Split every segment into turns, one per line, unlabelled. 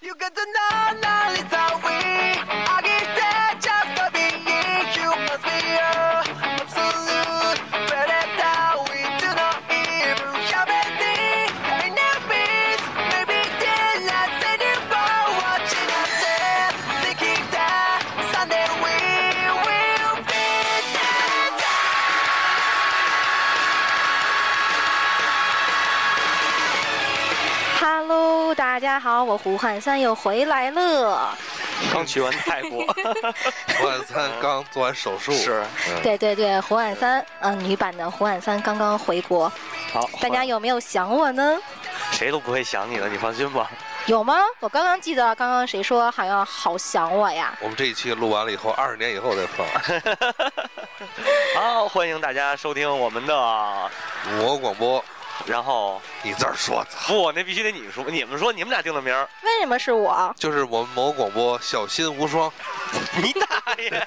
You got to know that it's a we. I get that just for being you must be a absolute predator. We do not even have any enemies. Maybe they're not anymore watching us and thinking that someday we will be dead.
哈喽，大家好，我胡汉三又回来了。
刚去完泰 国， 嗯
我晚餐刚做完手术，
是
嗯，
对对对，胡汉三，嗯、女版的胡汉三刚刚回国，
好，
大家有没有想我呢？
谁都不会想你的，你放心 吧。
有吗？我刚刚记得，刚刚谁说好像好想我呀？
我们这一期录完了以后，二十年以后再放。
好，欢迎大家收听我们的，
我广播，
然后
你这儿说操，
不，那必须得你说，你们说你们俩定的名 儿，
为什么是我？
就是我们某广播小心无双，
你大爷！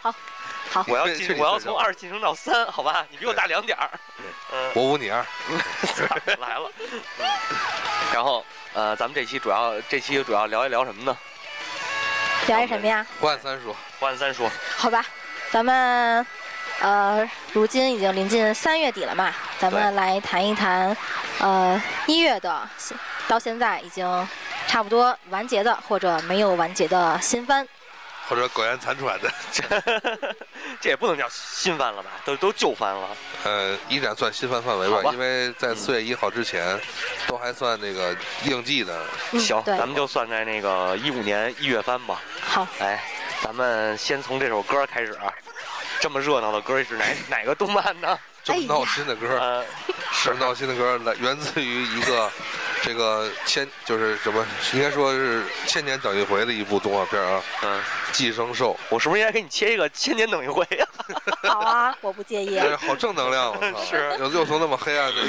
好，
我要
对是
进，
你
我要
队长
从二晋升到三，好吧？你比我大两点儿。嗯，
我无你二。
来了。嗯然后，呃，咱们这期主要这期主要聊一聊什么呢？
聊些什么呀？
胡汉三说，
胡汉三说，
好吧，咱们呃，如今已经临近三月底了嘛，咱们来谈一谈呃一月的新到现在已经差不多完结的或者没有完结的新番。
或者苟延残喘的，
这也不能叫新番了吧？都都旧番了。
呃，依然算新番范围
好
吧，
吧
因为在四月一号之前，都还算那个应季的。
嗯
行，
对
咱，们就算在那个一五年一月番吧。
好，
哎，咱们先从这首歌开始啊。这么热闹的歌是哪哪个动漫呢？
这么
哎
闹
呀
心的歌，
呃，
这么闹心的歌来源自于一个 这个千就是什么，应该说是千年等一回的一部动画片啊，
嗯，
《寄生兽》。
我是不是应该给你切一个千年等一回 呀？
好啊，我不介意。
对，哎好正能量，我操！
是
又又从那么黑暗的，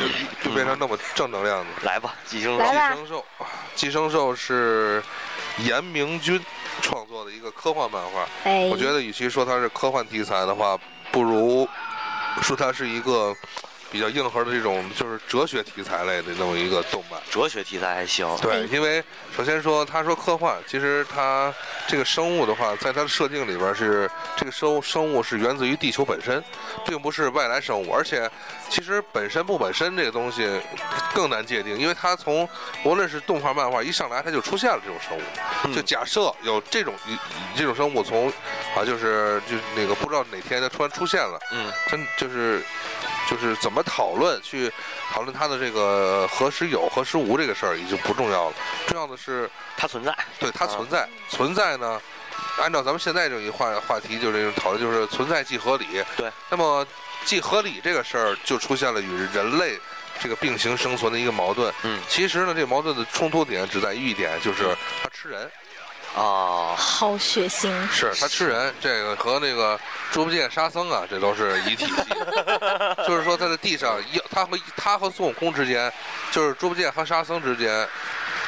就变成那么正能量的。
来吧，寄生
来
兽。
寄
吧
生兽，寄生兽是严明君创作的一个科幻漫画。
哎，
我觉得，与其说它是科幻题材的话，不如说它是一个比较硬核的这种，就是哲学题材类的那么一个动漫。
哲学题材还行，
对，因为首先说，他说科幻，其实它这个生物的话，在它的设定里边是这个生物生物是源自于地球本身，并不是外来生物。而且，其实本身不本身这个东西更难界定，因为它从无论是动画、漫画一上来，它就出现了这种生物。
嗯
就假设有这种这种生物从啊，就是就那个不知道哪天它突然出现了。
嗯，
真就是就是怎么讨论去讨论它的这个何时有何时无这个事儿已经不重要了，重要的是
它存在。
对它
啊
存在、存在呢。按照咱们现在这种一话话题，就是这种讨论，就是存在即合理。
对，
那么即合理这个事儿就出现了与人类这个并行生存的一个矛盾。
嗯
其实呢，这个矛盾的冲突点只在于一点，就是它吃人。
哦，
好血腥。
是他吃人，这个和那个猪八戒、沙僧啊，这都是一体系的。 就是说，他在地上，一他和他和孙悟空之间，就是猪八戒和沙僧之间，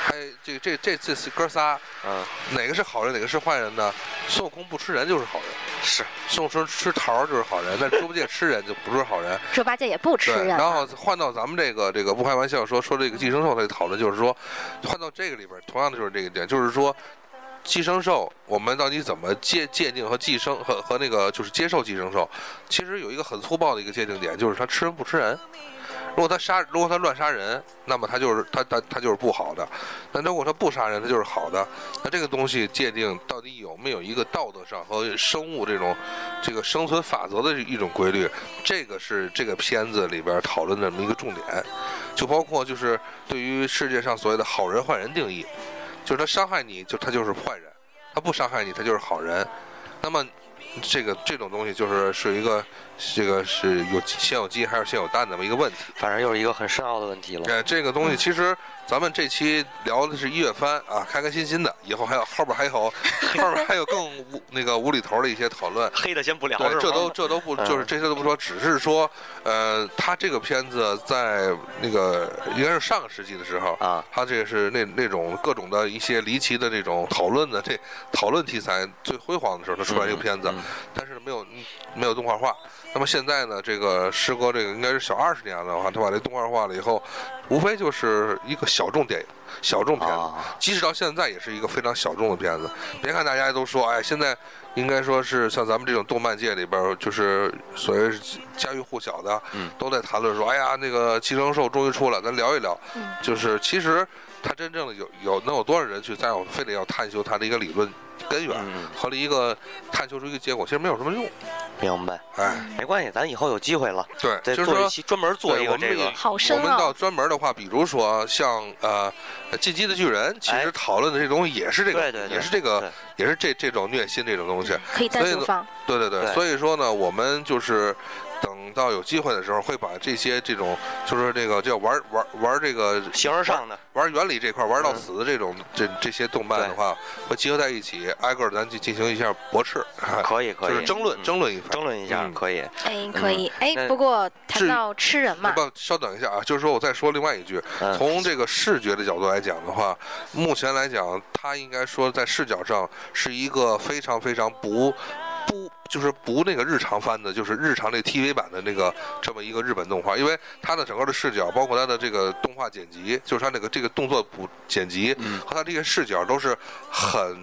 还这这这这这哥仨，
嗯，
哪个是好人，哪个是坏人呢？孙悟空不吃人就是好人，
是
孙悟空吃桃儿就是好人，但猪八戒吃人就不是好人。
猪八戒也不吃
对，
人
然
啊，
后换到咱们这个这个不开玩笑说说这个寄生兽的讨论，就是说，换到这个里边儿，同样的就是这个点，就是说，寄生兽我们到底怎么界界定和寄生和和那个就是接受寄生兽？其实有一个很粗暴的一个界定点，就是它吃人不吃人。如果它杀，如果它乱杀人，那么它就是它它它就是不好的；那如果它不杀人，它就是好的。那这个东西界定到底有没有一个道德上和生物这种这个生存法则的一种规律？这个是这个片子里边讨论的这么一个重点，就包括就是对于世界上所谓的好人坏人定义，就是他伤害你就他就是坏人，他不伤害你他就是好人。那么这个这种东西就是是一个这个是有先有鸡还是先有蛋的一个问题。
反正又是一个很深奥的问题了。
呃，这个东西其实咱们这期聊的是一月番啊，开开心心的，以后还有后边还有后边还有更无那个无厘头的一些讨论。
黑的先不聊，是
对，
吗
这都这都不就是
嗯
这些都不说，只是说，呃，他这个片子在那个应该是上个世纪的时候，
啊，
他这个是那那种各种的一些离奇的这种讨论的这讨论题材最辉煌的时候，他出来这个片子，
嗯
的，但是呢没有嗯没有动画化。那么现在呢，这个师哥这个应该是小二十年了的话，他把这动画化了以后，无非就是一个小众电影、小众片子。
啊，
即使到现在也是一个非常小众的片子。别看大家都说，哎，现在应该说是像咱们这种动漫界里边儿，就是所谓是家喻户晓的，
嗯
都在谈论说，哎呀，那个《寄生兽》终于出了，咱聊一聊。
嗯
就是其实它真正的有有能有多少人去再有非得要探究它的一个理论根源、
嗯
和一个探究出一个结果，其实没有什么用。
明白，
哎，
没关系，咱以后有机会了，
对，
再
就是
做一
说。
期专门做
对
一
我
个
们
这个
也
好哦深
我们到
奥，
专门的话，比如说像呃《进击的巨人》，其
哎
实讨论的这东西也是这个，
对对对
也是这个
对嗯
也是这这种虐心这种东西。
可以单
所以
独
呢
放。
对对对，
对
所以说呢，我们就是等到有机会的时候，会把这些这种就是这个叫玩玩玩这个
形而上的，
玩原理这块玩到
嗯
死的这种、这这些动漫
对
的话，会结合在一起，挨个儿咱去进行一下驳斥，
可以
哎就
可以，
是争论
嗯
争论一番。
争论一下
嗯
可以，
哎，可以。哎，
那
不过
至
谈
于
到吃人嘛，
不，稍等一下啊，就是说我再说另外一句，
嗯，
从这个视觉的角度来讲的话，目前来讲，它应该说在视角上是一个非常非常不不就是不那个日常番的，就是日常这 TV 版的那个这么一个日本动画，因为它的整个的视角，包括它的这个动画剪辑，就是它那个这个动作捕剪辑
嗯
和它这个视角都是很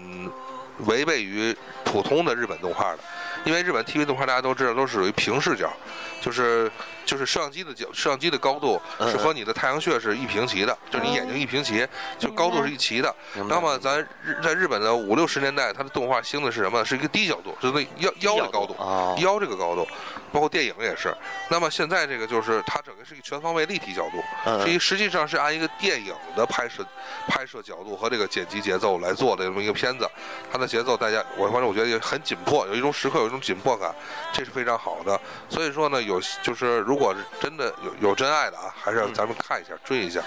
违背于普通的日本动画的。因为日本 TV 动画大家都知道都是属于平视角，就是就是摄像机的角，摄像机的高度
嗯
是和你的太阳穴是一平齐的，就是你眼睛一平齐，就高度是一齐的。
明白
那么咱日在日本的五六十年代，它的动画兴的是什么？是一个低角度，就是那腰腰的高度，
啊，
腰这个高度，包括电影也是。那么现在这个就是它整个是一个全方位立体角度，
嗯
是一实际上是按一个电影的拍摄拍摄角度和这个剪辑节奏来做的这么一个片子，它的节奏大家我反正我觉得也很紧迫，有一种时刻有一种紧迫感，这是非常好的。所以说呢，有就是如果是真的有有真爱的啊，还是要
嗯
咱们看一下、追一下。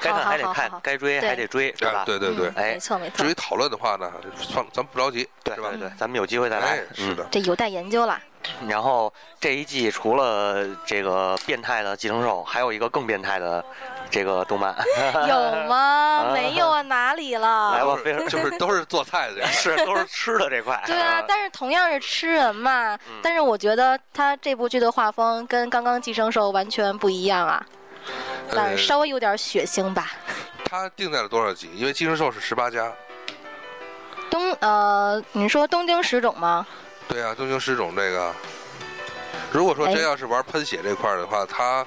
该看还
好
得
好好
看
好，
该追还
对
得追，是
哎
吧？
嗯对对对。
嗯
哎
没错没错
至于，讨论的话呢，放咱不着急，
对
是吧
对？对，咱们有机会再来
哎，，是的。
这有待研究 了。
嗯。然后这一季除了这个变态的寄生兽，还有一个更变态的这个动漫，
有吗？没有啊，哪里
来
了？
吧
都是
非常，
就是都是做菜的人
是都是吃的这块。
对啊，但是同样是吃人嘛
嗯，
但是我觉得他这部剧的画风跟刚刚《寄生兽》完全不一样啊，但
呃
是稍微有点血腥吧。
他定在了多少集？因为《寄生兽》是十八家，
东呃，你说东京食种吗？
对啊，东京食种这个，如果说
哎
真要是玩喷血这块儿的话，他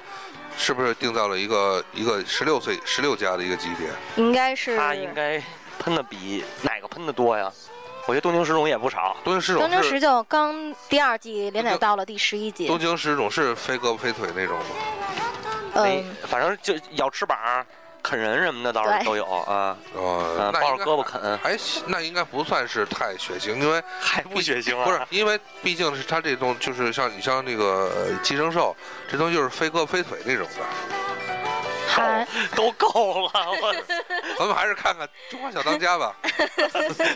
是不是定到了一个一个十六岁十六加的一个级别？
应该是
他应该喷的比哪个喷的多呀？我觉得东京食种也不少。
东京食
东
种
京
是
食种刚第二季连载到了第十一集，
东京食种是飞胳膊飞腿那种吗？
没
嗯，，
哎反正就咬翅膀、啃人什么的倒是
对
都有啊，
呃
嗯，，
那
抱
应
着
该
胳膊啃，
还行，那应该不算是太血腥，因为
还不血腥啊？
不是，因为毕竟是他这种就是像你像那个呃寄生兽，这东西就是飞胳膊飞腿那种的。
还
都够了，我
咱们还是看看《中华小当家》 吧，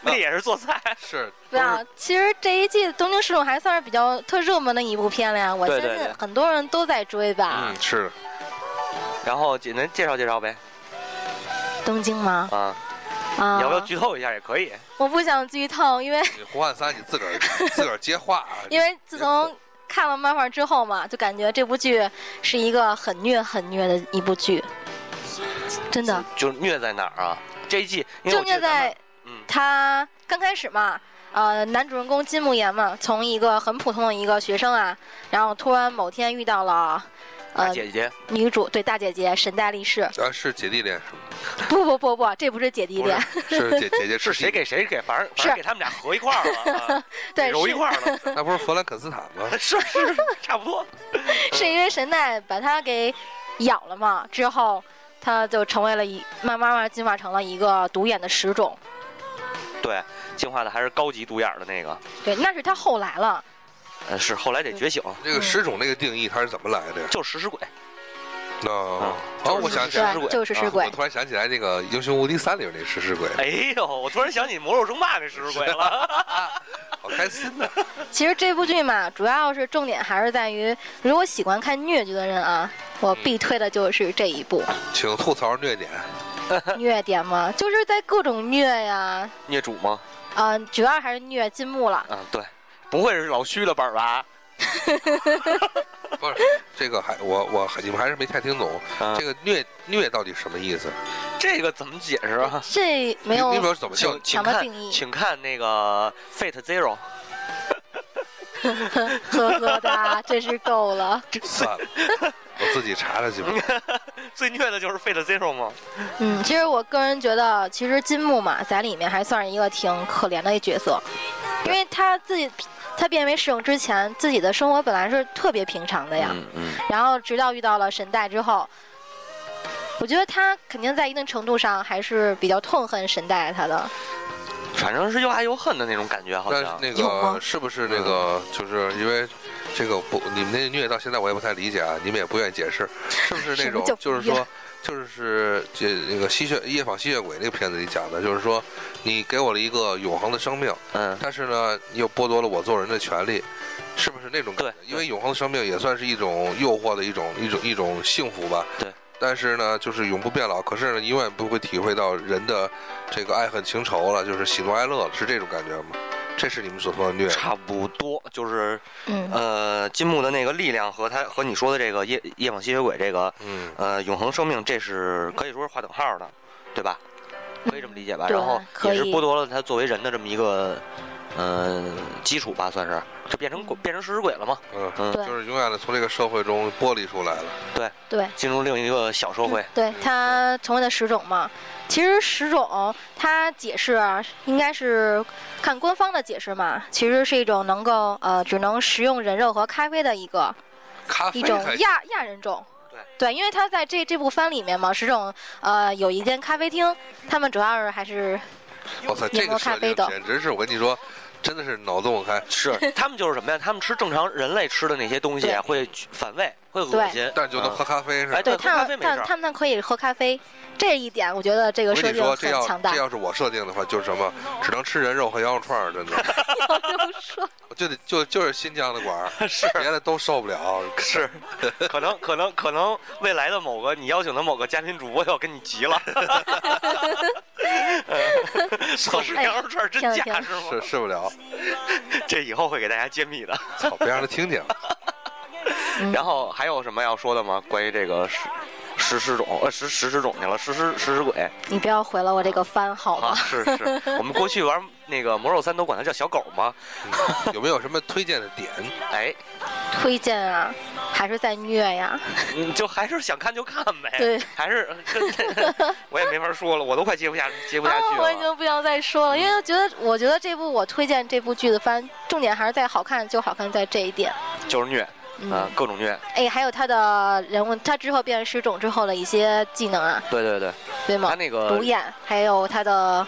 那也是做 菜。
是，
不要。其实这一季《东京食种》还算是比较特热门的一部片了呀，我
对
相
对
信
对
很多人都在追吧
嗯。，是的。
然后简单介绍介绍呗，
东京吗？
啊，
啊
你要不要剧透一下也可以？
我不想剧透， 因为
你胡汉三，你自 个儿自个儿接话啊
因为自从看了漫画之后嘛，就感觉这部剧是一个很虐很虐的一部剧，真的
就虐在哪儿啊？这一季因为
就
我记得
虐
咱们
在
嗯
他刚开始嘛，呃，男主人公金木研嘛，从一个很普通的一个学生啊，然后突然某天遇到了。
大
呃，
姐姐
女主对大姐姐神代力士，
啊，是姐弟恋，
不不不不，这不是姐弟恋，
是姐姐姐
是谁？给谁给，反正反
是
正给他们俩合一块儿 了，啊
对，
揉一
是
块儿 了，
那不是荷兰肯斯坦吗？
是是差不多。
是因为神奈把他给咬了嘛，之后他就成为了一慢慢慢进化成了一个独眼的石种。
对，进化的还是高级独眼儿的那个，
对，那是他后来了。
呃，是后来
嗯
得觉醒，
这个食种这个定义它是怎么来的呀？
就是食尸鬼，
那
就
哦，
是
我想起
食尸
来了，啊
鬼
对，就是食尸
我
鬼。
突然想起来那个《英雄无敌三》里边那食尸鬼，
哎呦，我突然想起《魔兽争霸》那食尸鬼了。
好开心呐！
其实这部剧嘛，主要是重点还是在于，如果喜欢看虐剧的人啊，我
嗯
必推的就是这一部。
请吐槽虐点，
虐点嘛，就是在各种虐呀，啊
虐主吗？
嗯、主要还是虐金木了。
嗯，对，不会是老虚的本儿吧？
不是这个还我我你们还是没太听懂，
嗯
啊
这个虐虐到底什么意思？
这个怎么解释啊？
这没有
你你比如怎么叫
请请
什么
看
定义，
请看那个 Fate Zero，
呵呵 的，真是够了。
算了，我自己查查去吧。
最虐的就是 Fate Zero 嘛。
嗯，其实我个人觉得，其实金木嘛，在里面还算是一个挺可怜的一角色，因为他自己他变为侍用之前，自己的生活本来是特别平常的呀。
嗯嗯，
然后直到遇到了神代之后，我觉得他肯定在一定程度上还是比较痛恨神代他的。
反正是又爱又恨的那种感觉，好
但是
像。嗯
那
有吗
个是不是那个就是因为这个不，你们那虐到现在我也不太理解啊，你们也不愿意解释，是不是
什
那
么
种
叫不
就是
一
说
样
就是这那个吸血夜访吸血鬼那个片子里讲的，就是说你给我了一个永恒的生命，
嗯，
但是呢又剥夺了我做人的权利。是不是那种感觉？
对
因为永恒的生命也算是一种诱惑的一种一种一种幸福吧。
对。
但是呢，就是永不变老，可是呢，永远不会体会到人的这个爱恨情仇了，就是喜怒哀乐了，是这种感觉吗？这是你们所说的虐吗。
差不多就是
嗯，
呃，金木的那个力量和他和你说的这个夜夜访吸血鬼这个
嗯，
呃永恒生命，这是可以说是划等号的，对吧？可以这么理解吧？
对
然后
可
也
以
是剥夺了他作为人的这么一个嗯、呃基础吧，算是这变成鬼变成食尸鬼了嘛？
嗯，
嗯，
对
就是永远的从这个社会中剥离出来了。
对。
进入另一个小社会
嗯。对它成为了十种嘛。其实十种它解释啊，应该是看官方的解释嘛，其实是一种能够呃只能食用人肉和咖啡的一
啊
个
咖啡
一种
还
亚亚人种。
对
因为它在这这部番里面嘛，十种呃有一间咖啡厅，他们主要是还是
我操，这
有没
个
有
设
咖
定
啡豆
简直是我跟你说，真的是脑洞开。
是，他们就是什么呀？他们吃正常人类吃的那些东西啊
对
会反胃，会恶
对
心，
但就能
嗯
喝咖啡是吧
哎？
对
喝
他
咖啡
们
没事
他
儿
们他们可以喝咖啡，这一点我觉得这
我
个设
跟你
定
说，这
很
要
强大
这。要是我设定的话，就是什 么，只能吃人肉和羊肉串儿，真的，我 就得就就是新疆的馆 儿，
是
别的都受不了。
是， 可能可能可能未来的某个你邀请的某个嘉宾主播要跟你 急了，测试羊肉串儿真
哎
假
天
是
是
吗？
受不了，
这以后会给大家揭秘的。
操！别让他听见了。
嗯
然后还有什么要说的吗？关于这个十十尸种呃十十尸种去了，十尸十尸鬼
你不要毁了我这个番好
啊，
吗？
是是， 我们过去玩那个魔兽三都管它叫小狗嘛，
嗯有没有什么推荐的点？
哎，
推荐啊，还是在虐呀？
嗯，就还是想看就看呗，
对，
还是 我也没法说了，我都快接不下接不下去
啊，我已
了。嗯
经不想再说了，因为觉得我觉得这部我推荐这部剧的番，重点还是在好看，就好看在这一点。
就是虐
嗯，
啊，各种虐，
哎，还有他的人物，他之后变失种之后的一些技能啊，
对对对，
对
他
吗？
那
独
个
眼，还有他的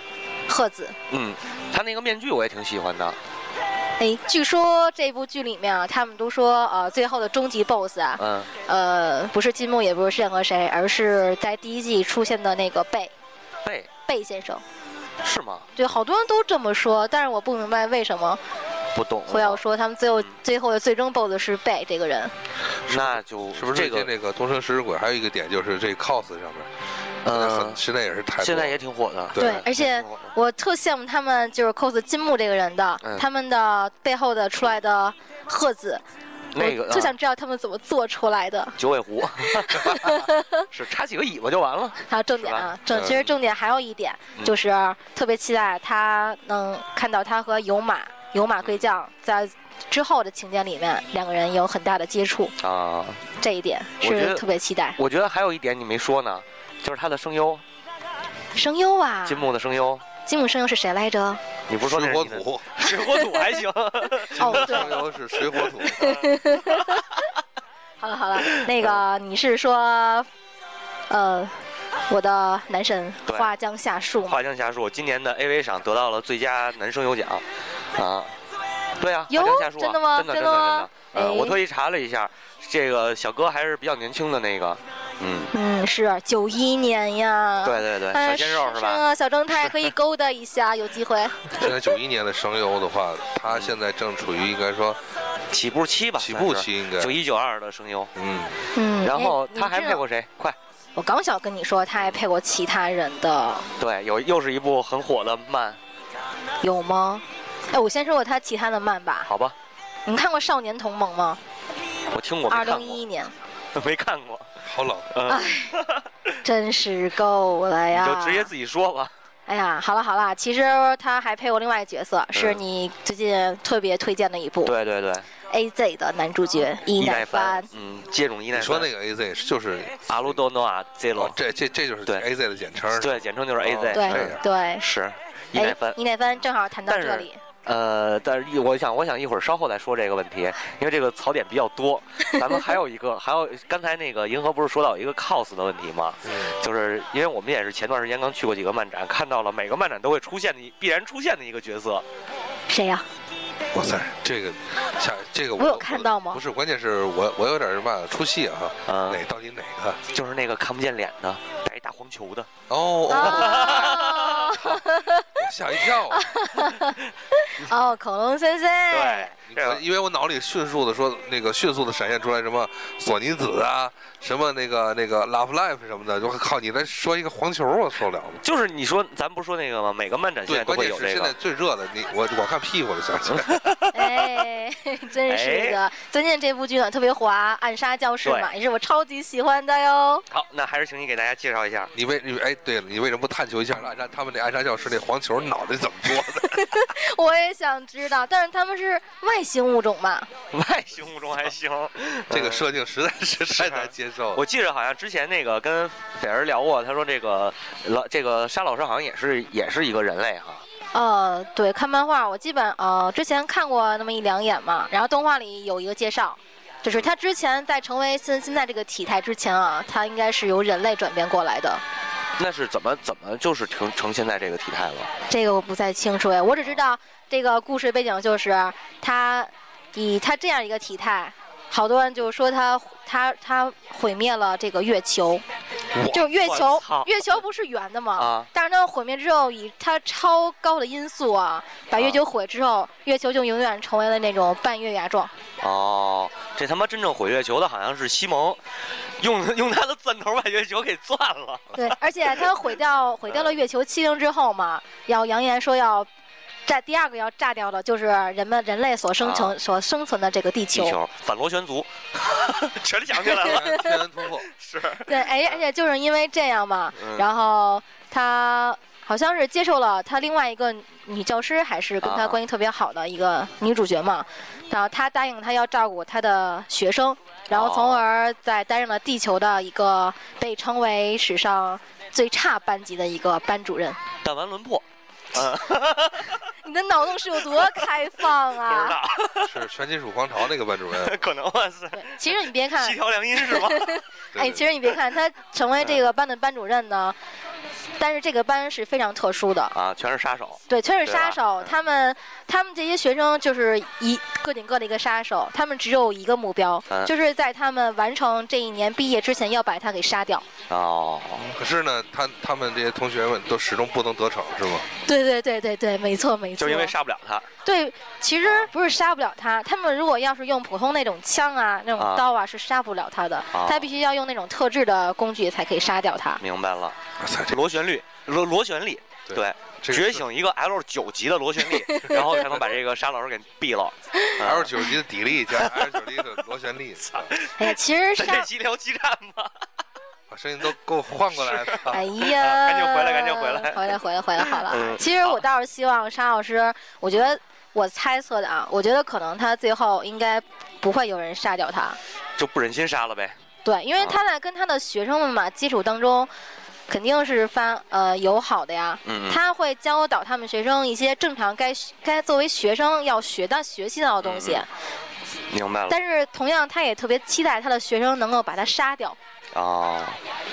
鹤子。
嗯，他那个面具我也挺喜欢的，
哎，据说这部剧里面啊，他们都说呃，最后的终极 BOSS 啊，
嗯，
呃，不是金木，也不是任何谁，而是在第一季出现的那个贝
贝
贝先生。
是吗？
对，好多人都这么说，但是我不明白为什么。
不懂，
会要说他们最后
嗯
最后的最终 BOSS 是贝这个人，
那就是
不是
这
最近
个
那个东升食尸鬼还有一个点就是这 cos 上面，
嗯
很，现在也是太多
现在也挺火的，
对
而且
挺火的
我特羡慕他们就是 cos 金木这个人的，
嗯
他们的背后的出来的鹤子，
那个
我就
啊
想知道他们怎么做出来的。
九 尾狐是插几个尾巴就完了，
还有重点啊，正
嗯
其实重点还有一点、
嗯
就是特别期待他能看到他和有马有
嗯
马贵将在之后的情节里面两个人有很大的接触，
啊。
这一点
我觉
是
得
特别期待。
我觉得还有一点你没说呢，就是他的声优，
声优啊，
金木的声优，
金木声优是谁来着？
你不是说那
水
是
火
你的
土，
水火土还行，
哦，对，
声优是水 火土，
好了好了，那个
嗯
你是说，呃，我的男神
对
花江夏树吗？
画江夏树今年的 AV 赏得到了最佳男声优奖，啊，对啊，
哟
画江夏树啊
真的吗
真
真
的真
的
的
吗
真的呃，
哎
我特意查了一下，这个小哥还是比较年轻的那个，嗯，
嗯，是九一年呀。
对。对对，
但
小
是
鲜肉是吧？
啊，小正太可以勾搭一 下，有机会。
现在九一年的声优的话，他现在正处于应该说
哎
起步期吧，
起步期，应该
九，一九二的声优。
嗯，
嗯，
然后
哎
他还配。
你知道
过谁？快，
我刚想跟你说，他还配过其他人的，
对，有又是一部很火的漫，
有吗？哎，我先说过他其他的漫吧。
好吧，
你们看过《少年同盟》吗？
我听我没
二
看
零一一
过，
年，
没看过，
好老，
嗯、
真是够了
你
呀！
就直接自己说吧。
哎呀，好了好了，其实他还配过另外一角色，是
嗯
你最近特别推荐的一部
对对对，
A Z 的男主角伊
奈
乃
帆
帆，，
嗯，接种伊奈帆。
你说那个 AZ 就是，
阿鲁多诺瓦 Z 罗
哦，这这这就是
对
AZ 的简称，
对，简称就是 AZ，
哦
对
哎呀
嗯
对，
是伊
哎
奈帆，。
伊乃帆正好谈到
但是
这里，
呃，但是一我想，我想一会儿稍后再说这个问题，因为这个槽点比较 多。咱们还有一个，还有刚才那个银河不是说到一个 cos 的问题吗？
嗯
就是因为我们也是前段时间刚去过几个漫展，看到了每个漫展都会出现的一必然出现的一个角色。
谁呀？
哇塞，这个下这个
我有看到吗
不是，关键是我我有点什么出戏啊，
嗯、
哪到底哪个？
就是那个看不见脸的，带一大黄球的，
哦，
啊
哦
哦
我吓一跳啊，
哦，恐龙先生，
对，这
我
个
因为我脑里迅速的说那个迅速的闪现出来什么索尼子啊，什么那个那个 Love Life 什么的，就靠你再说一个黄球，我受不了了。
就是你说，咱不是说那个吗？每个漫展现
对，
在都
关
会
键
有
是
这
现在
个。
最热的，你我我看屁股都想起来。
哎， 真是的，最近这部剧呢特别滑，《暗杀教室》嘛，也是我超级喜欢的哟。
好，那还是请你给大家介绍 一下。
你为你哎，对了，你为什么不探求一下暗杀他们那暗杀教室那黄球脑袋怎么做的？
我也想知道，但是他们是外星物种嘛？
外星物种还行，
这个
嗯啊
设定实在是太难接受了。
我记着好像之前那个跟斐儿聊过，他说这个老这个沙老师好像也是也是一个人类哈。
呃，对，看漫画我基本呃之前看过那么一两眼嘛，然后动画里有一个介绍。就是他之前在成为现现在这个体态之前啊，他应该是由人类转变过来的，
那是怎么怎么就是呈呈现在这个体态了？
这个我不太清楚哎，我只知道这个故事背景就是他以他这样一个体态，好多人就说他他他毁灭了这个月球，就是月
我
球
操
月球不是圆的吗？
啊
但是呢，毁灭之后，以它超高的音速啊，把月球毁之后，月球就永远成为了那种半月牙状。
哦，这他妈真正毁月球的好像是西蒙，用 用他的钻头把月球给钻了。
对，而且它毁掉毁掉了月球七零之后嘛，要扬言说要炸第二个要炸掉的就是人们人类所生存、
啊
所生存的这个地球。
地球反螺旋族， 全想起来
天
了。
然天然突破，
是，
对，哎，而且就是因为这样嘛，
嗯
然后他好像是接受了他另外一个女教师，还是跟
啊
他关系特别好的一个女主角嘛，然后他答应他要照顾他的学生，然后从
哦
而在担任了地球的一个被称为史上最差班级的一个班主任。
弹丸轮破。嗯，
你的脑洞是有多开放
不知
啊！
道，
是全金属狂潮那个班主任。
哎
可能吧， 是
对，其实你别看
七，条良音是吗？
对
哎，其实你别看他成为这个班的班主任呢，但是这个班是非常特殊的。
啊，全是杀手。
对，全是
对
杀
吧
手。
嗯
他们他们这些学生就是一个顶个的一个杀手，他们只有一个目标，
嗯
就是在他们完成这一年毕业之前要把他给杀掉。
哦，
可是呢，他他们这些同学们都始终不能得逞，是吗？
对对对对对，没错没错。
就是因为杀不了他。
对，其实不是杀不了他，他们如果要是用普通那种枪啊、那种
啊
刀啊，是杀不了他的。
哦
他必须要用那种特制的工具才可以杀掉他。
明白了，
哇塞，这
螺旋律，螺螺旋力，
对
对，
这
觉醒一个 L 九级的螺旋 力，然后才能把这个沙老师给毙 了。嗯
L 九级的底力加 L 九级的螺 旋力，
哎呀，其实
咱这
杀，
期聊激战吧。
把声音都给我换过来
啊
了。
哎呀，
赶紧回来赶紧回来
回来回来回来好了。啊
嗯
其实我倒是希望沙老师，我觉得我猜测的啊，我觉得可能他最后应该不会有人杀掉他，
就不忍心杀了呗。
对，因为他在跟他的学生们嘛接触当中，肯定是发呃友好的呀。
嗯嗯
他会教导他们学生一些正常该学该作为学生要学到学习到的东西，啊
嗯明白了。
但是同样他也特别期待他的学生能够把他杀掉，
哦，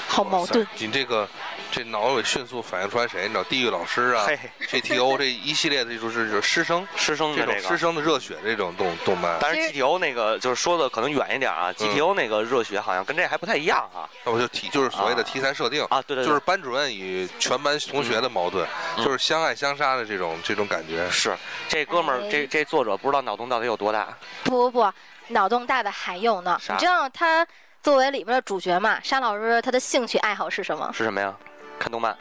好矛盾。
你这个这脑尾迅速反映出来谁？你知道地狱老师啊
嘿
，GTO 这一系列的就是就是师生
师生
这
的
种
这
师
个。
生的热血这种动动漫，啊
但
其
是
实
GTO 那个就是说的可能远一点啊，GTO 那个热血好像跟这还不太一样啊。
要不就题就是所谓的
啊
题材设定
啊对对对
就是班主任与全班同学的矛盾，
嗯
就是相爱相杀的这种这种感觉。
是，这哥们儿
哎
这这作者不知道脑洞到底有多大。
不不不，脑洞大的还有呢。
啥
你知道他作为里边的主角嘛，沙老师他的兴趣爱好是什么？
是什么呀？看动漫。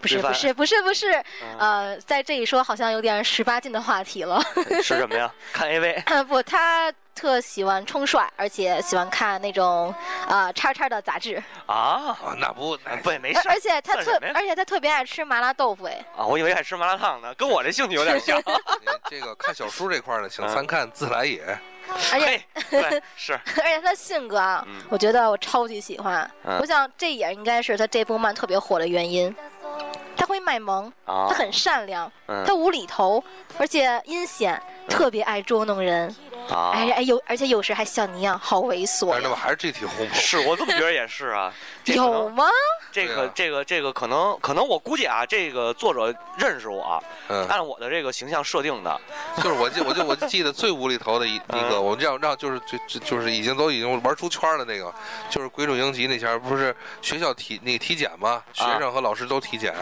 不是
吃饭嗯
不是不是不是，呃，在这一说好像有点十八禁的话题了。
吃什么呀？看 AV
不，他特喜欢冲帅，而且喜欢看那种呃叉叉的杂志，
啊？
啊，那不那
不，没
而
事儿
而且他
算
特
什么呀
而且他特别爱吃麻辣豆腐哎。
啊，我以为还吃麻辣烫呢，跟我这兴趣有点像。啊
您这个看小说这块儿呢，请参看自来也。
而且
嘿，对，是，
而且他性格啊
嗯，
我觉得我超级喜欢。
嗯
我想这也应该是他这部漫特别火的原因。他会卖萌，
啊，
他很善良，
嗯
他无厘头，而且阴险，特别爱捉弄人。
啊，
哎哎，有而且有时还像你一样好猥
但
琐
是
呀
那不还是这体红
是我怎么觉得也是 啊？这可
有
能
吗？
这
对
个
啊
这个这个可能可能我估计啊，这个作者认识我啊，
嗯，
按我的这个形象设定 的，
就是我记我就我就记得最无厘头的一那个，我们这样让就是就就就是已经都已经玩出圈儿的那个，就是鬼冢英吉那前儿不是学校体那个体检嘛，学生和老师都体检，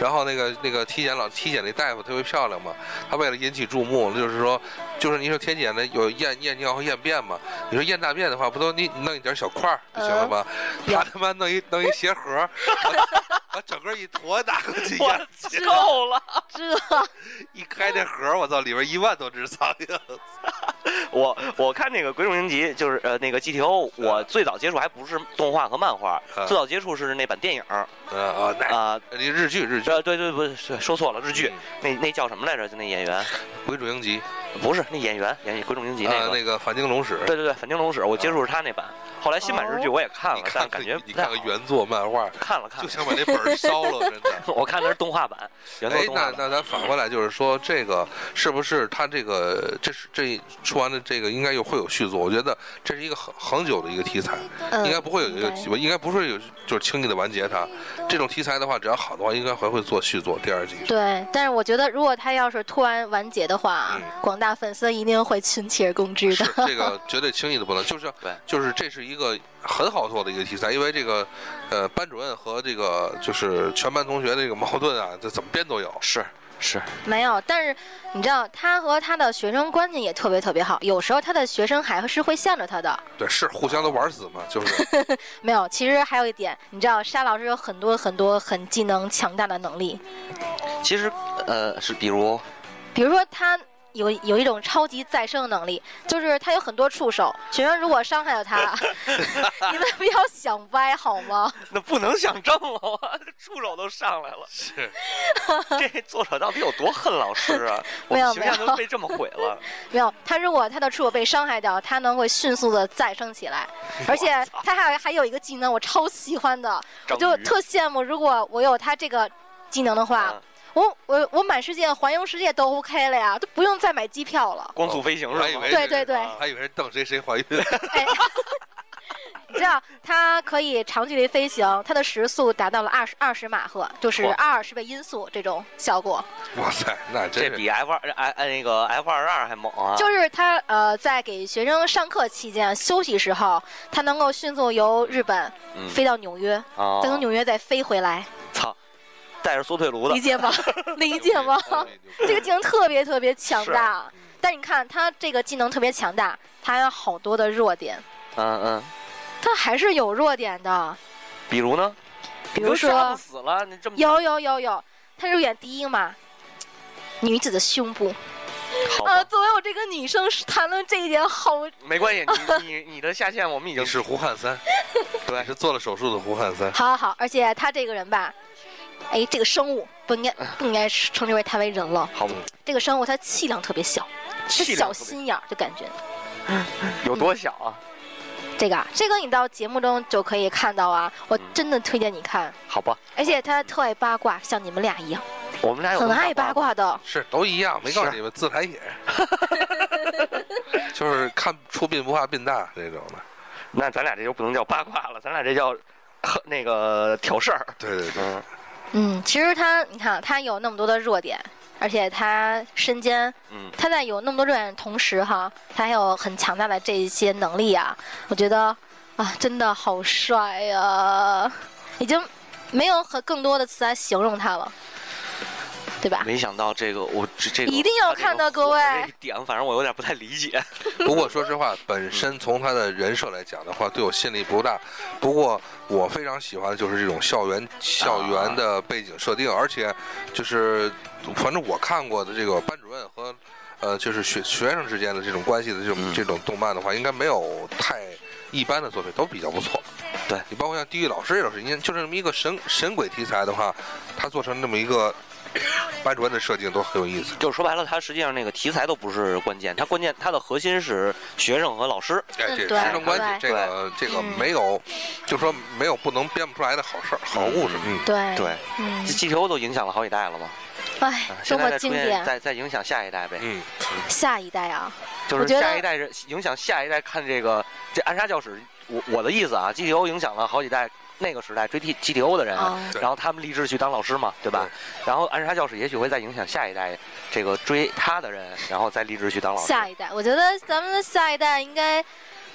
然后那个那个体检老体检那大夫特别漂亮嘛，她为了引起注目，就是说就是你说体检的有验验尿和验便嘛，你说验大便的话不都你弄一点小块儿就行了吗？
有
她他妈弄一弄一鞋盒儿，把把整个一坨拿过去
我
验，
够了，
这
一开那盒儿，我操，里边一万多只苍蝇。
我我看那个《鬼冢英吉》就是呃那个 GTO，
啊
我最早接触还不是动画和漫画，
啊
最早接触是那版电影儿
啊啊，那
啊，
那日剧日剧
呃对对不是说错了日
嗯
剧，那那叫什么来着？就那演员
鬼冢英吉
不是那演员演《鬼冢英吉》嗯那
啊
个，
那个反町隆史，
对对对，反町隆史，我接触是他那版，后来新版日剧我也看
你
了，但
看
感
看
觉
你
不太
看
好
看原作漫画，
看了看
就
了，
想把那本儿烧 了，真的。
我看的是动画版，原作
哎，
动画
那
版。
那咱反过来就是说，这个是不是他这个这是这出完了这个应该又会有续作？我觉得这是一个恒恒久的一个题材，
嗯
应该不会有一个
应该
应该不会有就是轻易的完结它。这种题材的话，只要好的话，应该还会做续作第二季。
对，但是我觉得如果他要是突然完结的话，
嗯
广大粉丝一定会群起而攻之
是
的。
这个绝对轻易的不能，就是
对
就是这是一个很好做的一个题材，因为这个呃班主任和这个就是全班同学的这个矛盾啊，这怎么编都有。
是是，
没有，但是你知道他和他的学生关系也特别特别好，有时候他的学生还是会向着他的。
对，是互相都玩死嘛，就是
没有，其实还有一点，你知道沙老师有很多很多很技能强大的能力，
其实呃是比如
比如说他。有有一种超级再生能力，就是他有很多触手。学生如果伤害了他， 你们不要想歪好吗？
那不能想正了，我触手都上来了。是， 这作者到底有多恨老师 啊？我
没有
们形象
没有
都被这么毁 了。
没有，他如果他的触手被伤害掉，他能会迅速的再生起来，而且他还有还有一个技能我超喜欢的，我
章鱼
就特羡慕，如果我有他这个技能的话，
嗯
我我我满世界环游世界都 OK 了呀，都不用再买机票了。
光速飞行
我还
是
以
吗
为？
对
是
对对
还以为是瞪谁谁 怀孕。
哎，你知道它可以长距离飞行，它的时速达到了二十二十马赫，就是
哇
二十倍音速这种效果。
哇塞，那真
这
是
比 F 二 F 那个 F 二二还猛啊！
就是它呃，在给学生上课期间休息时候，它能够迅速由日本
嗯
飞到纽约，
啊
再，从纽约再飞回来，
操，带着缩腿
理
炉的， 哎
解吗？理解吗？ 这个技能特别特别强大，但是你看它这个技能特别强大，它有好多的弱点，
嗯嗯，
它还是有弱点的，
比如呢？
比如说
你都吓不死了，你这么
有有有有，它是演第一嘛，女子的胸部
好吧
啊。作为我这个女生谈论这一点好，
没关系，你你你的下线我们已
你
经
是胡 汉三，对，是做了手术的胡汉三。
好好好，而且她这个人吧，哎，这个生物不应该
哎
不应该称之为她为人了。
好吧
嗯
这个生物它气量特别小，是
气
小
量特别
心眼儿的感觉。
有多小啊？
这个啊这个你到节目中就可以看到啊，
嗯
我真的推荐你看。
好吧，
而且他特爱八卦，像你们俩一样，
我们俩有
很
那么
爱八卦的。
是都一样，没告诉
是
你们自来也， 就是看出殡不怕殡大那种的。
那咱俩这就不能叫八卦了，咱俩这叫呵那个挑事儿。
对对对，
嗯，
嗯，其实他，你看他有那么多的弱点，而且他身兼，
嗯
他在有那么多弱点的同时哈，他还有很强大的这一些能力啊。我觉得啊，真的好帅啊呀、已经没有和更多的词来形容他了。对吧？
没想到这个，我这这个
一定要
他这个
看的
火
各位
这一点，反正我有点不太理解。
不过说实话，
嗯
本身从他的人设来讲的话，对我吸引力不大。不过我非常喜欢的就是这种校
啊
园校园的背景设定，而且就是反正我看过的这个班主任和呃就是学学生之间的这种关系的这种、
嗯
这种动漫的话，应该没有太一般的作品，都比较不错。
对
你包括像《地狱老师》也是，你看就是这么一个神神鬼题材的话，他做成这么一个班主任的设定都很有意思。
就是说白了，它实际上那个题材都不是关键，它关键它的核心是学生和老师。
哎，
嗯
这
对
师生关系，这
对
个这个
嗯
没有，就说没有不能编不出来的好事儿、好故事。嗯，
对，
对
嗯，
，GTO 都影响了好几代了嘛，
哎
啊，
多
现在
么
再出
经
现
典！
再再影响下一代呗，
嗯，
下一代啊，
就
我
是
觉得
下一代人影响下一代看这个这暗杀教室。我我的意思啊，GTO 影响了好几代那个时代追 T GTO 的人，
啊，
对
然后他们立志去当老师嘛，对吧？然后暗杀教室也许会再影响下一代这个追他的人，然后再立志去当老师。
下一代，我觉得咱们的下一代应该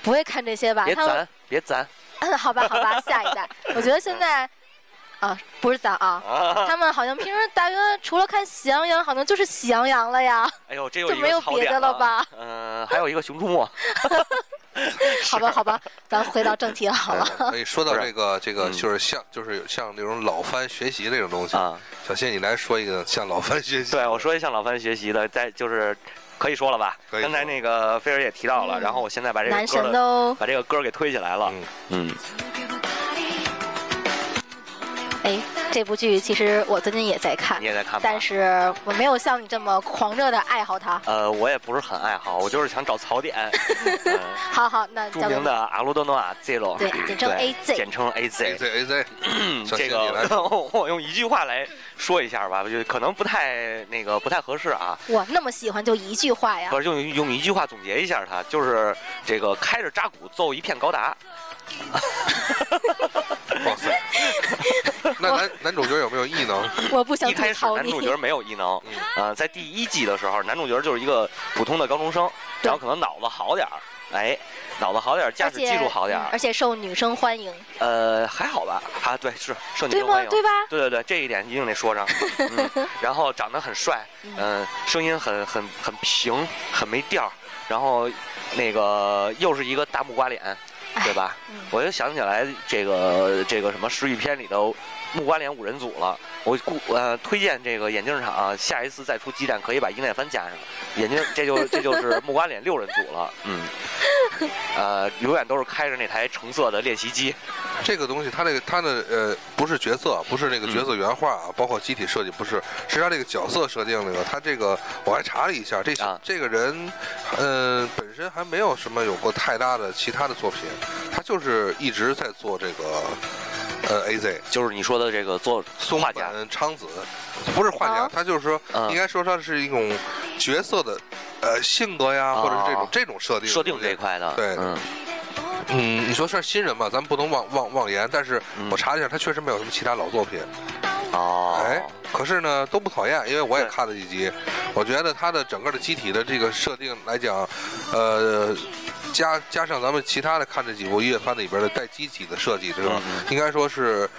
不会看这些吧？
别
他们
咱别咱
好吧，好吧，下一代，我觉得现在啊，不是咱啊。
啊！
他们好像平时大约除了看《喜羊羊》，好像就是《喜羊羊》了呀。
哎呦，这有
就
一
没有
个槽
别
点
的了吧？
嗯、还有一个《熊出没》
好吧，好吧，咱回到正题好 了。
哎所以说到
不是
这个这个，
嗯
就是像就是像那种老番学习这种东 西。
啊。
小谢，你来说一个像老番学习。
对，我说一向老范学习的，在就是可以说了吧？
可以说
刚才那个菲儿也提到了，
嗯
然后我现在把这
男
个
神
歌的
都
把这个歌给推起来了。
嗯，
嗯，
哎，这部剧其实我最近也在看
你，也在看吧？
但是我没有像你这么狂热的爱好它。
呃，我也不是很爱好，我就是想找 槽点。嗯
好好，那
著
咱
名
们
的阿鲁多诺瓦 Zero，
对简称
对
AZ
简称
A
AZ。
Z A Z，小
嗯这
谢你 来
个我用一句话来说一下吧，我觉得可能不太那个不太合适啊，
我那么喜欢就一句话呀
不，是用用一句话总结一下它，就是这个开着扎古揍一片高达，
哇塞， 那男男主角有没有异能？
我不想
一
吐
开始
槽
男
你
主。角没有异能，
嗯
呃，在第一季的时候，男主角就是一个普通的高中生，
对
然后可能脑子好点儿，哎，脑子好点儿，驾
而
驶
且
技术好点
嗯
儿
而，且受女生欢迎，
呃，还好吧？啊，对，是受女
对
生
吗
欢？迎，
对吧？
对对对，这一点一定得说上。 嗯，然后长得很帅，
嗯
嗯、声音很很很平，很没调儿，然后那个又是一个大木瓜脸，对吧？
嗯
我就想起来这个这个什么《失忆篇》里的木瓜脸五人组了。我故呃推荐这个眼镜厂、啊、下一次再出激战，可以把伊奈帆加上。眼镜这就这就是木瓜脸六人组了。嗯，呃，永远都是开着那台橙色的练习机。
这个东西，它这个它的呃，不是角色，不是那个角
嗯
色原画啊，包括机体设计，不是，是它这个角色设定那个，它这个我还查了一下，这
啊
这个人，呃，本身还没有什么有过太大的其他的作品，他就是一直在做这个，呃，A Z
就是你说的这个做
松
画家，
本昌子，不是画家
哦，
他就是说，
嗯
应该说他是一种角色的，呃，性格呀，
哦
或者是这种
哦
这种设定
设定这一块的，
对
嗯，
嗯，你说他是新人嘛，咱们不能妄妄妄言，但是
嗯
我查了一下，他确实没有什么其他老作品。
哦，
哎，可是呢都不讨厌，因为我也
对
看了几集，我觉得它的整个的机体的这个设定来讲，呃，加加上咱们其他的看这几部月番里边的带机体的设计，这种、
嗯嗯
应该说是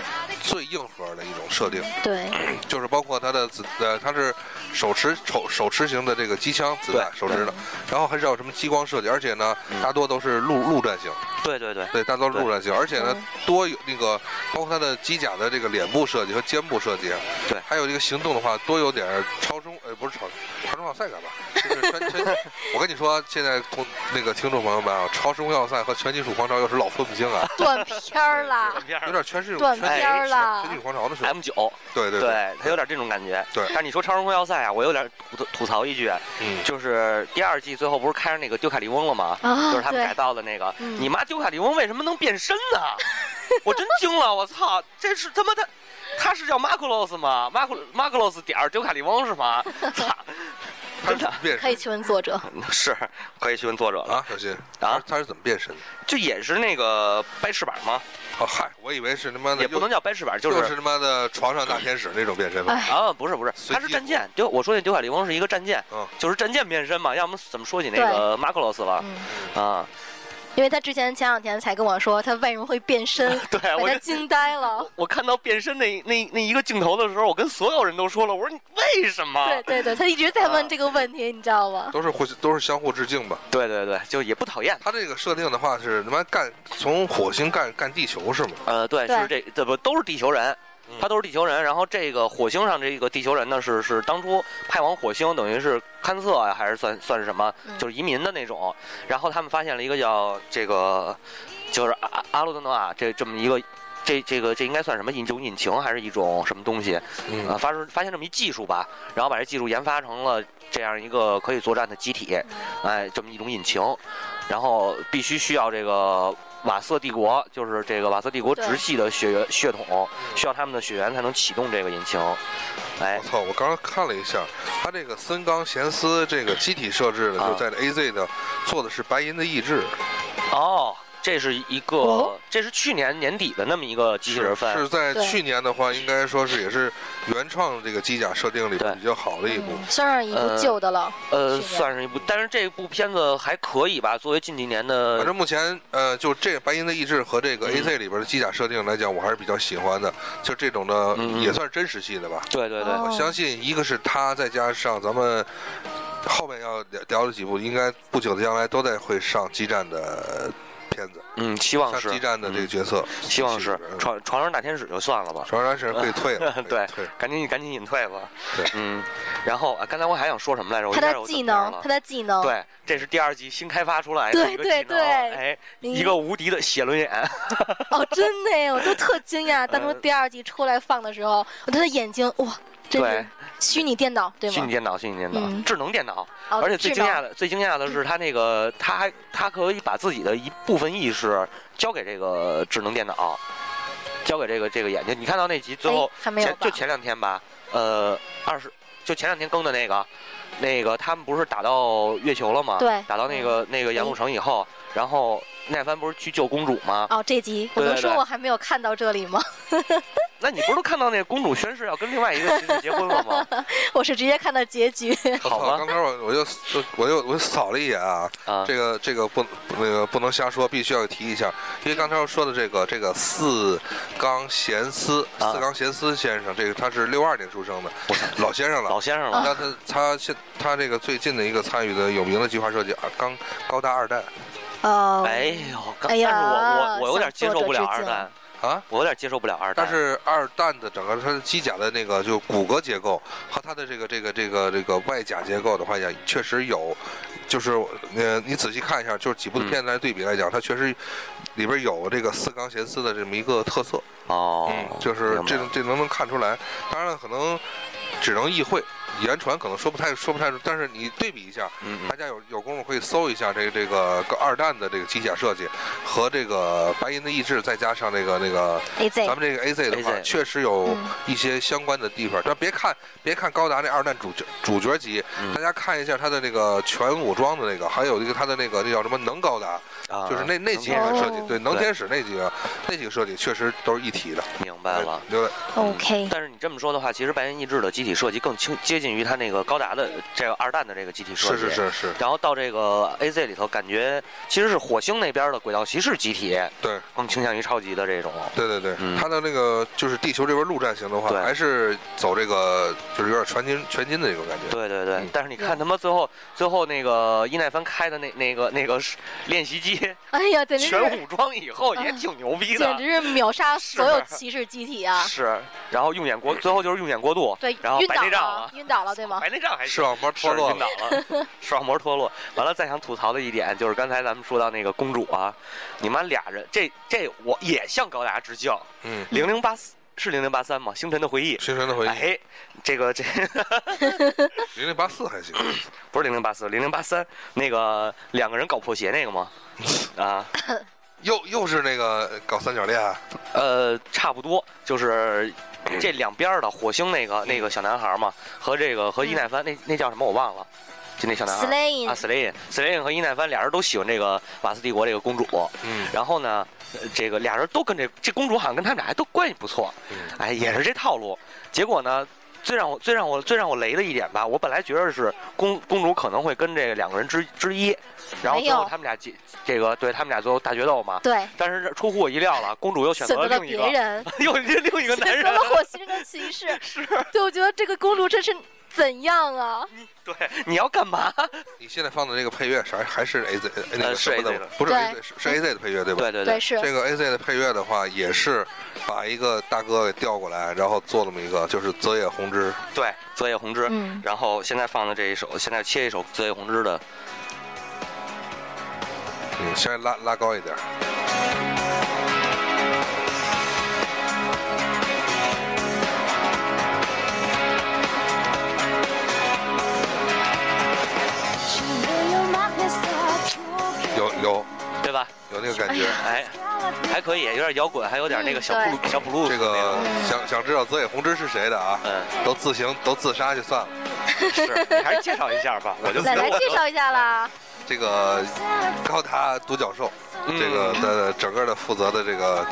最硬核的一种设定，
对，
就是包括它的子呃，它是手持手手持型的这个机枪子弹，
对
手持的，然后很少有什么激光设计，而且呢，
嗯
大多都是陆陆战型。
对对对，
对，大刀路上去，而且呢
嗯，
多有那个，包括它的机甲的这个脸部设计和肩部设计，啊
对
还有这个行动的话，多有点儿超中，呃，不是超超中要塞感吧，就是 全全，我跟你说，现在同那个听众朋友们啊，超中要塞和全金属狂潮又是老分不清 啊，
断片儿啦，
有点全是
断
全
片儿啦
全金属狂潮的设计，
M 九，
对对对，
哎对，它有点这种感觉。
对
但是你说《超时空要塞》啊，我有点吐吐槽一句，
嗯，
就是第二季最后不是开着那个丢卡利翁了吗？
啊
就是他们
对
改造的那个，
嗯
你妈丢卡利翁为什么能变身呢？我真惊了，我操，这是他妈的，他是叫马库洛斯吗？马库马库洛斯点儿丢卡利翁是吗？操，
它是
真
怎
的
么变
可以
身
去问作者。
是可以去问作者了，
啊？小新，
啊
它是怎么变身的？
就也是那个掰翅膀吗？
哦嗨，我以为是他妈的
也
又，
不能叫掰翅膀，呃就
又
是
是他妈的床上大天使那种变身
哎
法，
啊，不是不是，
随
他
机
是战舰。丢我说那丢卡利翁是一个战舰
嗯，
就是战舰变身嘛，要么怎么说起那个马库洛斯了
嗯，
啊？
因为他之前前两天才跟我说他为什么会变 身，
对啊
把
哎我
他
就
惊呆了。
我看到变身那那那一个镜头的时候，我跟所有人都说了，我说你为什么？
对对对，他一直在问这个问题，你知道吗？
都是互都是相互致敬吧。
对对对，就也不讨厌。
他这个设定的话是他妈干从火星干干地球是吗？
呃，对，
对
是这这不都是地球人
嗯，
他都是地球人。然后这个火星上这个地球人呢，是是当初派往火星，等于是勘测呀、还是算算是什么，
嗯
就是移民的那种。然后他们发现了一个叫这个，就是阿阿罗德诺瓦这这么一个。这这个这应该算什么？一种引擎还是一种什么东西？
嗯
呃，发生发现这么一技术吧，然后把这技术研发成了这样一个可以作战的机体，
嗯
哎，这么一种引擎，然后必须需要这个瓦瑟帝国，就是这个瓦瑟帝国
对嗯
直系的血缘血统，需要他们的血缘才能启动这个引擎，哎
我，操！我刚刚看了一下，他这个森冈贤司这个机体设置的，
啊
就在 A Z 的做的是白银的意志，
哦，这是一个，
哦
这是去年年底的那么一个机器
是
人分，
是在
对
去年的话，应该说是也是原创这个机甲设定里
对
比较好的一部。
嗯，算上一部
呃
旧的了。
呃，
去年
算是一部，但是这部片子还可以吧，作为近几年
反
的，
正目前，呃，就这白银的意志和这个
嗯
A Z 里边的机甲设定来讲，我还是比较喜欢的。就这种的
嗯嗯
也算是真实系的吧。
对对对，
哦
我相信一个是他，再加上咱们后面要聊聊的几部，应该不久的将来都在会上基站的片子，
嗯，希望
上
是
基站的这个
嗯
角色，
希望是
嗯
床床上大天使就算了吧，
床上是可以退 了，可以
对
退了。
赶紧赶紧隐退吧。
对
嗯，然后啊，刚才我还想说什么来着？我
他
一下
的
又
技
断片儿
能，
了
他的技能，
对，这是第二季新开发出来的
对
一个技
对
能，
对
哎，
你
一个无敌的写轮眼，
哦，真的耶，我都特惊讶。当初
呃
第二季出来放的时候，我对他眼睛，哇，真
对
是虚拟电脑，对
虚拟
吗？
电脑，虚拟电脑，
嗯
智能电脑，
哦
而且最
智
惊
能
讶的，最惊讶的是他那个，他还他可以把自己的一部分意识交给这个智能电脑，交给这个这个眼睛。你看到那集最后
哎还没有
前就
吧？
前两天吧，呃，二十就前两天更的那个，那个他们不是打到月球了吗？
对
打到那
嗯
个那个杨露城以后，然后奈帆不是去救公主吗？
哦，这集我
对
能
对
说
对
我还没有看到这里吗？
那你不是都看到那公主宣誓要跟另外一个骑士结婚了吗？
我是直接看到结局。
我
好
操！
吧
刚，刚我我就我又我扫了一眼啊，
啊，
这个这个不那个不能瞎说，必须要提一下，因为刚才我说的这个这个四冈贤司
啊
四冈贤司先生，这个他是六二年出生的
我操，
老先生了
老。先生了，
那他他现他这个最近的一个参与的有名的计划设计啊，刚高达二代
哦，
哎呦，刚
哎
但是
呀
我我我有点
向
接受不了
作者
二
致敬
蛋，
啊，
我有点接受不了二蛋，
但是二蛋的整个它的机甲的那个就骨骼结构和它的这个这个这个这个外甲结构的话也确实有，就是呃你仔细看一下，就是几部
嗯
片子来对比来讲，它确实里边有这个四冈贤司的这么一个特色，
哦
嗯，，就是
明白
这这能能看出来。当然了，可能只能意会，言传可能说不太说不太出，但是你对比一下，
嗯
大
嗯，
家有有功夫可以搜一下这个这个二蛋的这个机甲设计和这个白银的意志，再加上那个那个。
a Z，
咱们这个 AZ 的话，
AZ
确实有
嗯
一些相关的地方。但别看别看高达那二战主角主角级，
嗯
大家看一下他的那个全武装的那个，还有一个他的那个那叫什么能高达，
啊
就是那那几
能
个
接受
设计
哦，
对能
对
天使那几个那几个设计确实都是一体的。
明白了。
对，
嗯
OK，
但是你这么说的话，其实白银意志的机体设计更清接近于它那个高达的这个二蛋的这个机体设
是
计。
是。是是，
然后到这个 A Z 里头，感觉其实是火星那边的轨道骑士机体
对
更倾向于超级的这种。
对对对
嗯，
他的那个就是地球这边陆战型的话，
对
还是走这个就是有点全金全金的那种感觉。
对对对，
嗯
但是你看
对
他妈最后最后那个伊奈帆开的那那个那个是练习机
哎呀，简直
全
是
武装以后也
啊
挺牛逼
简
的，
直是秒杀所有骑士机体啊！
是。然后用眼过，最后就是用眼过度，
对，啊
然后
晕
白
倒
内障啊
了，晕倒了，对吗？
白内障还
视
行
网膜
是
脱落
晕
了
倒，了，视网膜脱落。完了，再想吐槽的一点就是刚才咱们说到那个公主啊，你妈俩人，这这我也向高达致敬。
嗯，
零零八四是零零八三吗？星辰的回忆。
星辰的回忆
哎，这个这
零零八四 还行，
不是零零八四，零零八三那个两个人搞破鞋那个吗？啊，
又又是那个搞三角恋啊，
呃，差不多就是这两边儿的火星那个那个小男孩嘛，和这个和伊奈帆那那叫什么我忘了，就那小男孩
Slain
啊 s l a y n s l a y n 和伊奈帆俩人都喜欢这个瓦斯帝国这个公主，
嗯。
然后呢，呃这个俩人都跟这这公主好像跟他们俩还都关系不错，
嗯
哎，也是这套路。结果呢，最让我最让我最让我雷的一点吧，我本来觉得是公公主可能会跟这个两个人之之一，然后
没
最后
有
他们俩结这个对他们俩最后大决斗嘛。
对，
但是这出乎我意料了，公主又选择
选择
了
了
另一
别
个，
人，
又另一个男
选
人
择。了火星的骑士。
是，
对，我觉得这个公主真是怎样啊？
对，你要干嘛？
你现在放的这个配乐啥还是 A Z 那个
呃是
什么
AZ
的
的
吗，不是
对
A Z 是 A Z 的配乐对吧？
对
对，，是，
这个 A Z 的配乐的话，也是把一个大哥给调过来，然后做那么一个，就是泽野弘之。
对，泽野弘之。
嗯，
然后现在放的这一首，现在切一首泽野弘之的，
嗯，先拉拉高一点。有有
对吧？
有那个感觉。
哎，还可以，有点摇滚，还有点那个小布
嗯
鲁小布鲁
这个想想知道泽野弘之是谁的啊？
嗯，
都自行都自杀就算了。
是，你还是介绍一下吧，我就
奶奶介绍一下 啦。
这个高达独角兽，
嗯
这个的整个的负责的这个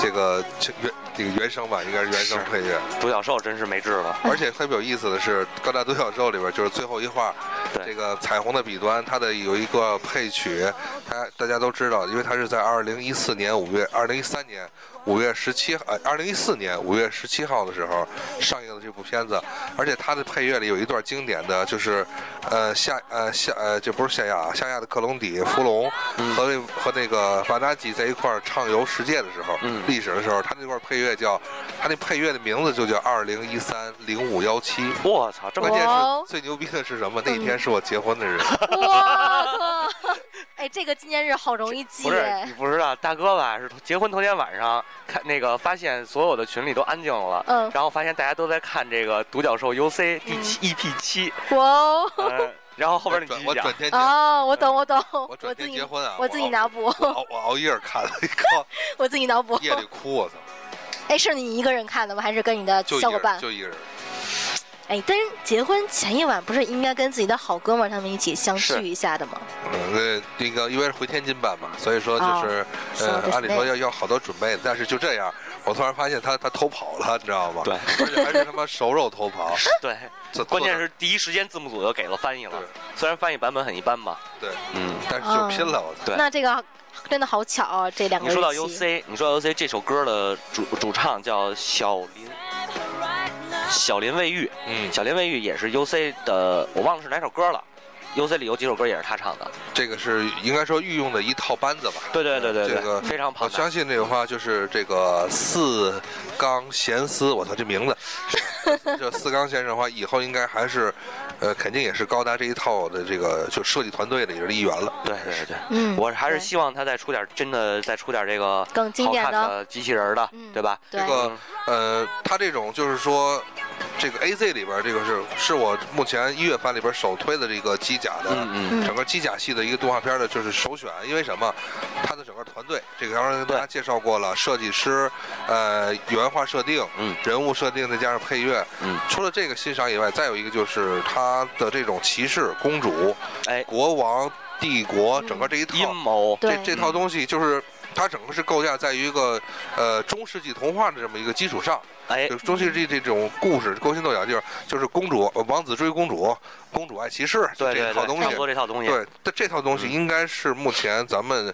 这个这原这个原声吧，应该是原声
是
配乐。
独角兽真是没治了，
而且特别有意思的是，《高大独角兽》里边就是最后一画，
对
这个彩虹的彼端，它的有一个配曲，它大家都知道，因为它是在二零一四年五月，二零一三年五月十七，呃，二零一四年五月十七号的时候上映的这部片子，而且它的配乐里有一段经典的，就是，呃，夏呃夏呃，这不是夏亚啊，夏亚的克隆底芙蓉
嗯
和那和那个瓦纳吉在一块儿畅游世界的时候，
嗯
历史的时候，他那段配乐叫，他那配乐的名字就叫二零一三零五幺七。
我操，这
关
么
键
哇哦
是最牛逼的是什么？那一天是我结婚的日子，
嗯
哇靠！哎，这个纪念日好容易记
不是你
哎。
不知道，大哥吧是结婚头天晚上看那个发现所有的群里都安静了，
嗯
然后发现大家都在看这这个独角兽 UC 第七 EP 七，
哇哦
嗯，然后后边你继
转
续
我
讲
转，天结，
哦，我懂我懂，
我
我
转
自
天
己
结婚啊，
我自己脑补，
我熬我熬夜看了，靠，
我自己脑补。
夜里哭，我操，
哎，是你一个人看的吗？还是跟你的
就一
小
个
伙伴
人，？就一个人，
哎，但是结婚前一晚不是应该跟自己的好哥们儿他们一起相
是
聚一下的吗？
嗯，那那个因为是回天津办嘛，所以说
哦
就是，
说
呃，
的
按理
是
说
那
要要好多准备，但是就这样，我突然发现他他偷跑了，你知道吗？
对，
而且还是他妈熟肉偷跑，
对，
坐
关键
坐
是第一时间字幕组就给了翻译了
对，
虽然翻译版本很一般吧，
对，
嗯。
但是就拼了，我操，
对
那这个真的好巧啊，这两个
嗯你
人
说到
一起
UC，你说到 UC 这首歌的主主唱叫小林，小林未遇，
嗯，
小林未遇也是 UC 的，我忘了是哪首歌了。UC 里有几首歌也是他唱的，
这个是应该说御用的一套班子吧，
对对对对
这个
对，非常
我
庞大
相。信这个话就是这个四冈贤司，我操，这名字，这四冈先生的话，以后应该还是，呃，肯定也是高达这一套的这个就设计团队的也是一员了。
对对对，
嗯，
我还是
对
希望他再出点真的，再出点这个
更经
好
典
看
的
的机器人的
嗯，
对吧？
对
这个呃，他这种就是说，这个 A Z 里边这个是是我目前一月番里边首推的这个机甲的。
嗯嗯，
嗯
整个机甲系的一个动画片的，就是首选，因为什么？它的整个团队，这个刚才跟大家啊介绍过了，设计师，呃，原画设定，
嗯，
人物设定，再加上配乐，
嗯，
除了这个欣赏以外，再有一个就是它的这种骑士、公主、
哎，嗯
国王、帝国，整个这一套，
阴谋，
这
对
这套东西就是。它整个是构架在于一个，呃，中世纪童话的这么一个基础上，
哎
就，是中世纪这种故事勾心斗角，就是就是公主呃王子追公主，公主爱骑士，就
对
这
对
一套
对，
东
差
西
不。多这套东西，
对，这这套东西
嗯
应该是目前咱们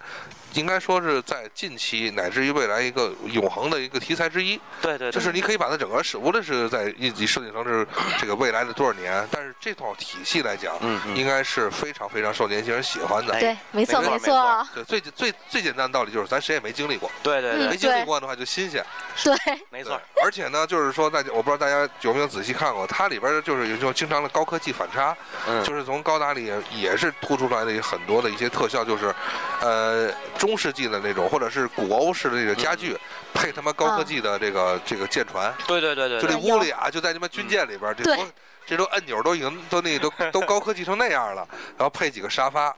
应该说是在近期乃至于未来一个永恒的一个题材之一。
对对，对
就是你可以把它整个是，无论是在一级设计成是这个未来的多少年，但是这套体系来讲，
嗯嗯
应该是非常非常受年轻人喜欢的。
哎
对，没错
没错
没
没错
错，
对，最最最简单的道理就是咱谁也没经历过，
对对
嗯
没
对，
经历
对
过的话就新鲜。
对，
没
没
错，。
而且呢，就是说大家，我不知道大家有没有仔细看过，它里边儿就是有一种经常的高科技反差。
嗯，
就是从高达里也是突出来的很多的一些特效，就是，呃，中世纪的那种，或者是古欧式的那个家具，配他妈高科技的这个、这个舰船，
对对对对
就
对
这
对，
屋里啊，就在他妈军舰里边，这
对
都这都按钮都已经都那都都高科技成那样了，然后配几个沙发，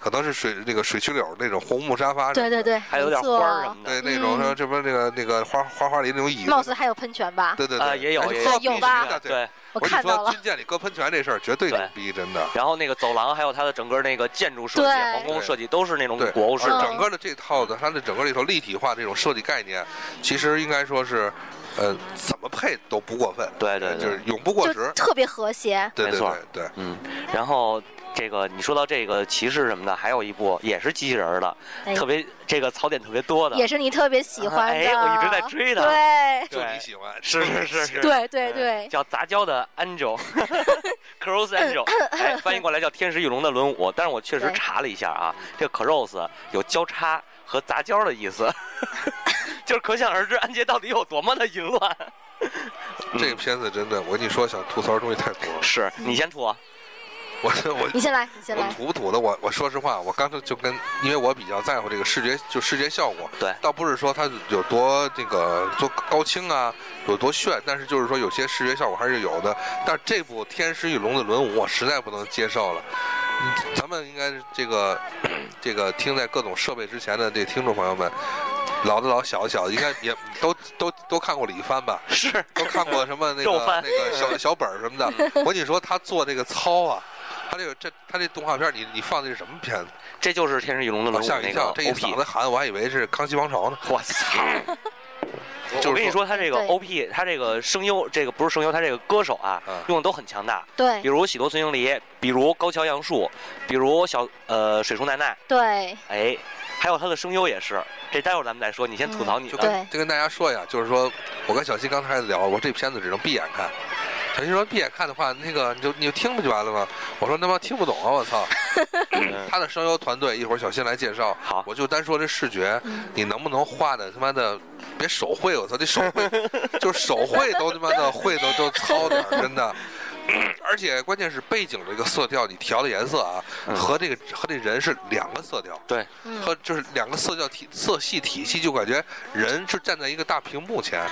可能是水那个水曲柳那种红木沙发什
对
么的，
对对，
还有
没
点
错
花儿什么
对
的，
那种
嗯
说什么那个那个花花花里那种椅子，
貌似还有喷泉吧？
对对
啊
对，
也有
哎
也
呵
有
必须
有吧
的对。
对。
我
跟你
看到
说，
了
军，舰里搁喷泉这事儿绝对牛
对
逼，真的。
然后那个走廊，还有它的整个那个建筑设计、
对嗯
皇宫设计，都是那种
对，
古欧式
而
的。
整个的这套的，它的整个里头立体化这种设计概念，其实应该说是呃，怎么配都不过分，
对对对
就是永不过
就
时，
特别和谐。
对
没
对
错
对对，
嗯，然后这个你说到这个骑士什么的，还有一部也是机器人儿的，
哎
特别这个槽点特别多的，
也是你特别喜欢的，
哎我一直在追呢
对
就
对
你喜欢，
是是是是，
对对
嗯
对，
叫杂交的 Angel，Cross Angel，哎，翻译过来叫天使翼龙的轮舞。但是我确实
对
查了一下啊，这 Cross 有交叉和杂交的意思， 就是可想而知安杰到底有多么的淫乱。嗯
这个片子真的，我跟你说，想吐槽的东西太多了，
是你先吐啊，
我我
你先来，你先
我
来。
土不土的，我我说实话，我刚才就跟，因为我比较在乎这个视觉，就视觉效果。
对
倒不是说它有多这个多高清啊，有多炫，但是就是说有些视觉效果还是有的。但这部《天使与龙的轮舞》，我实在不能接受了。嗯咱们应该是这个这个听在各种设备之前的这听众朋友们，老的老，小的小的，应该也都都都看过李一帆吧？
是
都看过什么 那
肉
个那
饭
个小小本儿什 么的。我跟你说，他做这个操啊，他这个这他这动画片儿，你你放的是什么片子？
这就是天使翼龙的
我
轮舞
吓我
嗯那
一
个
跳，这一嗓
OP
子。喊，我还以为是《康熙王朝》呢。
我操！
就是
我跟你说，他这个
对
OP，他这个声优，这个不是声优，他这个歌手啊
嗯，
用的都很强大。比
对
如喜多孙英梨，比如高桥阳树，比如小呃水树奈奈，
对，
哎，还有他的声优也是，这待会儿咱们再说。你先吐槽你
嗯
啊
就
的，
跟
对
就跟大家说呀，就是说我跟小新刚才聊，我说这片子只能闭眼看。小新说闭眼看的话，那个你就你就听不就完了吗？我说他妈听不懂啊！我操，
嗯
他的声优团队一会儿小新来介绍。
好
我就单说这视觉，
嗯
你能不能画的他妈的别手绘？我操，这手 绘就是手绘都他妈的绘都都糙点儿，真的。而且关键是背景这个色调，你调的颜色啊，
嗯
和这个和这人是两个色调。
对，
嗯，
和就是两个色调体色系体系，就感觉人是站在一个大屏幕前，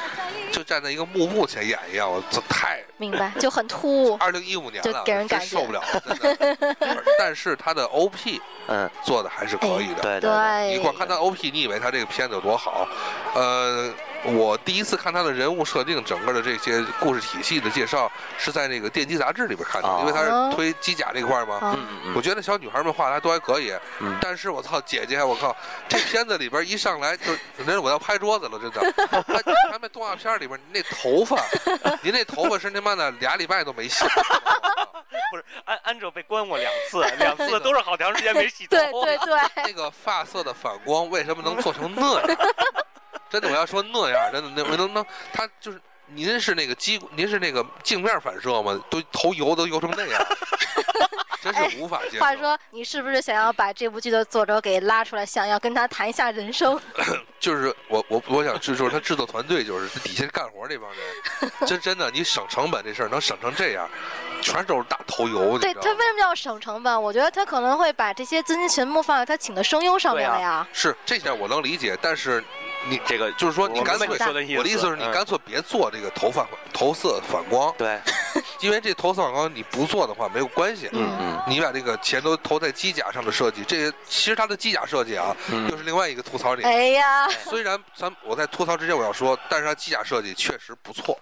就站在一个幕布前演一样，我这太
明白，就很突兀。
二零一五年了，
就给人
真
感觉
受不了了，真的。 而但是他的 OP
嗯，
做的还是可以的，
对哎对，
对，
你光看他 OP，你以为他这个片子有多好？呃，我第一次看他的人物设定，整个的这些故事体系的介绍是在那个电击杂志里边看
哦
的，因为他是推机甲这块儿嘛。
哦
嗯嗯
我
嗯，
觉得小女孩们画的还都还可以，
嗯
但是我操，姐姐，我靠，这片子里边一上来就，真是我要拍桌子了，真的。他他们动画片里边，你那头发，您那头发是他妈的俩礼拜都没洗。
不是安安哲被关过两次，两次都是好长时间没洗头。
对对 对，
那个发色的反光为什么能做成那样？ 真的，我要说那样，真的，那我能能，他就是您是那个激，您是那个镜面反射吗？都头油都油成那样， 真是无法接受。
话说你是不是想要把这部剧的作者给拉出来，想要跟他谈一下人生？
就是我我我想就是他制作团队就是他底下干活这帮人，真真的你省成本这事儿能省成这样，全都是大头油，你
对
知
他
道吗？
为什么要省成本？我觉得他可能会把这些资金全部放在他请的声优上面了呀。
是这点我能理解，但是你
这个
就是说你
我
干
明白
脆
你说的意思，
我的意思是你
嗯
干脆别做这个头发头色反光，
对，
因为这头色反光你不做的话没有关系。
嗯嗯
你把这个钱都投在机甲上的设计，这个其实它的机甲设计啊，又
嗯，
是另外一个吐槽点。
哎呀，
虽然咱我在吐槽之前我要说，但是它机甲设计确实不错，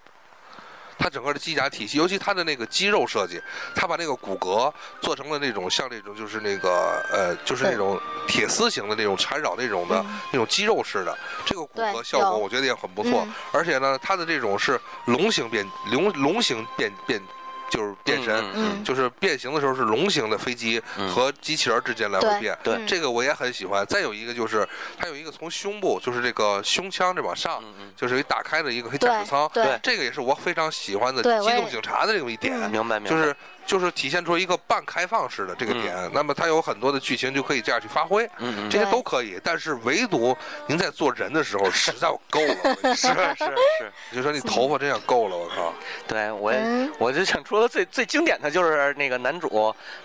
它整个的机甲体系，尤其它的那个肌肉设计，它把那个骨骼做成了那种像那种就是那个呃就是那种铁丝型的那种缠绕那种的、
嗯
那种肌肉式的，这个骨骼
对
效果
有
我觉得也很不错。
嗯
而且呢，它的这种是龙形变龙龙形变变就是变身。
嗯，
就是变形的时候是龙形的飞机
嗯
和机器人儿之间来回
对
变，
对
嗯
这个我也很喜欢。再有一个就是，它有一个从胸部，就是这个胸腔这往上，
嗯
就是一打开的一个可以驾
对
驶舱，
对
这个也是我非常喜欢的
对
机
我也
动警察的这么一点。
嗯，明白明白，
就是就是体现出一个半开放式的这个点，那么它有很多的剧情就可以这样去发挥，
嗯嗯
这些
对
都可以。但是唯独您在做人的时候，实在我够了，我 跟你
是
说
是是，
你就说你头发真想够了，我靠！
对我也
嗯，
我就想说的最最经典的就是那个男主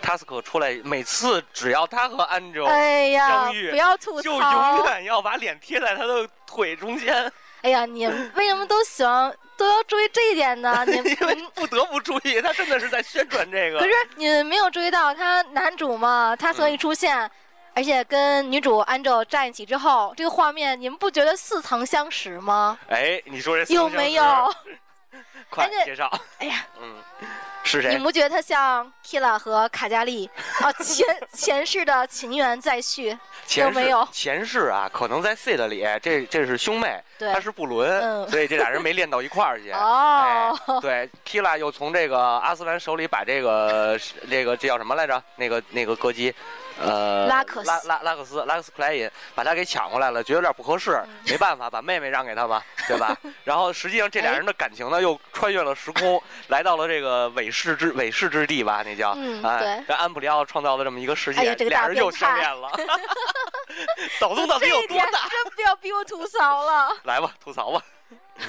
Task 出来，每次只要他和 Angel
哎呀，
相遇
不要吐
就永
槽。
远要把脸贴在他的腿中间，
哎呀，你们为什么都喜欢都要注意这一点 呢？你
因为
们。
不得不注意，他真的是在宣传这个。
嗯可是你们没有注意到，他男主嘛，他所以出现，
嗯
而且跟女主 Angel 站一起之后，这个画面你们不觉得似曾相识吗？
哎，你说这四
有
不像
没
是
有？？
快
而且
介绍。
哎呀，
嗯，是
你
谁？
不觉得他像 Kira 和卡加利啊 前前世的情缘再续？
前世
没有
前世啊，可能在 seed 里，这这是兄妹，
对
他是布伦，
嗯
所以这俩人没练到一块儿去。
哦，
哎对，Kila 又从这个阿斯兰手里把这个是这个这叫什么来着？那个那个歌姬，呃，
拉克斯
拉拉拉克斯拉克斯克莱因把他给抢回来了，觉得有点不合
嗯
适，没办法，把妹妹让给他吧，对吧？然后实际上这俩人的感
哎
情呢，又穿越了时空，来到了这个韦氏之韦氏之地吧，那叫，
嗯
哎
对，
让安普里奥创造了这么一个世
哎
界
呀，这个
俩
大
人又
变
相
态
恋了， 脑洞到底
这
有
一
多
点
大？
真不要逼我吐槽 了。
来吧，吐槽吧，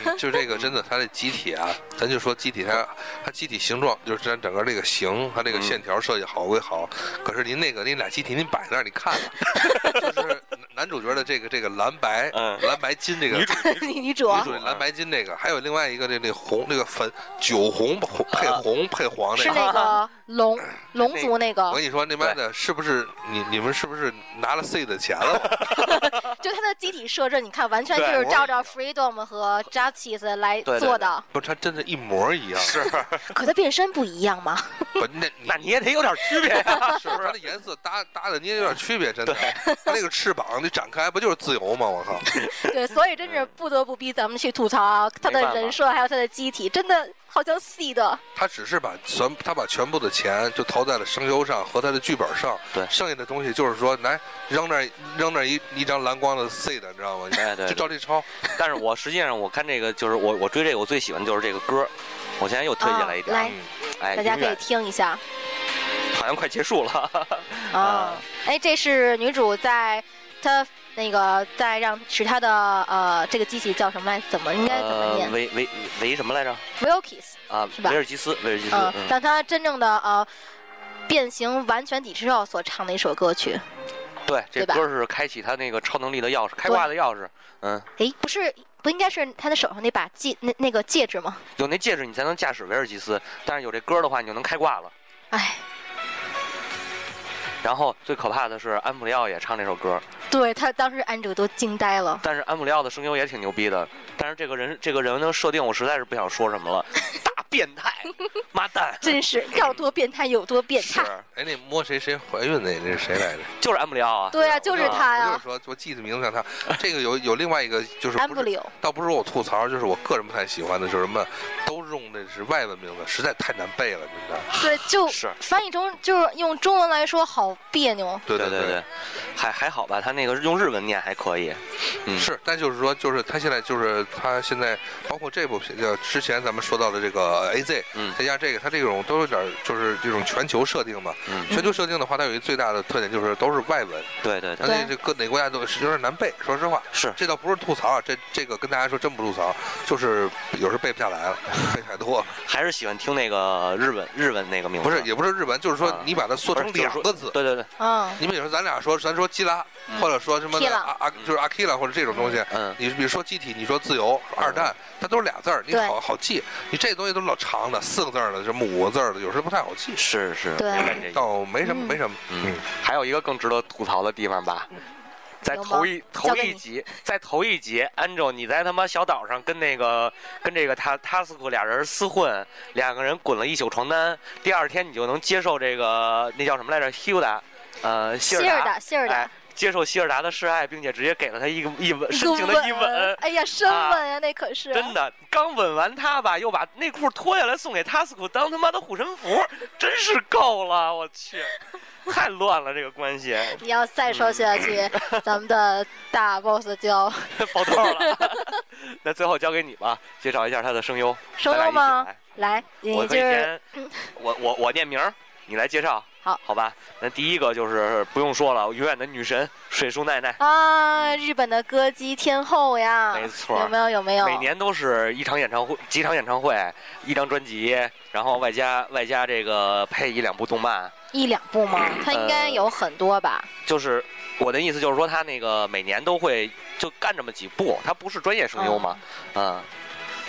嗯就这个真的，它这机体啊，咱就说机体它，它机体形状就是咱整个这个形，它这个
嗯
线条设计好归好，可是您那个您俩机体您摆那儿，你看了，就是男男主角的这个这个蓝白
嗯
蓝白金这个
女主啊
女女
女
主
主蓝白金这个，还有另外一个这那红那个粉酒红红配
啊
红配黄
是
那个。
那个 龙龙族那个
我，跟你说，那边的是不是你你们是不是拿了 C 的钱了？
就它的机体设置，你看完全就
对
是
我
照着 Freedom 和 Justice 来
对对
做的，
不是，它真的一模一 样。是，
可它变身不一样吗？
不，那你
那你也得有点区别呀、
是不是？它的颜色搭搭的你也有点区别，真的。它那个翅膀你展开不就是自由吗？我靠！
对，所以真是不得不逼咱们去吐槽他的
没办法
人设，还有他的机体，真的好像 C 的，
他只是把全他把全部的钱就投在了声优上和他的剧本上，
对
剩下的东西就是说来扔那儿扔那儿一一张蓝光的 C 的，你知道吗？
对对
就照这抄。
但是我实际上我看这个就是我我追这个我最喜欢的就是这个歌，我现在又推荐了一点，
啊来
嗯，
哎，
大家
音
可以
乐
听一下
好像快结束了，
啊。哎，这是女主在她那个在让使她的呃这个机体叫什么来？怎么应该怎么
呃
念
维维维什么来着？
？Wilkis，
啊，
是吧
维尔基斯，维尔基斯，
嗯，
嗯，
让她真正的呃变形完全抵制后所唱的一首歌曲。
对，这
对吧
歌是开启他那个超能力的钥匙，开挂的钥匙，嗯，
哎，不是，不应该是她的手上那把戒那那个戒指吗？
有那戒指你才能驾驶维尔基斯，但是有这歌的话你就能开挂了。
哎，
然后最可怕的是安普里奥也唱这首歌，
对她当时安主都惊呆了。
但是安普里奥的声优也挺牛逼的，但是这个人这个人的设定我实在是不想说什 么了，大变态，妈蛋，
真是要多变态有多变
是啊
态。
哎，那摸谁谁怀孕那那是谁来着？
就是安普里奥啊，
对啊，就是他
我
呀
就是，说，我记得名字像他。这个有有另外一个就是
安
不
布
是
里欧。
倒不是说我吐槽，就是我个人不太喜欢的，就是什么都是用的是外文名字，实在太难背了，真的。
对，就是翻译成就是用中文来说好别扭。啊
对
对
对
对，还还好吧，他那个用日文念还可以。嗯
是，但就是说，就是他现在就是他现在，包括这部片，呃，之前咱们说到的这个 A Z，
嗯
再加上这个，他这种都有点儿就是这种全球设定嘛。
嗯
全球设定的话，它有一个最大的特点就是都是外文，
对对对，
而且这各哪国家都是有点难背。说实话，
是
这倒不是吐槽啊，这这个跟大家说真不吐槽，就是有时候背不下来了， 背太 多了。
还是喜欢听那个日文日文那个名字。
不是，也不是日文，就是说
啊
你把它缩
不
成
是就是
两
说
个字。
对对对，
嗯，
你比如说咱俩说，咱说基拉，或者说什么的
Kira
阿阿，就是阿 K 拉或者这种东西，
嗯，
你比如说机体，你说自由、二战，它都是俩字儿，你
嗯对
好好记。你这东西都是老长的，四个字儿的，什么五个字儿的，有时候不太好记。
是是，
对
明白你这意思。
倒没什么，
嗯
没什么。
嗯，还有一个更值得吐槽的地方吧。在
有吗
头一头
交给
一
你
集，在头一集，安哲你在他妈小岛上跟那个跟这个他他斯库俩人厮混，两个人滚了一宿床单，第二天你就能接受这个那叫什么来着？希尔达，呃，希
希
尔
尔
达
达，，希尔
哎
达，，
接受希尔达的示爱，并且直接给了他一个一吻，
一
深
个
情 的一吻。
哎呀，深
啊
吻呀，那可是。
真的，刚吻完他吧，又把内裤脱下来送给塔斯库当他妈的护身符，真是够了，我 去，太乱了这个关系，
你要再说下去，
嗯
咱们的大 boss 就
爆豆了。 那最后交给你吧，介绍一下他的声优，
收了
咱俩一起
吗
来？
来，你
我可
就
以
是
先， 我我我念名儿，你来介绍，
好，
好吧？那第一个就是不用说了，永远的女神水树奈奈，
啊，日本的歌姬天后呀，
没错
有没有？有没有？
每年都是一场演唱会，几场演唱会，一张专辑，然后外加外加这个配一两部动漫。
一两部吗？它应该
呃
有很多吧？
就是我的意思就是说，他那个每年都会就干这么几部，他不是专业声优嘛，嗯，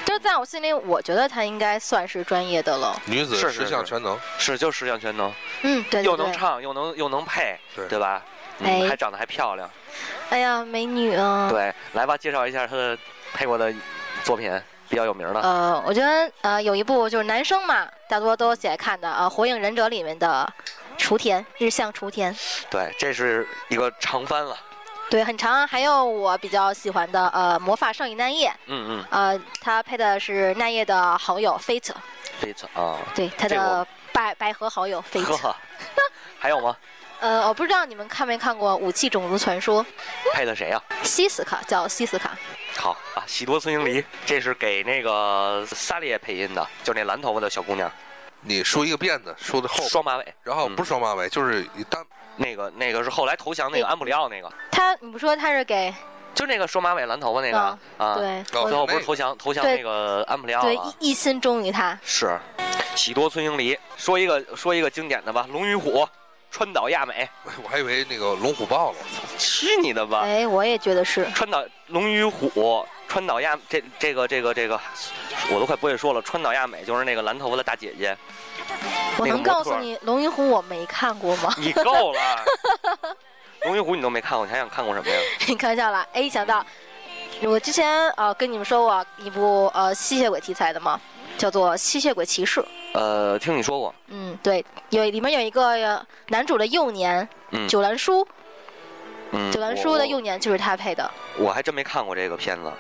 就是在我心里，我觉得他应该算是专业的了。
女子
是是
十项
是
全能，
是就十项全能，
嗯，对对对。
又能唱又能又能配，
对
对吧？嗯，
哎
还长得还漂亮，
哎呀，美女啊！
对，来吧，介绍一下他的配过的作品，比较有名的？
呃，我觉得呃有一部就是男生嘛，大多都喜爱看的啊，《火影忍者》里面的雏田，日向雏田，
对，这是一个长番了。
对，很长啊。还有我比较喜欢的呃，《魔法少女奈叶》，
嗯嗯，
呃，他配的是奈叶的好友 Fate，
非常啊，
对，他
这个
的百百合好友
呵
Fate。
呵，还有吗？
呃，我不知道你们看没看过《武器种族传说》，
配的谁呀、啊
西斯卡叫西斯卡，
好啊，喜多孙英梨，这是给那个萨利耶配音的，就是那蓝头发的小姑娘，
你梳一个辫子，梳的厚，
双嗯马尾。
然后不是双马尾，就是一单
那个那个是后来投降那个
对
安布里奥那个，
他你不说他是给
就那个双马尾蓝头发那个啊，啊
对
哦
最
我
后不
那
是
个
投降投降
对
那个安布里奥
对
了？
一一心忠于他，
是，喜多村英梨，说一个说一个经典的吧，《龙与虎》，川岛亚美，
我还以为那个龙虎豹了，
去你的吧！
哎，我也觉得是。
川岛龙与虎，川岛亚这这个这个这个，我都快不会说了。川岛亚美就是那个蓝头发的大姐姐，
我
那个
能
模
告
特
诉
儿
你，《龙与虎》我没看过吗？
你够了。龙与虎你都没看过，你还想看过什么呀？
你开玩笑啦！哎，一想到我之前呃跟你们说过一部呃吸血鬼题材的嘛，叫做《吸血鬼骑士》。
呃，听你说过，
嗯，对，有里面有一个呃男主的幼年
嗯
九兰叔，
嗯，
九兰
我
叔的幼年就是他配的。
我还真没看过这个片子。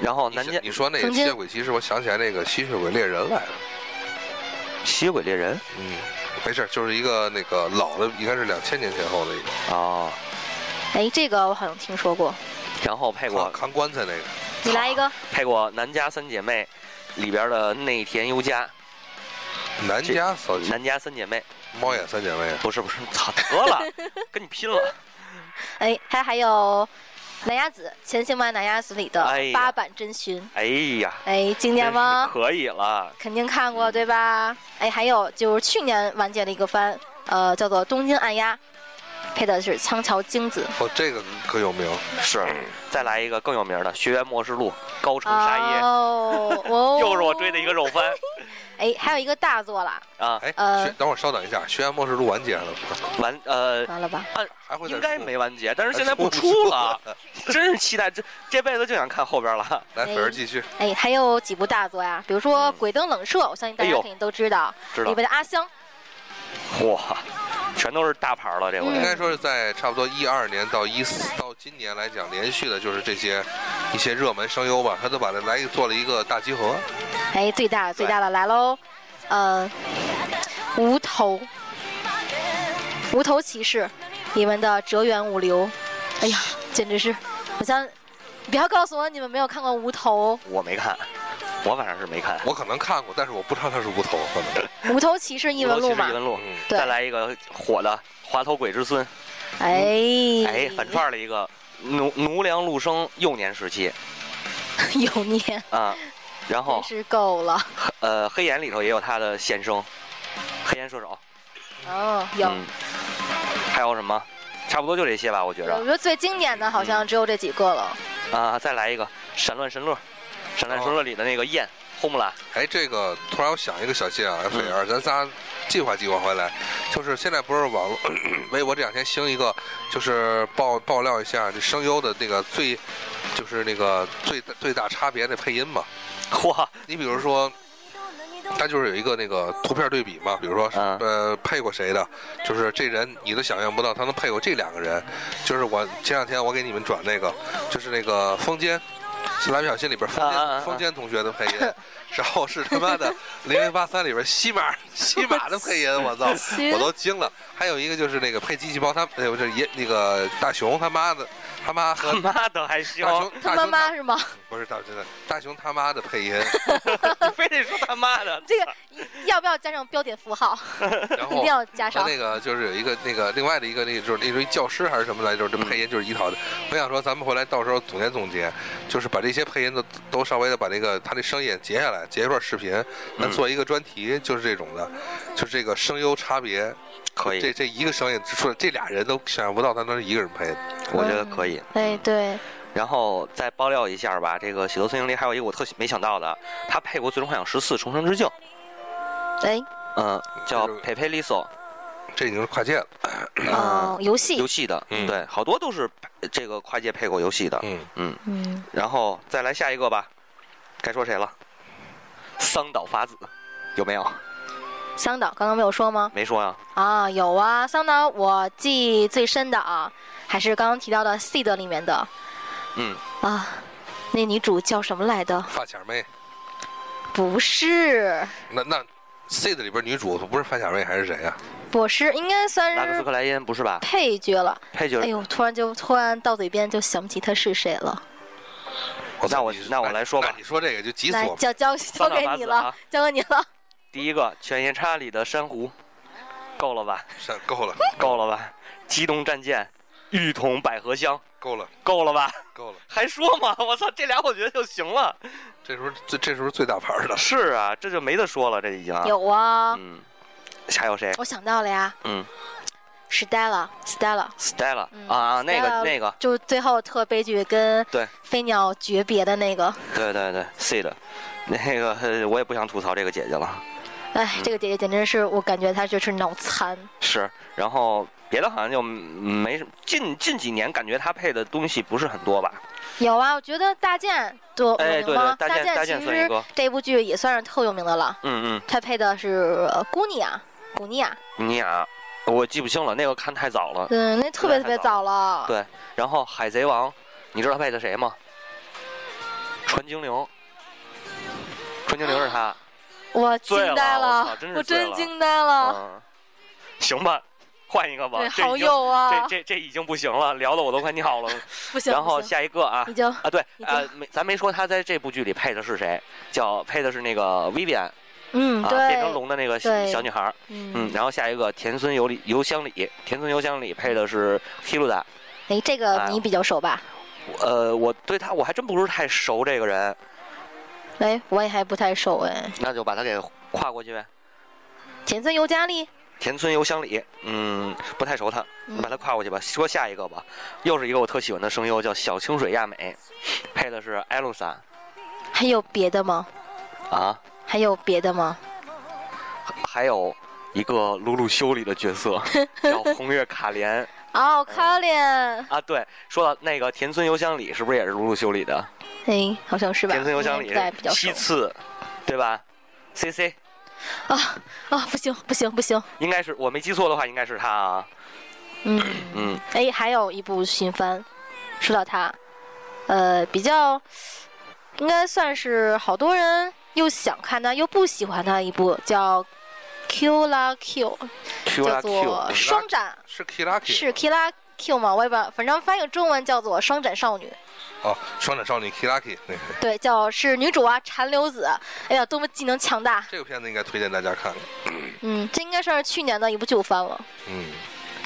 然后南
你
京
你说那个
曾
吸
经
血鬼骑士，我想起来那个吸血鬼猎人来了。
吸血鬼猎人
嗯，没事儿，就是一个那个老的，应该是两千年前后的一个，
哦，
哎，这个我好像听说过。
然后配
扛
过
扛棺材那个。
你来一个，
配过南家三姐妹里边的内田优佳，
南
这
家扫地
南家三姐妹
猫眼三姐妹啊，
不是不是，操得了， 跟你拼了。
哎，还还有南鸭子《千星漫南鸭子》里
哎
的
呀
八坂真寻，
哎呀，
哎，经
真
典
是
吗？
可嗯以了。
肯定看过对吧？哎，还有就是去年完结的一个番，呃，叫做《东京按压》，配的是仓桥京子。
哦，这个可有名。
是，再来一个更有名的《学员末世录》，高城沙耶，
啊 哦，哦
又是我追的一个。肉 番
哎，还有一个大作啦，
啊。
哎，
呃
学等会儿稍等一下，《学院末世录》完结了吗，
完呃，
完了吧？
还会再
应该
出
没完结，但是现在不出了，。真是期待这这辈子就想看后边了。
来，粉儿继续。
哎，还有几部大作呀，比如说
嗯
《鬼灯冷彻》，我相信大
哎
家
呦
肯定都知道，
知道
里边的阿香，
哇，全都是大牌了，这回
嗯
应该说是在差不多一二年到一四到今年来讲，连续的就是这些一些热门声优吧，他都把它来做了一个大集合。
哎，最大最大的来喽，呃，无头，无头骑士里面的哲源五流，哎呀，简直是，我想，不要告诉我你们没有看过无 头，
我没看，我反正是没看。
我可能看过，但是我不知道他是无头，可能。
无头骑士异闻录
无头骑
嘛
士异，闻录，
嗯，
对
再来一个火的《滑头鬼之孙》，
哎，
哎，反串了一个奴奴良陆生幼年时期
有念，
啊，然后
真是够了，
呃，黑岩里头也有他的现身，黑岩射手，
哦，有。
嗯，还有什么？差不多就这些吧，我觉
我觉
着
得最经典的好像只有这几个了。
啊，再来一个《闪乱神乐》，《闪乱神乐》里的那个燕轰木兰，
哎，这个突然我想一个小谢啊，
嗯
菲儿，咱仨计划计划回来，就是现在不是网络 微博这两天兴一个，就是爆爆料一下这声优的那个最，就是那个最大最大差别的配音嘛。
哇，
你比如说，它就是有一个那个图片对比嘛，比如说、
嗯
呃配过谁的，就是这人你都想象不到他能配过这两个人。就是我前两天我给你们转那个，就是那个风间。是蜡笔小新里边风间、
啊啊啊啊
风间同学的配音，然后是他妈的零零八三里边西马西马的配音，我操，
去
我都惊了。还有一个就是那个配机器猫他，呃不是爷那个大熊他妈的他妈和
他妈的还行
大，熊
他
大
妈
熊
妈是吗？
不是大熊大熊他妈的配音，
你非得说他妈 的，
这个要不要加上标点符号？
然
一
哦
后
定要加
他
上。
那个就是有一个那个另外的一个那个就是那种教师还是什么来着，就是这配音就是一套的。我想说咱们回来到时候总结总结，就是把这些配音都都稍微的把那个他那声音截下来，截一段视频，
嗯
咱做一个专题，就是这种的，就是这个声优差别。
可以
这这一个声音，说这俩人都想象不到他能是一个人配的。
我觉得可以。
哎，对，
然后再爆料一下吧，这个喜多村英梨还有一个我特没想到的，他配过《最终幻想十四：重生之境》，
哎，
嗯，叫
就是
佩佩丽索，
这已经是跨界了，
哦，游戏
嗯游，戏的，
嗯
对，好多都是这个跨界配过游戏的，
嗯，
嗯，
然后再来下一个吧，该说谁了？桑岛法子有没有？
桑岛刚刚没有说吗？
没说呀、
啊，有啊，桑岛我记忆最深的啊，还是刚刚提到的《seed》里面的
嗯，
啊，那女主叫什么来的？
发卡妹。
不是，
那那 seed 里边女主不是范小妹还是谁呀、啊
不是，应该算
拉克斯
是
克莱因不是吧？
配角了。
配角。
哎呦，突然就突然到嘴边就想不起她是谁了。
我操
那我
你
那我来说吧
那你说这个就急死
来
我，了。
交 交交
桑岛
给
法
你
子
了
啊，
交给你了。
第一个《犬夜叉》里的珊瑚，够了吧？
是够了，
够了吧？机动战舰、玉桶百合香，
够了，
够了吧？
够了。
还说吗？ 我操，这俩我觉得就行了。
这时候最这时候最大牌的
是啊，这就没得说了，这已经。
有啊，
嗯，还有谁？
我想到了呀，
嗯
史黛拉，史黛拉，
，Stella
嗯
啊，那个
Stella
那个，
就是最后特悲剧跟
对
飞鸟诀别的那个。
对对对，C 的，那个呃我也不想吐槽这个姐姐了。
哎，这个姐姐简直是我感觉她就是脑残。
是，然后别的好像就没什么。近近几年感觉她配的东西不是很多吧？
有啊，我觉得大剑多有
哎，
名
对
吗
对，？大剑大剑
其
算一
实
个，
这部剧也算是特有名的了。
嗯
她配的是呃姑妮啊，古尼亚，
嗯，尼亚，我记不清了，那个看太早了。
嗯，那特别
对
特别
太早
早了。
对然后海贼王，你知道她配的谁吗？纯精灵，纯精灵是她。
我惊
醉了
呆
我操真是
我
醉
真
了
惊呆了。
嗯，行吧，换一个吧
啊对，，
嗯这
好
已经
有啊
这，这这已经不行了，聊的我都快尿了。
不 行
然后
不行，
下一个啊
已经
啊，对
已经
啊，没咱没说他在这部剧里配的是谁，叫配的是那个 Vivian
嗯
啊，变成
对，
龙的那个小
对
小女孩儿。嗯，
嗯，
然后下一个田村由里由香里，田村由香里配的是 Hilda。
哎，这
哎
个你比较熟吧？
呃，我对他我还真不是太熟这个人，
哎，我也还不太熟哎。
那就把他给跨过去呗。
田村由佳丽，
田村由香里，嗯，不太熟他，
嗯
把他跨过去吧。说下一个吧，又是一个我特喜欢的声优，叫小清水亚美，配的是艾露莎
还有别的吗？
啊，
还有别的吗？
还有一个鲁鲁修里的 角色叫红月卡莲
哦，卡莲，
啊。对，说到那个田村由香里，是不是也是鲁鲁修里的？
哎，好像是吧？
田村由香
应
里
该比较熟
七次，对吧？C C
啊啊！不行不行不行，
应该是我没记错的话，应该是他啊。
嗯，
嗯，
哎，还有一部新番，说到它，呃，比较应该算是好多人又想看它又不喜欢它的一部叫。Q 啦 Q，
Q
叫
啦
做
Q，
双斩，
是 Kiraki
是 Q 啦 Q 吗？我也不知道，反正翻译成中文叫做双斩少女。
哦，双斩少女 Kiraki 那个
对，叫是女主啊，禅流子。哎呀，多么技能强大！
这个片子应该推荐大家看，
嗯，这应该算是去年的一部旧番了。
嗯，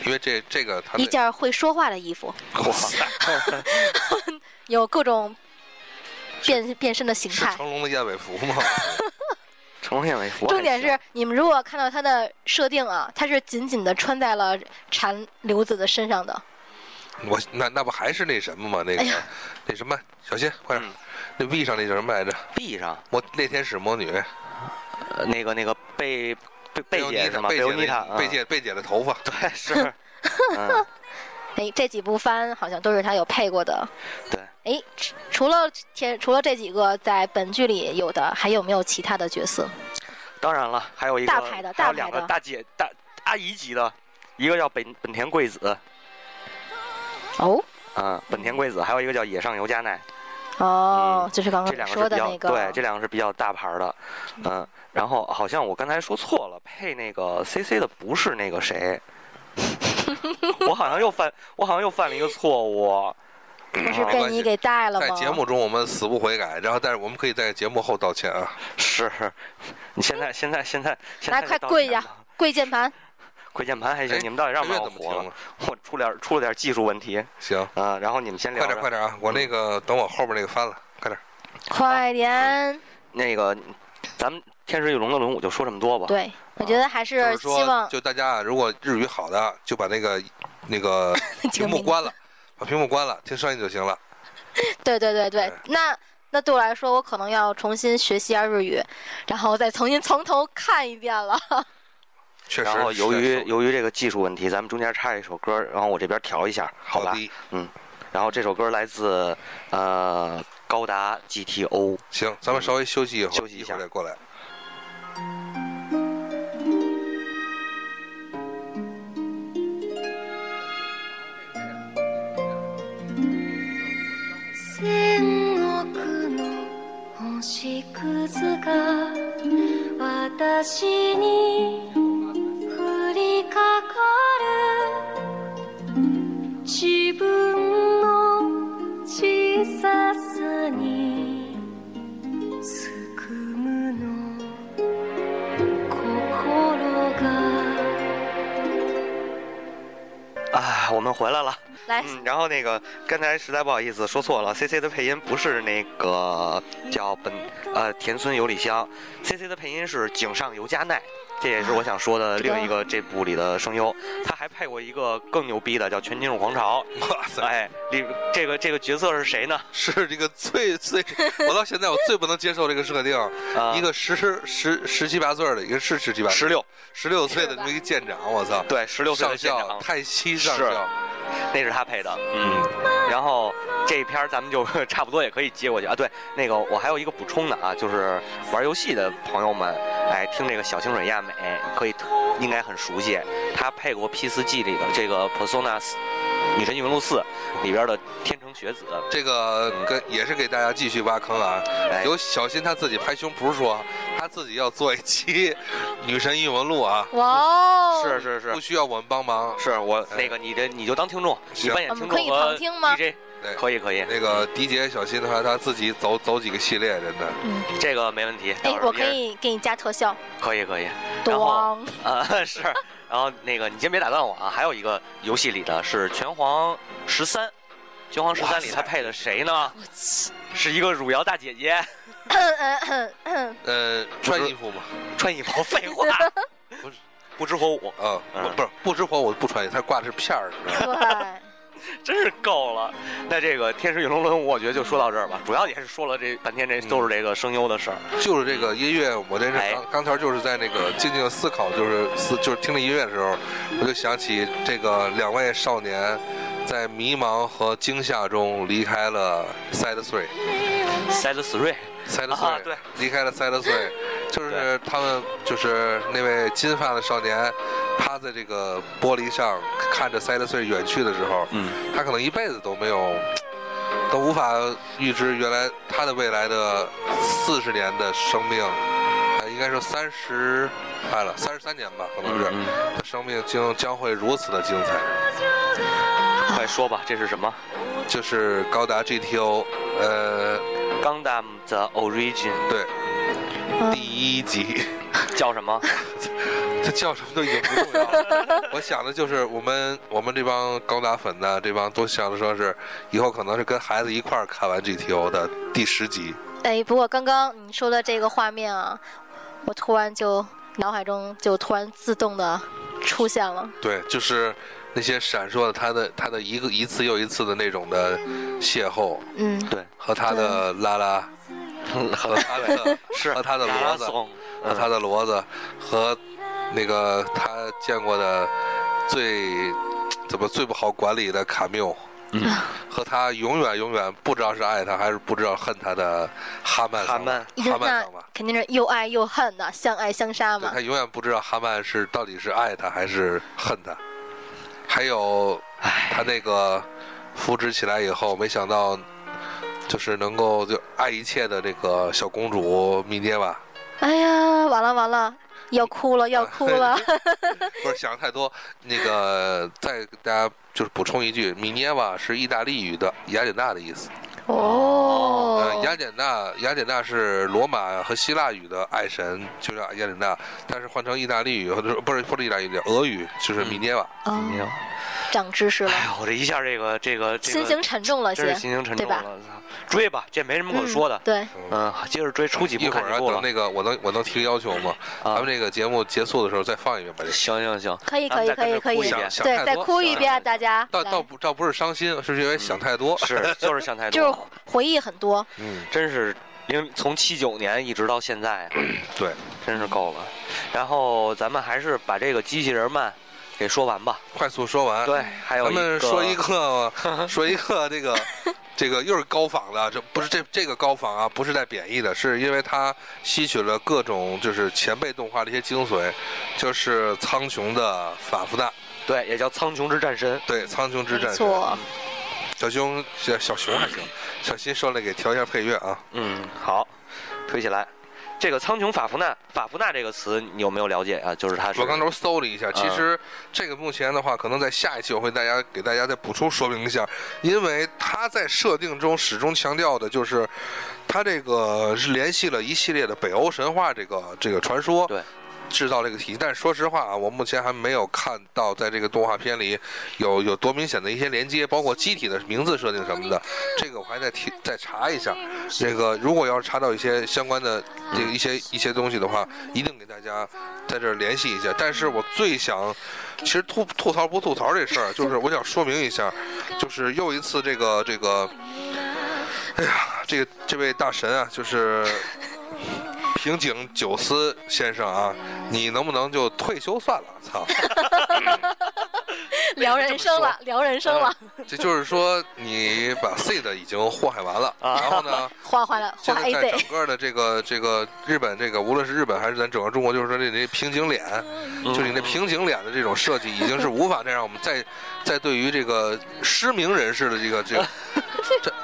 因为这这个他
一件会说话的衣服，
哇塞，
有各种变变身的形
是
态。
成龙的燕尾服吗？
重现为服。
重点是，你们如果看到它的设定啊，它是紧紧的穿在了蝉流子的身上的。
我那那不还是那什么吗？那
哎
个
呀
那什么，小心快点
嗯，
那 V 上那叫什么来着？
闭上。
魔那天使魔女
呃那个那个贝贝贝
欧
姐
妮
是
塔
吗？
贝
贝欧妮
姐
塔，啊
的贝姐贝姐的 头发，
嗯是，嗯，
哎，这几部番好像都是他有配过的。
对。
哎，除除了天，除了这几个在本剧里有的，还有没有其他的角色？
当然了，还有一个
大牌的
还
大
有两
牌
个
的
大姐大阿姨级的，一个叫本本田贵子，
哦
嗯，本田贵子，还有一个叫野上由加奈，
哦
嗯，
就是刚
这
刚
两个是
哦说
比
的
较
那个。
对，这两个是比较大牌的，嗯，然后好像我刚才说错了，配那个 C C 的不是那个谁，我好像又犯我好像又犯了一个错误，
不是
没
被
关系
你给带了
在
吗？
节目中我们死不悔改，然后但是我们可以在节目后道歉啊。
是，你现在现在现在现
来
在
快
就道
跪
歉
下
吧
跪键盘，
跪键盘还行，
哎
你们到底让不
这
让我
怎么
活
听
了
了？？
我出点出了点技术问题啊、
行，
然后你们先聊
快点快
着。
点啊！我那个等我后边那个翻了，快点。
快
嗯
点！
那个，咱们天使与龙的轮舞就说这么多吧。
对，我觉得还
就是是
希
说，
望
就大家啊，如果日语好的，啊就把那个那个
这
屏
个
幕
名字
关了，把屏幕关了，听声音就行了。
对对对对
哎，
那那对我来说，我可能要重新学习一下日语，然后再重新 从头看一遍了。
确实
然后
是
由于
受
由于这个技术问题，咱们中间插一首歌，然后我这边调一下，好吧
好？的
嗯，然后这首歌来自呃高达 GTO。
行，咱们稍微休息一会儿，
嗯休息一下
会儿再过来。
戦国の星屑が私に降りかかる自分の小ささにすくむの心が
啊，我们回来了。
来，
嗯，然后那个刚才实在不好意思说错了，C C 的配音不是那个
嗯
叫本呃田村由里香，C C 的配音是井上由加奈，这也是我想说的
啊知道
另一个这部里的声优。他还配过一个更牛逼的叫《全金属狂 潮
哇》，塞，
哎，里这个这个角色是谁呢？
是这个最最，我到现在我最不能接受这个设定，
呃、
一个十十十七八岁儿的，一个是十七八岁
十六，
十六岁的这么一个舰长，我操！
对，十六岁的
上
舰
校
长，
泰西上
是
校，
那是他配的，嗯。然后这一篇儿咱们就 差不多也可以接过去啊。对，那个我还有一个补充的啊，就是玩游戏的朋友们，哎，听这个小清水亚美哎可以应该很熟悉，他配过 P 四 G 里的这个 Persona 4女神异闻录四里边的天成学子，
这个跟也是给大家继续挖坑啊！
哎，
有小心他自己拍胸脯说，他自己要做一期《女神异闻录》啊，
哇哦，
是是是
不。需要我们帮忙。
是我那个你的你就当听众，你
行
扮演
我们
听
可以
众和
旁听吗
DJ，
对
可以可以，
那个迪杰小心的话，他自己走走几个系列，真的
嗯，
这个没问题。
哎
到时，候
我
别
可
人
以给你加特效，
可以可以，然后
咚，
啊， 是。然后那个，你先别打断我啊，还有一个游戏里的是《拳皇十三》，《拳皇十三》里他配的谁呢？是一个汝窑大姐姐，不
呃，
是
穿衣服嘛，
穿一毛废话，
不是
不知火舞，
啊，
嗯
不不是不知火我不穿衣服，他挂的是片儿，你知道吗
对，
真是够了。那这个《天使与龙轮》，我觉得就说到这儿吧，主要也是说了这半天，这
嗯
都是这个声优的事儿。
就是这个音乐，我那
哎
是刚刚才就是在那个静静思考，就是思就是听着音乐的时候，我就想起这个两位少年在迷茫和惊吓中离开了 Side Three，Side
塞德斯瑞，啊
Three，
对，
离开了 Side Three，就是 他们就是那位金发的少年趴在这个玻璃上看着 Side Three 远去的时候，
嗯，
他可能一辈子都没有。都无法预知原来他的未来的四十年的生命，呃，应该说三十，快了三十三年吧，可能是、
嗯
他生命将将会如此的精彩。
快说吧，这是什么
就是高达 GTO，呃，
？Gundam the Origin
对，
嗯
第一集，
叫什么？
这叫什么都已经不重要了。我想的就是我们我们这帮高达粉呢，这帮都想着说是以后可能是跟孩子一块儿看完 GTO 的第十集。
哎，不过刚刚你说的这个画面啊，我突然就脑海中就突然自动的出现了。
对，就是那些闪烁的他的他的一个一次又一次的那种的邂逅，
嗯，
对，
和他的拉拉， 和他的
是
和他的
拉
骡
拉
子
松，
和他的骡子，和那个他见过的最怎么最不好管理的卡缪，
嗯
和他永远永远不知道是爱他还是不知道恨他的哈曼
哈
桑吧
曼。
哈曼
那
桑吧。
肯定是又爱又恨的，相爱相杀
对
嘛
他。永远不知道哈曼是到底是爱他还是恨他，还有他那个扶植起来以后，没想到就是能够就爱一切的那个小公主米涅瓦，
哎呀，完了完了，要哭
哎
了要哭了。
啊 不是想太多。那个再给大家就是补充一句，米涅瓦是意大利语的雅典娜的意思。呃，
哎
哦，
雅典娜，雅典娜是罗马和希腊语的爱神，就叫雅典娜，但是换成意大利语或者不是不是意大利语，俄语就是米涅瓦。
没有
哦，长知识了
哎，呦，我这一下这个这个这
心
个
情沉重了
真
些
是。心情沉
对
重
吧
了，操追吧，这没什么可说的
嗯。对，
嗯，接着追，出几
一
部
会
看
儿
几
啊，
部
等
了。
那个我能我能提要求吗？咱
啊
们，这个节目结束的时候再放一遍吧。这
行行行，
可以
咱
可
们
以
再
可
跟
以
着
可
哭
以
一，遍
想
对，
太
再
多
哭一
想
遍
太
啊，大家。
倒
来
倒不倒不是伤心，是因为想太多。
是就是想太
就是
多，
回回忆很多。
嗯，
真是零从七九年一直到现在，啊
对，
真是够了。然后咱们还是把这个机器人漫给说完吧。
快速说完。
对，，还有
啊咱们
一个
说一 个，说一个这个，这个又是高仿的，这不是这这个高仿啊，不是带贬义的，是因为它吸取了各种就是前辈动画的一些精髓，就是苍穹的法夫纳，
对，也叫苍穹之战神。
对，苍穹之
没
战士，
错，
小熊小小熊还行，小新上来给调一下配乐啊，
嗯，好，推起来。这个苍穹法夫纳，法夫纳这个词你有没有了解啊？就是它是啊
我刚才搜了一下，其实这个目前的话，可能在下一期我会大家给大家再补充说明一下，因为它在设定中始终强调的就是，它这个是联系了一系列的北欧神话这个这个传说，
对，
制造这个题。但是说实话啊，我目前还没有看到在这个动画片里有有多明显的一些连接，包括机体的名字设定什么的，这个我还在提再查一下。这个如果要是查到一些相关的这个一些一些东西的话，一定给大家在这儿联系一下。但是我最想，其实吐吐槽不吐槽这事儿，就是我想说明一下，就是又一次这个这个，哎呀，这个这位大神啊，就是平井久司先生啊，你能不能就退休算了？操！
聊人生了，聊人生了，
哎
这就是说你把 seed 已经祸害完了，然后呢？
画画了，
现
画
在
A
在整
Z，
个的这个这个日本这个，无论是日本还是咱整个中国，就是说这这平颈脸，
嗯
就你那平颈脸的这种设计，已经是无法再让我们再再对于这个失明人士的这个 这个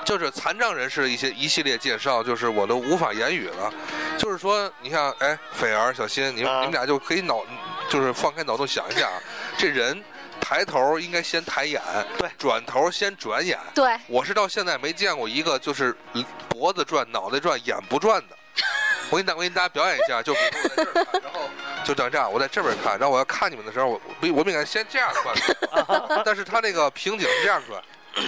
这就是残障人士的一些一系列介绍，就是我都无法言语了。就是说，你看，哎，斐儿、小新，你们、
啊
你们俩就可以脑，就是放开脑洞想一下啊，这人抬头应该先抬眼，
对
转头先转眼，
对，
我是到现在没见过一个就是脖子转、脑袋转、眼不转的。我给你大，我给你大家表演一下，就比如我在这儿看，然后就长这样，我在这边看，然后我要看你们的时候，我我我们应该先这样转，但是他那个瓶颈是这样转，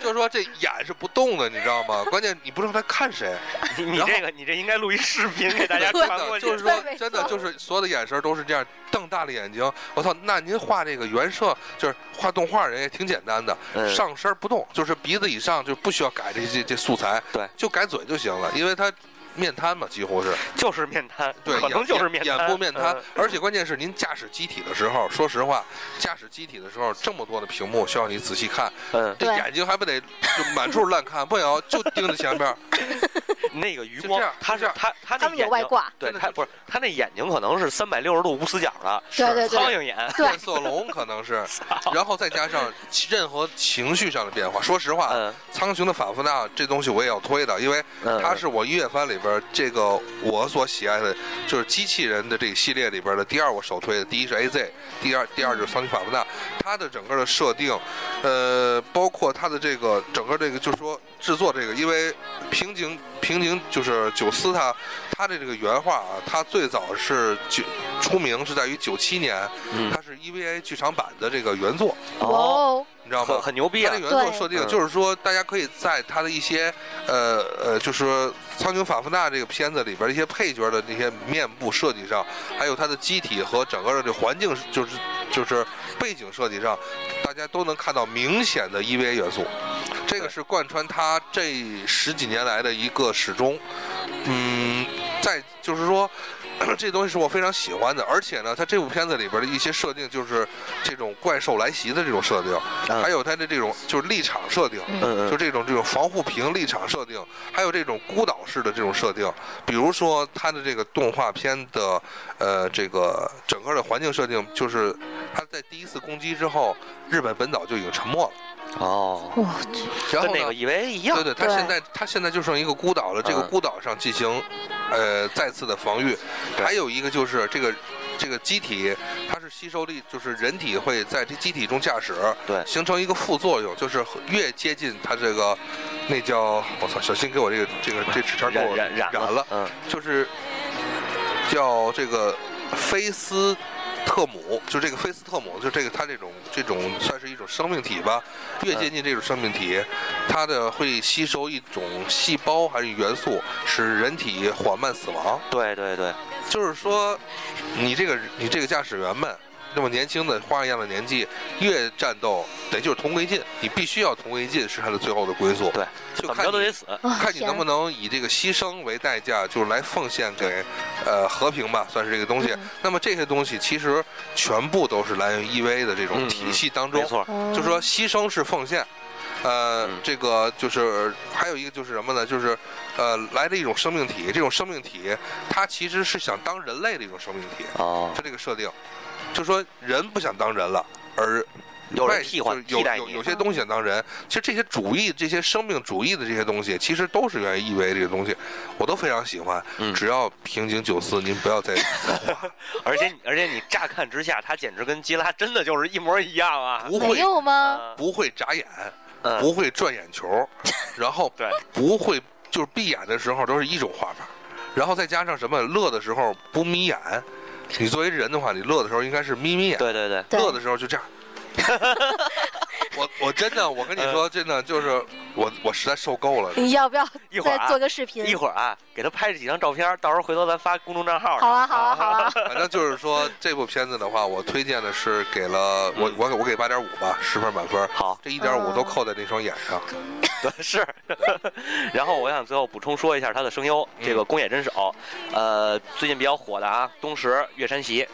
就是说这眼是不动的，你知道吗？关键你不知道他看谁，
你你
然后
这个你这应该录一视频给大 家
真
传
的
过去
就。是
对
说
没，
真的
错
就是所有的眼神都是这样瞪大了眼睛。我操，那您画这个原设就是画动画人也挺简单的，
嗯
上身不动，就是鼻子以上就不需要改这这这素材，
对
就改嘴就行了，因为他面瘫嘛，几 乎是
就是面瘫，
对，
可能
眼
就是
眼
面
眼部面瘫
嗯，
而且关键是您驾驶机体的时候，说实话，驾驶机体的时候这么多的屏幕需要你仔细看，
嗯，
这
对
眼睛还不得就满处乱看，不行就盯着前边。
嗯那个余
就
光
这样，
他
就这
是
样
他他那
他们有
眼
外
睛，
挂，
对
真的
他
就
不是他那眼睛可能是三百六十度无死角的，
对对
苍
对，
蝇眼，
对
变色龙可能是，然后再加上其任何情绪上的变化。说实话，
嗯
苍穹的法夫纳这东西我也要推的，因为
嗯
它是我音乐番里边这个我所喜爱的，就是机器人的这个系列里边的第二我首推的，第一是 AZ，第二第二就是苍穹法夫纳，它的整个的设定，呃，包括它的这个整个这个就是说制作这个，因为平井平井就是九思他他的这个原画啊，他最早是九出名是在于九七年，
嗯
它是 EVA 剧场版的这个原作，
哇
哦，
哦，
你知道吗
很？很牛逼啊
它的！原作
对
设定
嗯
就是说，大家可以在它的一些呃呃，就是说《苍穹法夫纳》这个片子里边一些配角的那些面部设计上，还有它的机体和整个的这环境，就是就是背景设计上，大家都能看到明显的 EVA 元素。这个
对
是贯穿它这十几年来的一个始终。嗯，在就是说。 这东西是我非常喜欢的，而且呢，它这部片子里边的一些设定就是这种怪兽来袭的这种设定，
嗯
还有它的这种就是立场设定，
嗯
嗯
就
嗯，
这种这种防护屏立场设定，还有这种孤岛式的这种设定，比如说它的这个动画片的呃这个整个的环境设定，就是它在第一次攻击之后，日本本岛就已经沉没了，
哦，
哇，
然后
跟
呢
那个以为一样
对，对，它
对
现在它现在就剩一个孤岛了，这个
嗯
孤岛上进行，呃，再次的防御。
对
还有一个就是这个这个机体，它是吸收力，就是人体会在这机体中驾驶，
对
形成一个副作用，就是越接近它这个，那叫我操，小心给我这个这个这纸条给
染
我
染染
了，
嗯，
就是叫这个菲斯特姆，就这个菲斯特姆，就这个它这种这种算是一种生命体吧。越接近这种生命体，它的会吸收一种细胞还是元素，使人体缓慢死亡。
对对对，
就是说，你这个你这个驾驶员们，这么年轻的花一样的年纪，越战斗得就是同归尽，你必须要同归尽是他的最后的归宿。
对，
就
怎么
看
着都
你
得死。
哦
看你
天
能不能以这个牺牲为代价，就是来奉献给，呃，和平吧，算是这个东西。
嗯
那么这些东西其实全部都是来源于 EVA 的这种
嗯
体系当中
没，错，
哦
就说牺牲是奉献。呃，
嗯
这个就是还有一个就是什么呢？就是，呃，来的一种生命体，这种生命体它其实是想当人类的一种生命体，
哦
它，这个设定，就说人不想当人了，而
有人
外
替换
哎就是
替代
有有
你
有，些东西想当人，其实这些主义、这些生命主义的这些东西，其实都是源于意味这个东西，我都非常喜欢。
嗯
只要平井九四，您不要 再，
而且你而且你乍看之下，他简直跟基拉真的就是一模一样啊！
不
没
会
有吗？
嗯
不会眨眼，
嗯
不会转眼球， 然后
对，
不会就是闭眼的时候都是一种画法，然后再加上什么乐的时候不眯眼，你作为人的话，你乐的时候应该是眯眯眼，
对 对对，
对
乐的时候就 这样。我我真的，我跟你
嗯
说，真的就是我我实在受够了。
你要不要
呃一会儿
再
啊
做个视频？
一会儿啊，给他拍几张照片，到时候回头咱发公众账号上。
好啊，好啊，好啊！
反正就是说，这部片子的话，我推荐的是给了我我我给八点五吧，十分满分，
嗯好，
这一点五都扣在那双眼上。
对 是。然后我想最后补充说一下他的声优，
嗯
这个宫野真守，呃，最近比较火的啊，东石月山席，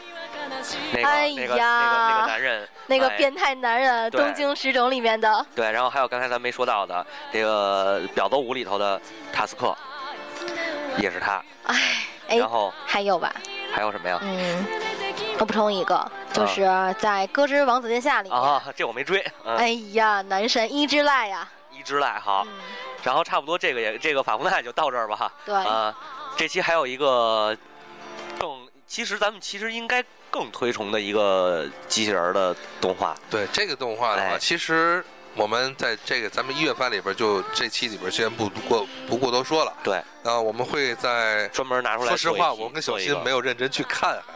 那个、
哎
那个那个
呀
那个男人，
那个
哎
变态男人，
对
东京十种》里面的，
对，然后还有刚才咱没说到的这个表奏舞里头的塔斯克，也是他。
哎哎，
然后
还有吧？
还有什么呀？
嗯，我补充一个，就是在《歌之王子殿下》里面，
啊，这我没追。嗯，
嗯哎呀，男神伊之濑呀，
一直来哈。
嗯，
然后差不多这个也这个法国奈就到这儿吧哈。
对，
啊，这期还有一个更，其实咱们其实应该更推崇的一个机器人儿的动画。
对这个动画的话，
哎
其实我们在这个咱们一月番里边就这期里边先不过不过多说了。
对，
啊，我们会在
专门拿出来做
说
一
实
期。
话，我跟小新没
有。
有认真去看，还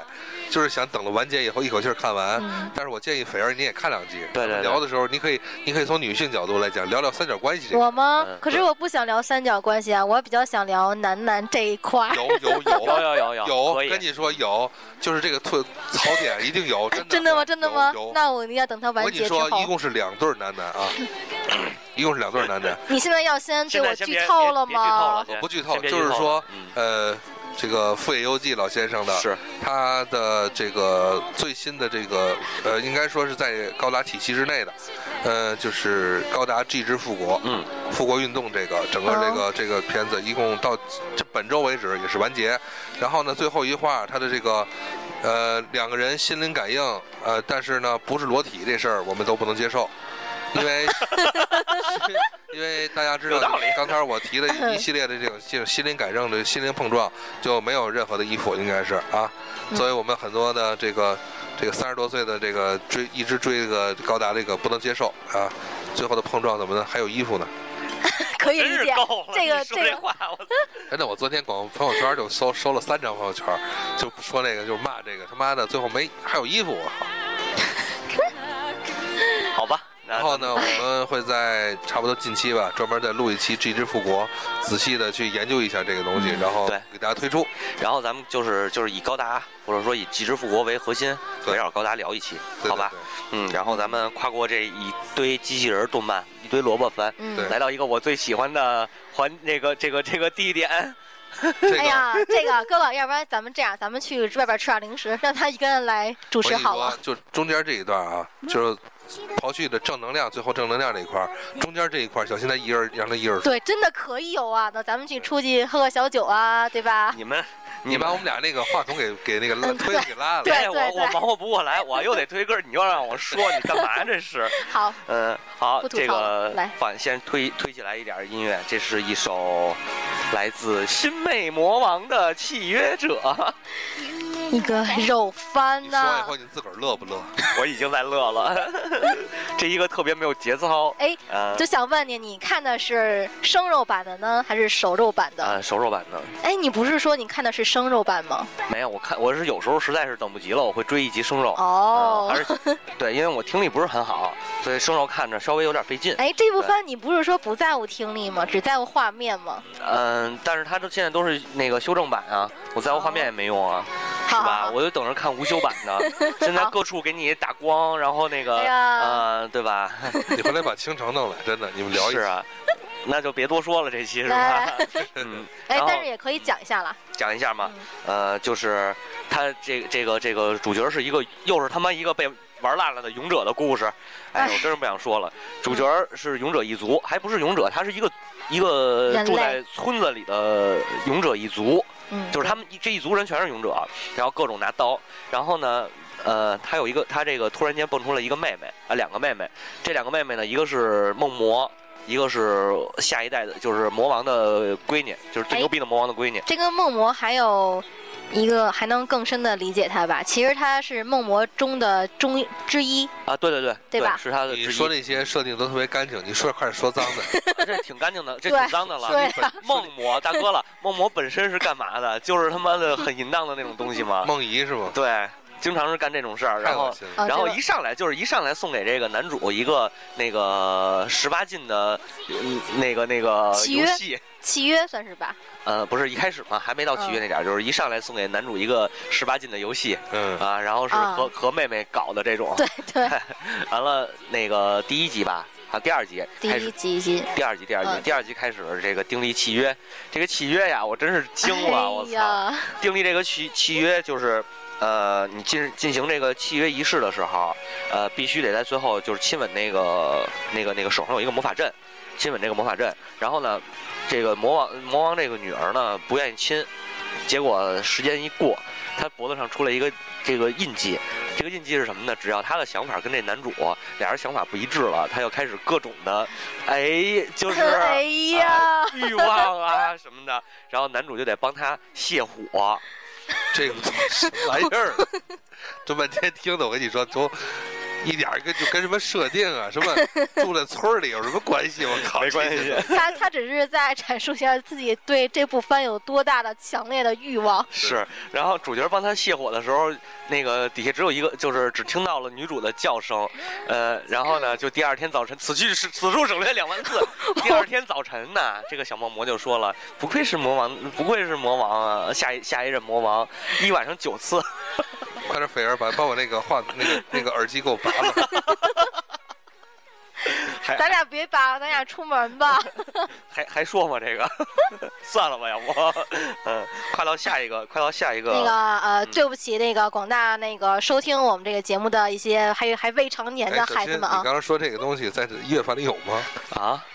就是想等了完结以后一口气儿看完。
嗯
但是我建议肥儿你也看两集，
对对对
聊的时候你可以你可以从女性角度来讲，聊聊三角关系这个。
我吗
嗯？
可是我不想聊三角关系啊，我比较想聊男男这一块儿，
有有有
有有有有
有
可以啊
跟你说有，就是这个特槽点一定有，真的
啊真的吗？真的吗
有有？
那我一定要等它
我
完
跟你
结之后
说，。一共是两对儿男男啊，一共是两对儿男男，
你现在要先对
现在
我
先
剧
别
透
别
了
别剧透
吗
了？先
我不剧透
先别
就是
剧透
说
了嗯
呃，这个富野由纪老先生的，
是
他的这个最新的这个呃，应该说是在高达体系之内的，呃，就是高达 G 之复国，
嗯，
复国运动这个整个这个、这个片子，一共到这本周为止也是完结。然后呢，最后一话他的这个呃两个人心灵感应，呃，但是呢不是裸体这事儿我们都不能接受，因为因为大家知道
有道理，
刚才我提的一系列的这种这种心灵感应的心灵碰撞，就没有任何的衣服应该是
嗯
啊。作为我们很多的这个这个三十多岁的这个追一直追这个高达这个不能接受啊。最后的碰撞怎么呢？还有衣服呢？
可以
真
理
是
解
够了。
这个
你说
这
这
个
话，我
真的，我昨天广朋友圈就收收了三张朋友圈，就不说那个，就是骂这个他妈的，最后没还有衣服啊我靠。
好吧。那
然后呢，我们会在差不多近期吧，专门再录一期《G 之复国》，仔细的去研究一下这个东西，然后
嗯对
给大家推出。
然后咱们就是就是以高达或者说以极致复国为核心，
对
围绕高达聊一期，
对
好吧？？嗯，然后咱们跨过这一堆机器人动漫，一堆萝卜番，
嗯
对
来到一个我最喜欢的环那个这个这个地点，
对对这
哎
个
呀，这个哥哥，要不然咱们这样，咱们去外边吃点零食，让他一个人来主
我跟
持
你
好啊了
说，。就中间这一段啊，就是刨去的正能量，最后正能量这一块儿，中间这一块儿，小心他一人让他一人 说。
对，真的可以有啊，那咱们去出去喝个小酒啊，对吧？
你们
你把我们俩那个话筒给给 那个拉推给拉了。
对
哎我我
对
忙活不过来，我又得推歌，你又让我说，你干嘛这 是？
好，
嗯，好，
不吐
这
槽了
个
来
反先推推起来一点音乐，这是一首来自新魅魔王的《契约者》，
一个
哎
肉翻
你说
呐、
完以后你自个儿乐 不乐？
我已经在乐了， 这一个特别没有节操，
哎，
嗯
就想问你，你看的是生肉版的呢，还是熟肉版的？
嗯，熟肉版的。
哎，你不是说你看的是生肉版吗？
没有，我看我是有时候实在是等不及了，我会追一集生肉。嗯
哦
还，是对，因为我听力不是很好，所以生肉看着稍微有点费劲。
哎，这部番你不是说不在乎听力吗？只在乎画面吗？
嗯，但是它都现在都是那个修正版啊，我在乎画面也没用啊。是吧？我就等着看无修版 呢。现在
好
各处给你打光，然后那个，
哎呀
呃，对吧？
你回来把倾城弄来，真的，你们聊一
是
下。
啊，那就别多说了，这期是吧？ 嗯，
哎
然，后
但是也可以讲一下了。
讲一下嘛，
嗯
呃，就是他这这个这个主角是一个，又是他妈一个被玩烂了的勇者的故事。
哎
哎，我真是不想说了。主角是勇者一族，还不是勇者，他是一个一个
人类
住在村子里的勇者一族，
嗯，
就是他们一这一族人全是勇者，啊然后各种拿刀，然后呢。呃，他有一个，他这个突然间蹦出了一个妹妹啊，两个妹妹，这两个妹妹呢，一个是梦魔，一个是下一代的，就是魔王的闺女，就是
哎
最牛逼的魔王的闺女。
这个梦魔还有一个还能更深的理解他吧？其实他是梦魔中的中之一，
啊，对对对，
对吧
是他的
你
之一，
说那些设定都特别干净，你说快点说脏 的，
这挺干净的，这
对
挺脏的
对
了。
啊
梦魔大哥了，梦魔本身是干嘛的？就是他妈的很淫荡的那种东西嘛。
梦遗是吗？
对，经常是干这种事儿，
太
然
恶
后。
心了。
啊
然后
这个
一上来就是一上来送给这个男主一个那个十八禁的，嗯那个那个
契约
游戏，
契约算是吧？
呃，不是一开始嘛，还没到契
嗯
约那点儿，就是一上来送给男主一个十八禁的游戏
嗯，
啊，然后是
啊
和和妹妹搞的这种，
对对，
完了那个第一集吧，啊第二集
第
开始
一集集。
第二集，第二集，
嗯
第二集开始这个订立契约，这个契约呀，我真是 惊了，我
哎
操！
呀，
订立这个契契约就是，呃，你进进行这个契约仪式的时候，呃，必须得在最后就是亲吻那个那个那个手上有一个魔法阵，亲吻这个魔法阵，然后呢，这个魔王呃魔王这个女儿呢不愿意亲，结果时间一过，她脖子上出来一个这个印记，这个印记是什么呢？只要她的想法跟这男主俩人想法不一致了，她就开始各种的，哎，就是
哎呀，
欲望啊什么的，然后男主就得帮她 泄火，
这个什么玩意儿？啊这半天听的，我跟你说，都一点儿跟就跟什么设定啊，什么住在村儿里有什么关系？我靠，
没关
这
系
些。
他他只是在阐述一下自己对这部番有多大的强烈的欲望。
是，然后主角帮她泄火的时候，那个底下只有一个，就是只听到了女主的叫声，呃，然后呢，就第二天早晨，此去是此处省略两万字。第二天早晨呢，这个小梦魔就说了，不愧是魔王，不愧是魔王啊，下一下一任魔王，一晚上九次，
快点，菲儿，把把我那个话那个那个耳机给我 拔了。
还
咱俩别把咱俩出门吧。
还还说吗？这个， 算了吧，要不，嗯，快到下一个，快到下一个，
那个呃，
嗯
对不起，那个广大那个收听我们这个节目的一些还有还未成年的
哎，首
孩
先
子
你
们啊
刚，刚说这个东西在一月番里有吗？
啊，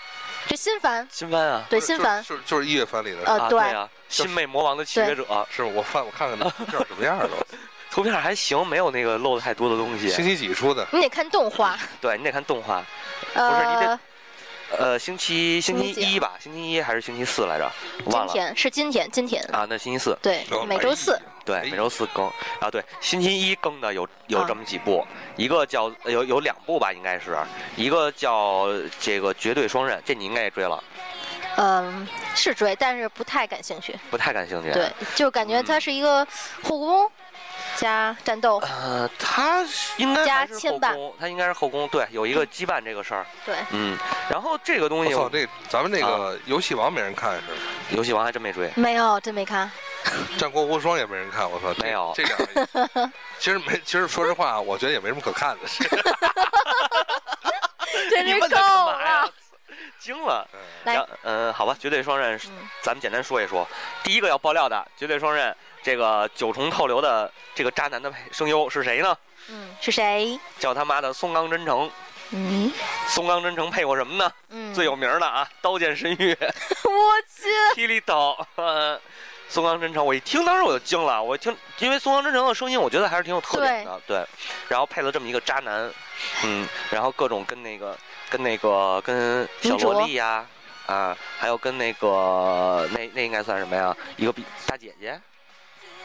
这新番
新番啊，
对
就是
新番，
就是就是一月番里的，
呃
啊，
对
对啊，新妹魔王的契约者。
是吗我翻我看看那片儿什么 样儿了。
图片还行，没有那个漏太多的东
星
西。
期几出的？
你得看动画，
对你得看动画，是你得
呃，
呃，星期星
星
期
期啊
一吧，星期一还是星期四来着？忘
今
了
天是今天，今天
啊，那星期四
对
哦，
每周四，
对
哎，
每周四更啊，对，星期一更的有有
啊
这么几部，一个叫有有两部吧，应该是一个叫这个绝对双刃，这你应该也追了，
嗯，是追，但是不太感兴趣，
不太感兴趣。
对，，就感
嗯
觉它是一个后宫加战斗，
呃，他应该
加嗯
还是
牵
后
绊
宫，他应该是后宫，对，有一个羁绊这个事儿，
对，
嗯，然后这个东
我
西
操，这咱们那
啊
个游戏王没人看是吧？
游戏王还真没追，
没有，真没看，
战国无双也没人看，我操，这
没有
这俩。 其实没，其实说实话，我觉得也没什么可看的。
真
你
是
问他
够
干嘛
了
呀。？ 惊了。
嗯
来
然嗯，好吧，绝对双刃，
嗯
咱们简单说一说。第一个要爆料的绝对双刃，这个九重透流的这个渣男的配声优是谁呢？
嗯，是谁？
叫他妈的松冈真诚。
嗯
松冈真诚配过什么呢？
嗯，
最有名的啊，《刀剑神域》《
我去，
霹雳岛》呃。松冈真诚，我一听当时我就惊了，我听，因为松冈真诚的声音，我觉得还是挺有特点的，对。然后配了这么一个渣男，嗯，然后各种跟那个跟那个跟小萝莉呀、啊，还有跟那个那那应该算什么呀？一个比大姐姐，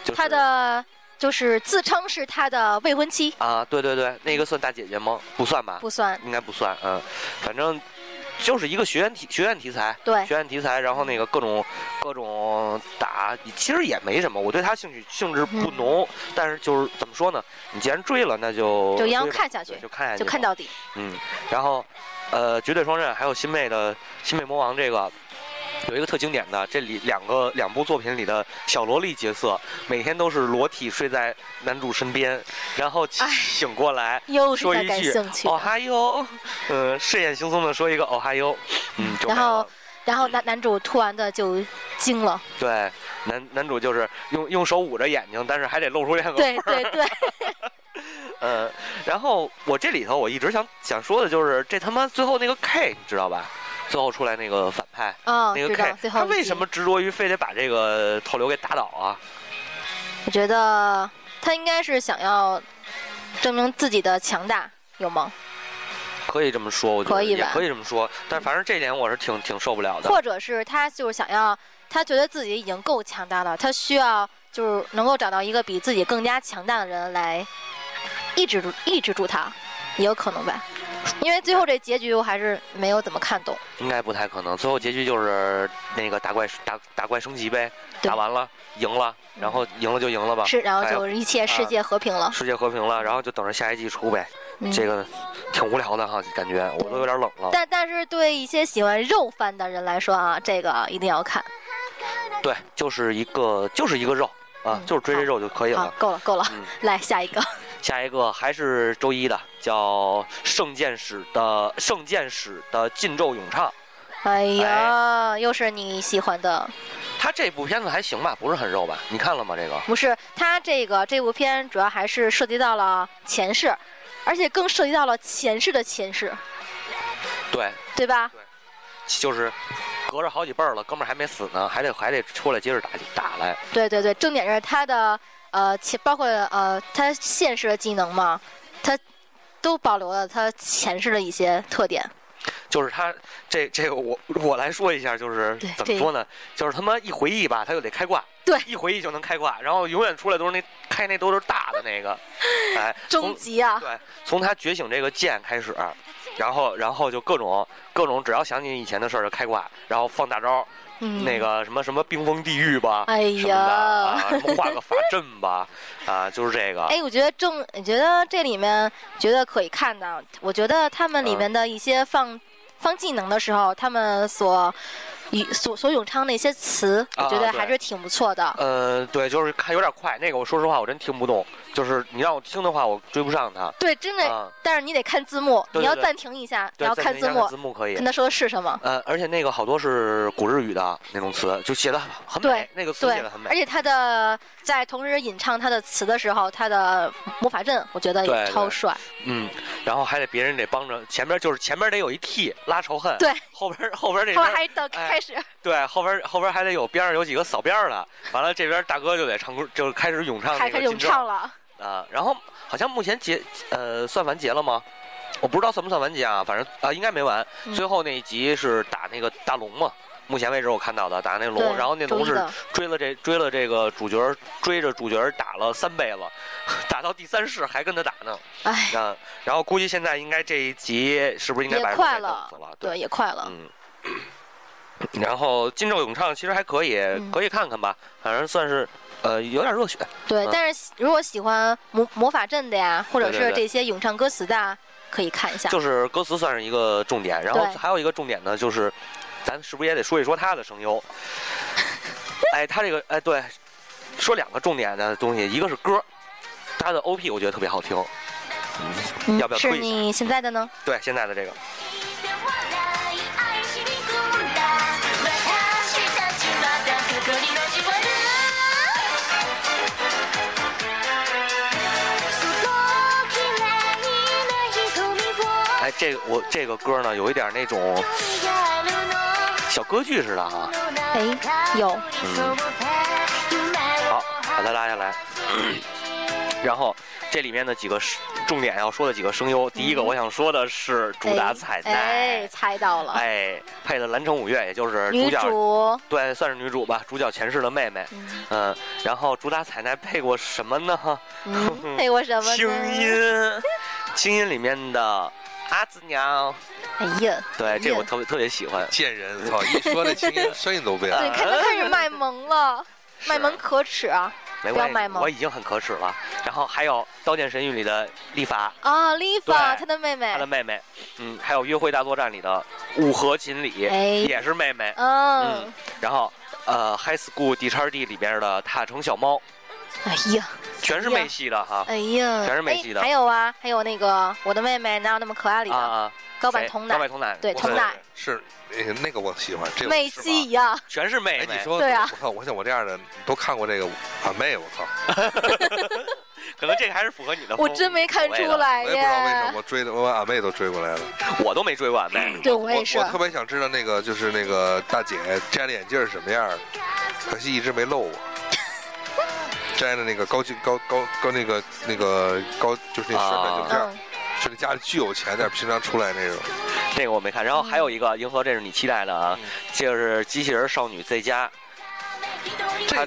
就是
他的就是自称是他的未婚妻，
啊，对对对，那个算大姐姐吗？不算吧，
不算，
应该不算，嗯，反正就是一个学院题学院题材，
对，
学院题材，然后那个各种各种打，其实也没什么，我对他兴趣性质
嗯
不浓，但是就是怎么说呢？你既然追了，那就
就一样
追吧
看下去
对就看下去，
就看，到底。
嗯，然后呃，绝对双刃还有新妹的新妹魔王这个。有一个特经典的，这里两个两部作品里的小萝莉角色，每天都是裸体睡在男主身边，然后起
哎
醒过来
又是
说
在
一
感
句
兴趣
“哦
的。
哈哟”，嗯，睡眼惺忪的说一个“哦哈哟”，嗯，就
然
没
后
了
然后男男主突然的就惊了，
对男男主就是用用手捂着眼睛，但是还得露出两个
对对 对，
嗯，然后我这里头我一直想想说的就是这他妈最后那个 K，你知道吧？最后出来那个反派，
嗯，
那
知
个
道
K，
最后
他
一
为
集
什么执着于非得把这个头流给打倒啊？
我觉得他应该是想要证明自己的强大，有吗？
可以这么说，我觉得
可以
也
吧
可以这么说，但反正这点我是挺挺受不了的。
或者是他就是想要，他觉得自己已经够强大了，他需要就是能够找到一个比自己更加强大的人来抑制住抑制住他，也有可能吧。因为最后这结局我还是没有怎么看懂，
应该不太可能，最后结局就是那个打怪打打怪升级呗，
对
打完了赢了，然后赢了就赢了吧，
是然后
哎
就是一切世界和平了。
世界和平了，然后就等着下一季出呗。
嗯
这个挺无聊的哈，感觉我都有点冷了。
但但是对一些喜欢肉番的人来说啊，这个一定要看。
对，就是一个就是一个肉啊，
嗯
就是追这
好
肉就可以
好
了，。
够了够了，
嗯
来下一个。
下一个还是周一的，叫《圣剑史》的《圣剑史》的禁咒咏唱。
哎呀，又是你喜欢的，
他这部片子还行吧，不是很肉吧？你看了吗？这个
不是他这个这部片主要还是涉及到了前世，而且更涉及到了前世的前世，
对，
对吧？
就是隔着好几辈儿了，哥们儿还没死呢，还得还得出来接着打打来。
对对对，重点是他的呃前包括呃他现世的技能嘛，他都保留了他前世的一些特点。
就是他这这个我我来说一下，就是
对
怎
这
么
个
说呢？就是他妈一回忆吧，他就得开挂。
对
一回忆就能开挂，然后永远出来都是那开那都是大的 那个，哎，
终
从
极啊，
对，从他觉醒这个剑开始，然后然后就各种各种，只要想起以前的事儿就开挂，然后放大招，
嗯，
那个什么什么冰封地狱吧，
哎
什么的啊，
呀，
什么画个法阵吧，啊，就是这个。
哎，我觉得正，你觉得这里面觉得可以看的，我觉得他
嗯
们里面的一些放、放技能的时候，他们所咏所所咏唱的一些词，我
啊
觉得
对
还是挺不错的。
呃，对，就是看有点快，那个我说实话我真听不懂，就是你让我听的话我追不上他。
对，真的，
啊，
但是你得看字幕，
对对
你要
对
暂停一下，
对
然后
暂
看
停一
字
下
幕，
字幕可以
看。他说的是什么。
呃，而且那个好多是古日语的那种词，就写的很美
对，
那个词
对
写的很，
而
美。
且他的在同时吟唱他的词的时候，他的魔法阵，我觉得
对
也超
对
帅。
嗯，然后还得别人得帮着，前面就是前面得有一 T 拉仇恨，
对，
后边后边这
后
边
面还到
哎
开始，
对，后边后边还得有边上有几个扫边儿的，完了这边大哥就得唱歌，就开始咏唱
还开
那个
始咏
禁咒
唱了。
啊、然后好像目前结呃算完结了吗？我不知道算不算完结啊，反正啊、应该没完。
嗯
最后那一集是打那个大龙嘛，目前为止我看到的打
对
那龙，然后那
周
龙
一
是
的
追了这追了这个主角儿，追着主角儿打了三辈子，打到第三世还跟他打呢。
哎，
嗯、然后估计现在应该这一集是不是应该
也
把人
快
给弄
了
死了？对
对，也快了。
嗯，然后金咒咏唱其实还可以，
嗯
可以看看吧，反正算是呃有点热血。
对
嗯，
但是喜如果喜欢魔魔法阵的呀，或者
对
是
对
这些咏唱歌词的啊，可以看一下。
就是歌词算是一个重点，然后
对
还有一个重点呢，就是咱是不是也得说一说他的 声优？哎，他这个哎对，说两个重点的东西，一个是歌，他的 OP 我觉得特别好听，
嗯
要不要
是
推一下
你现在的呢？
对现在的这个，
愛しにくんだ私たちまたくくりの縛るその綺麗な瞳を
哎这个我这个歌呢有一点那种小歌剧似的啊。
哎，有，
好，把它拉下来。 然后这里面的几个是重点要说的几个声优，第一个我想说的是主打
哎
彩蛋，
哎，猜到了，
哎配的蓝城五月，也就是
女
主角
主，
对，算是女主吧，主角前世的妹妹。
嗯
嗯，然后主打彩蛋配过什么呢？
嗯，配过什么呢？
清音，清音里面的阿紫娘，
哎呀，
对，这个我
呀
特别特别喜欢。
贱人，操！一说这青音，声音都变
对，
了。
看他开始卖萌了，卖
是
萌可耻啊！
没
不要
关系
卖，吗
我已经很可耻了。然后还有《刀剑神域》里的丽法，
哦，Liva
对
她的妹妹
她的，妹妹，嗯，还有《约会大作战》里的五和锦鲤，
哎
也是妹妹。嗯
嗯，，
然后呃，《High School D X D》里边的塔城小猫，
哎呀，
全是
哎呀
妹系的哈。
哎呀，
全是美
哎
系的
还有啊，还有那个我的妹妹哪有那么可爱里
啊
的
啊，
高坂
谁
童
高
奶，
坂童奶，
对
我
童奶
是哎那个我喜欢，这个
美
是吧
系呀，
全是妹
哎，
妹。
你说
对啊
我靠，我像我这样的都看过这个俺妹，我操，
可能这个还是符合你的风。
我真没看
无所谓
出
的，
来
我也不知道为什
耶
么，我追的，我把俺妹都追过来了。
我都没追完呗。
嗯
对我也
我
是
我，特别想知道那个就是那个大姐摘了眼镜是什么样儿，可惜一直 没露我。摘了那个高级高高高那个那个高就是那身份
啊
就是这样，
嗯，
就是家里巨有钱，但是平常出来那种。
这个我没看。然后还有一个《银河》，这是你期待的
嗯
啊，就是《机器人少女 Z 加》
这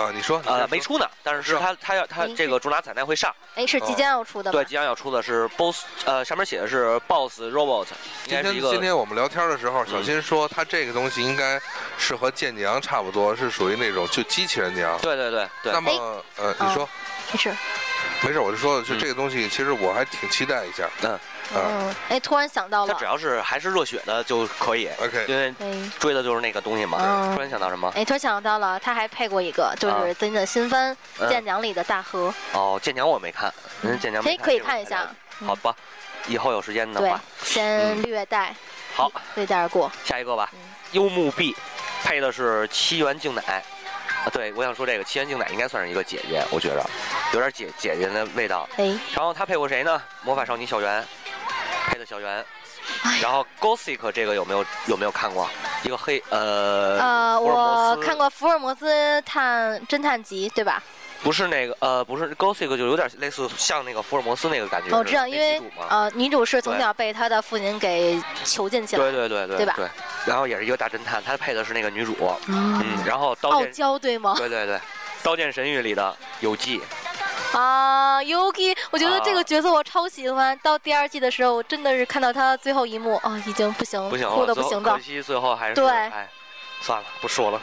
啊，你说
呃没，出呢，但是是
是啊
它它要它
嗯
这个主打彩蛋会上，
哎，是即将要出的吧
对，？即将要出的是 BOSS，呃上面写的是 BOSS Robot，应该是一
你先说今天今
个
天我们聊天的时候，
嗯
小新说他这个东西应该是和剑娘差不多，是属于那种就机器人娘。
对对对对
那，么呃，你说
没事，
没事，我就说就
嗯
这个东西，其实我还挺期待一下。
嗯
啊
嗯，哎，突然想到
它
了
只，要是还是热血的就可以，
，OK，
因为
哎。
追的就是那个东西嘛。
嗯
突然想到什么？
哎，突然想到了，他还配过一个，就是最近的新番
嗯嗯
《剑娘》里的大河，
哦，剑娘我没看，人剑娘没
可以可以
这个
看一
太了
下嗯
解。好吧，以后有时间的
对
话，，
先略带，
好，
略带而过。
下一个吧
嗯，
幽木碧配的是七原静乃。啊，对，我想说这个七原静乃应该算是一个姐姐，我觉着有点姐姐姐的味道。
哎，
然后她配过谁呢？魔法少女小圆配的小圆
哎。
然后 Gothic 这个有没有有没有看过？一个黑呃
呃，
福尔摩
我
斯
看过《福尔摩斯探侦探集》，对吧？
不是那个呃不是 Gothic 就有点类似像那个福尔摩斯那个感觉似的。
哦我知道，因为
那几组嘛
呃，女主是从小被她的父亲给囚禁起来
对，对对对
对吧
然后也是一个大侦探，她配的是那个女主。
嗯
嗯，然后刀
傲
剑
娇对 吗？
对对对，《刀剑神域》里的有纪，
啊，Yuki，我觉得
啊
这个角色我超喜欢。到第二季的时候，我真的是看到他最后一幕，啊，已经不行，
不行
哭
了，
的不
最后
行
可
的。
惜最后还是
对
哎，算了，不说了。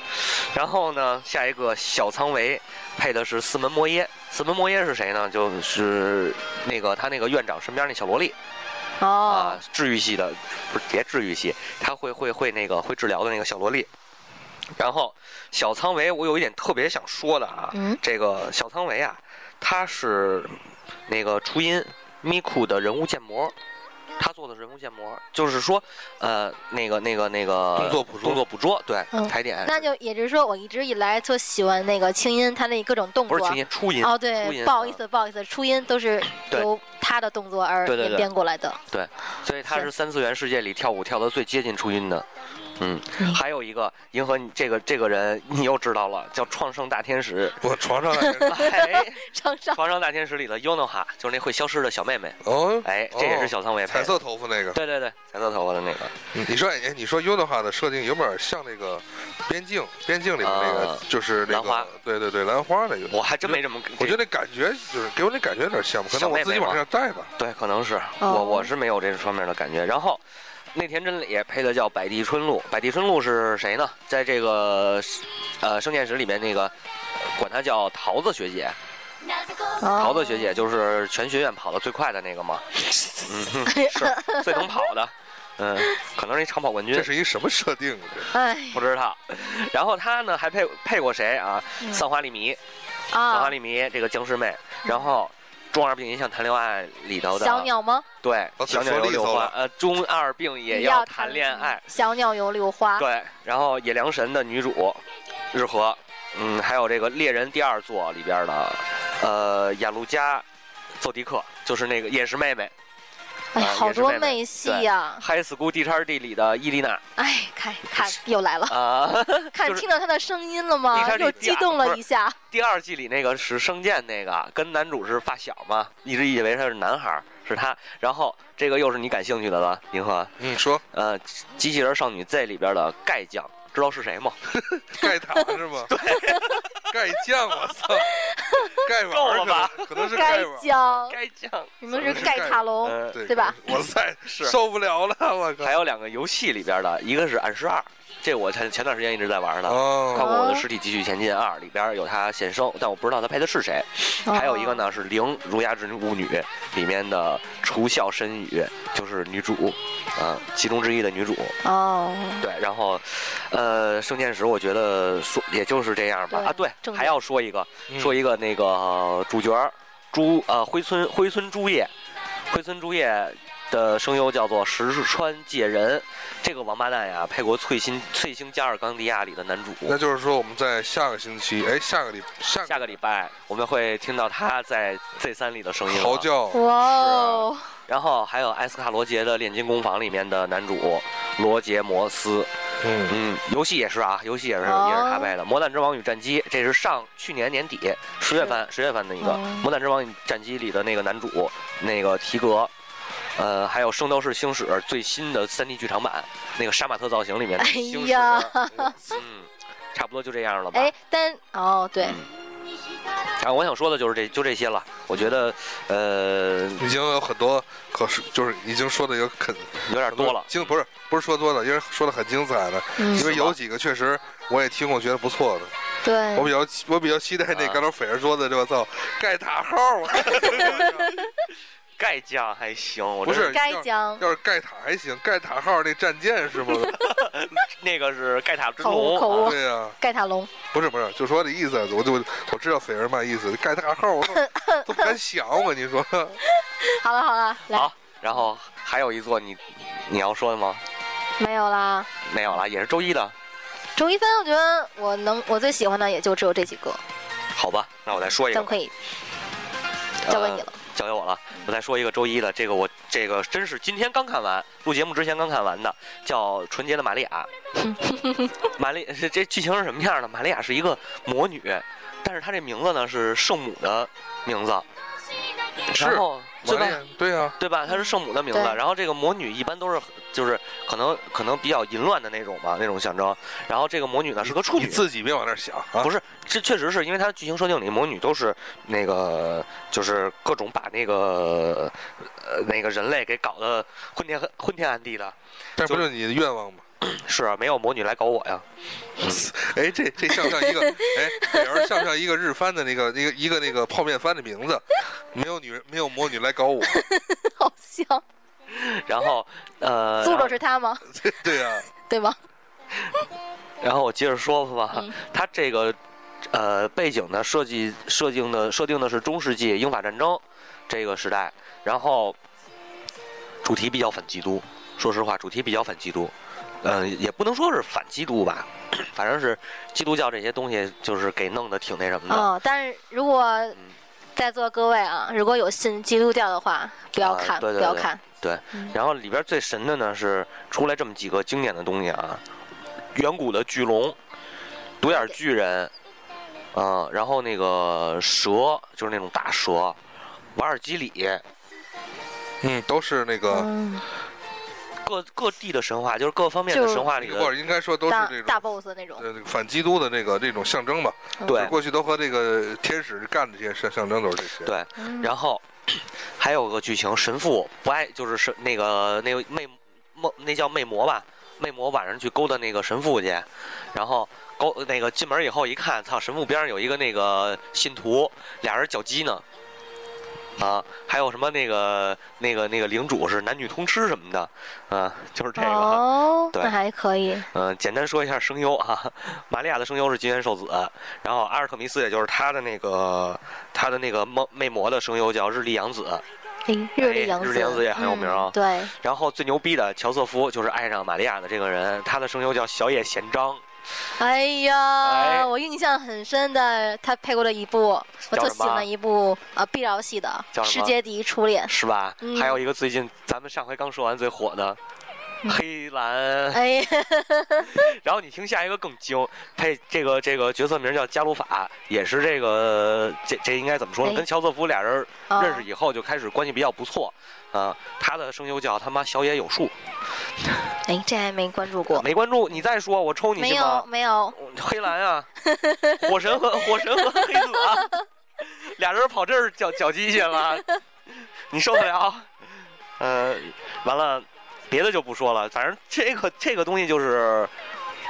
然后呢，下一个小仓唯配的是四门摩耶，四门摩耶是谁呢？就是那个他那个院长身边那小萝莉、
哦
啊，，治愈系的，不是别治愈系，他会会会那个会治疗的那个小萝莉。然后小仓唯，我有一点特别想说的啊，
嗯
这个小仓唯啊，他是那个初音咪库的人物建模，他做的人物建模，就是说，呃，那个那个那个
动作捕捉
动作捕捉，对，
嗯
踩点，
那就也就是说，我一直以来特喜欢那个清音，他那各种动
不
作。
是琴音，初音，
哦，
初
对，
音嗯
不好意思，不好意思，初音都是
对
由他的动作而
对对对
演变过来的。
所以他是三次元世界里跳舞跳的最接近初音的。嗯，
嗯
还有一个银河，你这个这个人你又知道了，叫创圣大天使。
我床上来 着
哎，
张少，
创圣大天使里的 Yonoha 就是那会消失的小妹妹，
哦，
哎，这也是小嗯仓唯配
彩
的。
色头发那个。
对对对，彩色头发的那个。
你说，哎，你说 u n 哈的设定有点像那个边境，边境里面那个
啊，
就是那
兰花
个，对对对，兰花那个。
我还真没这么，
我觉
得
得那感觉就是给我那感觉有点像吧，可
小
能我
妹
自己
妹吗
往上带吧。
对，可能是我
哦
我是没有这方面的感觉。然后内田真理配的叫百地春露，百地春露是谁呢？在这个呃《圣剑史》里面那个管她叫桃子学姐，桃
哦
子学姐就是全学院跑得最快的那个嘛，嗯，哼，是最能跑的，嗯，可能是一长跑冠军
这。是一什么设定啊？
哎
不知道， 然后她呢还配配过谁啊？
嗯
丧花利弥，丧花
啊，
利弥这个僵尸妹，然后《中二病影响谈恋爱》里头的
小鸟吗？
对，
哦
小
嘴
鸟
说
有
利
六
索
花
了，
呃，中二病也要
要
谈恋爱。，
小鸟有六花。
对，然后野良神的女主日和，嗯，还有这个猎人第二座里边的，呃，雅鲁加奏迪克，就是那个也是妹妹。
哎呀，
啊
好
也是
多
妹妹
妹戏呀！
High School D X D 里的伊丽娜
哎，看看又来了，
啊，
看
就是
听到他的声音了
你
吗？
看这
又
第
激
二
动
不
了
是
一下。
第二季里那个是圣剑那个，跟男主是发小嘛，一直以为他是男孩儿，是他。然后这个又是你感兴趣的了，银河，
嗯，说
呃，机 器人少女 Z 里边的盖酱，知道是谁吗？
盖塔是吗？ 盖酱，我 操，盖碗
够
儿
了
可
吧
能可能是
盖
盖碗儿，
酱，
该酱，
你们
是
是盖
盖
塔龙，
呃
哦对
对吧？
我再
是
受不了了，我靠
还！有两个游戏里边的，一个是《暗十二》，这我前前段时间一直在玩呢。看
哦，
过我的《尸体继续前进二》，里边有他现身，但我不知道他配的是谁。还有一个呢是《零儒雅之舞女》里面的除孝申雨，就是女主，啊、其中之一的女主。
哦，
对，然后，呃，圣剑石我觉得说也就是这样吧。
对
啊，对，
正
还要说一个，
嗯
说一个那个、呃主角儿朱呃灰村灰村朱叶，灰村朱叶的声优叫做石川介人，这个王八蛋呀配过《翠星翠星加尔冈迪亚》里的男主。
那就是说我们在下个星期，哎，下个礼下
下个礼拜我们会听到他在 Z 三里的声音了
嚎叫，
哇哦，
然后还有艾斯卡罗杰的《炼金工坊》里面的男主罗杰摩斯，
嗯，
嗯，游戏也是啊，游戏也是、
哦
也是他配的，《魔弹之王与战机》，这是上去年年底十月份十月份的一个《
哦
魔弹之王与战机》里的那个男主那个提格。呃，还有《圣斗士星矢》最新的 3D 剧场版，那个杀马特造型里面的
哎
星矢，
呀
嗯，差不多就这样了吧。
哎，但哦对，
啊，我想说的就是这就这些了。我觉得，呃，
已经有很多可是就是已经说的有很
有点
很
多了。
精不是不是说多了，因为说的很精彩的，
嗯
因为有几个确实我也听过，觉得不错的。
对
我比较期我比较期待那
啊
刚才斐儿说的，这我操，盖塔号啊！
盖酱还行，我
不
真
是
该讲
要是盖塔还行，盖塔号那战舰是吗？
那个是盖塔之
口误
龙，
口误
啊
对呀，
盖塔龙，
不是不是，就说这意思，我就我知道斐儿嘛意思，盖塔号我都都不敢想，我跟 你说，
好了好了，来
好，然后还有一座你你要说的吗？
没有啦。
没有了，也是周一的，
周一帆，我觉得我能我最喜欢的也就只有这几个，
好吧？那我再说一
咱们
个吧，
可以交给你了。
呃交给我了。我再说一个周一的，这个我这个真是今天刚看完，录节目之前刚看完的，叫《纯洁的玛利 亚》。玛丽是这剧情是什么样的？玛利亚是一个魔女，但是她这名字呢是圣母的名字，
是
然后对吧
玛丽？对呀，
对吧？她是圣母的名字，
对
然后这个魔女一般都是就是可能可能比较淫乱的那种吧，那种象征。然后这个魔女呢是个处
你
女，
自己别往那儿想啊
不。是，这确实是因为它剧情设定里魔女都是那个就是各种把那个呃那个人类给搞得昏天昏天暗地的，
这不就是你的愿望吗？
是啊，没有魔女来搞我呀。
哎，这这像不像一个哎，美儿像不像一个日番的那个那个一个那个泡面番的名字？没有女人，没有魔女来搞我，
好像
然后 呃，
作
然
者
后
是他吗？
对呀、
对吗？
然后我接着说吧
嗯，
它这个呃背景呢设计设定的设定的是中世纪英法战争这个时代，然后主题比较反基督，说实话主题比较反基督，嗯、也不能说是反基督吧， 反正是基督教这些东西就是给弄得挺那什么的。
哦，但是如果
嗯
在座各位啊，如果有信基督教的话，不要
啊
看，
对对
不要
对
看。嗯
对，然后里边最神的呢是出来这么几个经典的东西啊，远古的巨龙、独眼巨人，嗯、然后那个蛇就是那种大蛇，瓦尔基里，
嗯，都是那个，
嗯，
各各地的神话就是各方面的
就
神话里
或
的
者应该说都是
大
这种
嗯大 boss 那种。
呃反基督的那个这种象征吧。
对
过去都和这个天使干的这些象象征都是这些。
对，
嗯
然后 还有个剧情，神父不爱就是神那个那个魅魔那叫魅魔吧，魅魔晚上去勾搭那个神父去，然后勾那个进门以后一看，操，神父边上有一个那个信徒，俩人脚鸡呢。啊，还有什么那个那个那个领主是男女通吃什么的，啊，就是这个。
哦，
对
那还可以。
嗯，简单说一下声优啊，玛利亚的声优是金元寿子，然后阿尔特弥斯也就是他的那个他的那个梦魅魔的声优叫日历阳子，
哎日历阳
日
子，
历洋子也很有名
嗯
啊
对，
然后最牛逼的乔瑟夫就是爱上玛利亚的这个人，他的声优叫小野贤章，
哎呀，
哎
我印象很深的，他配过的一部，我
叫
特
什
喜欢
么啊
的一部呃碧瑶系的
叫
《
什
世
么
界第一初恋》。
是吧？
嗯
还有一个最近咱们上回刚说完最火的。黑蓝，
嗯哎，
然后你听下一个更精，配这个这个角色名叫加鲁法，也是这个这这应该怎么说呢？
哎
跟乔瑟夫俩人
哦
认识以后就开始关系比较不错，啊，他的声优叫他妈小野有树，
哎，这还没关注过。
没关注，你再说我抽你
没
信
有
吗？
没有，
我黑蓝啊，火神和火神和黑子啊，俩人跑这儿搅搅基去了，你受得了？呃，完了，别的就不说了，反正这个这个东西就是。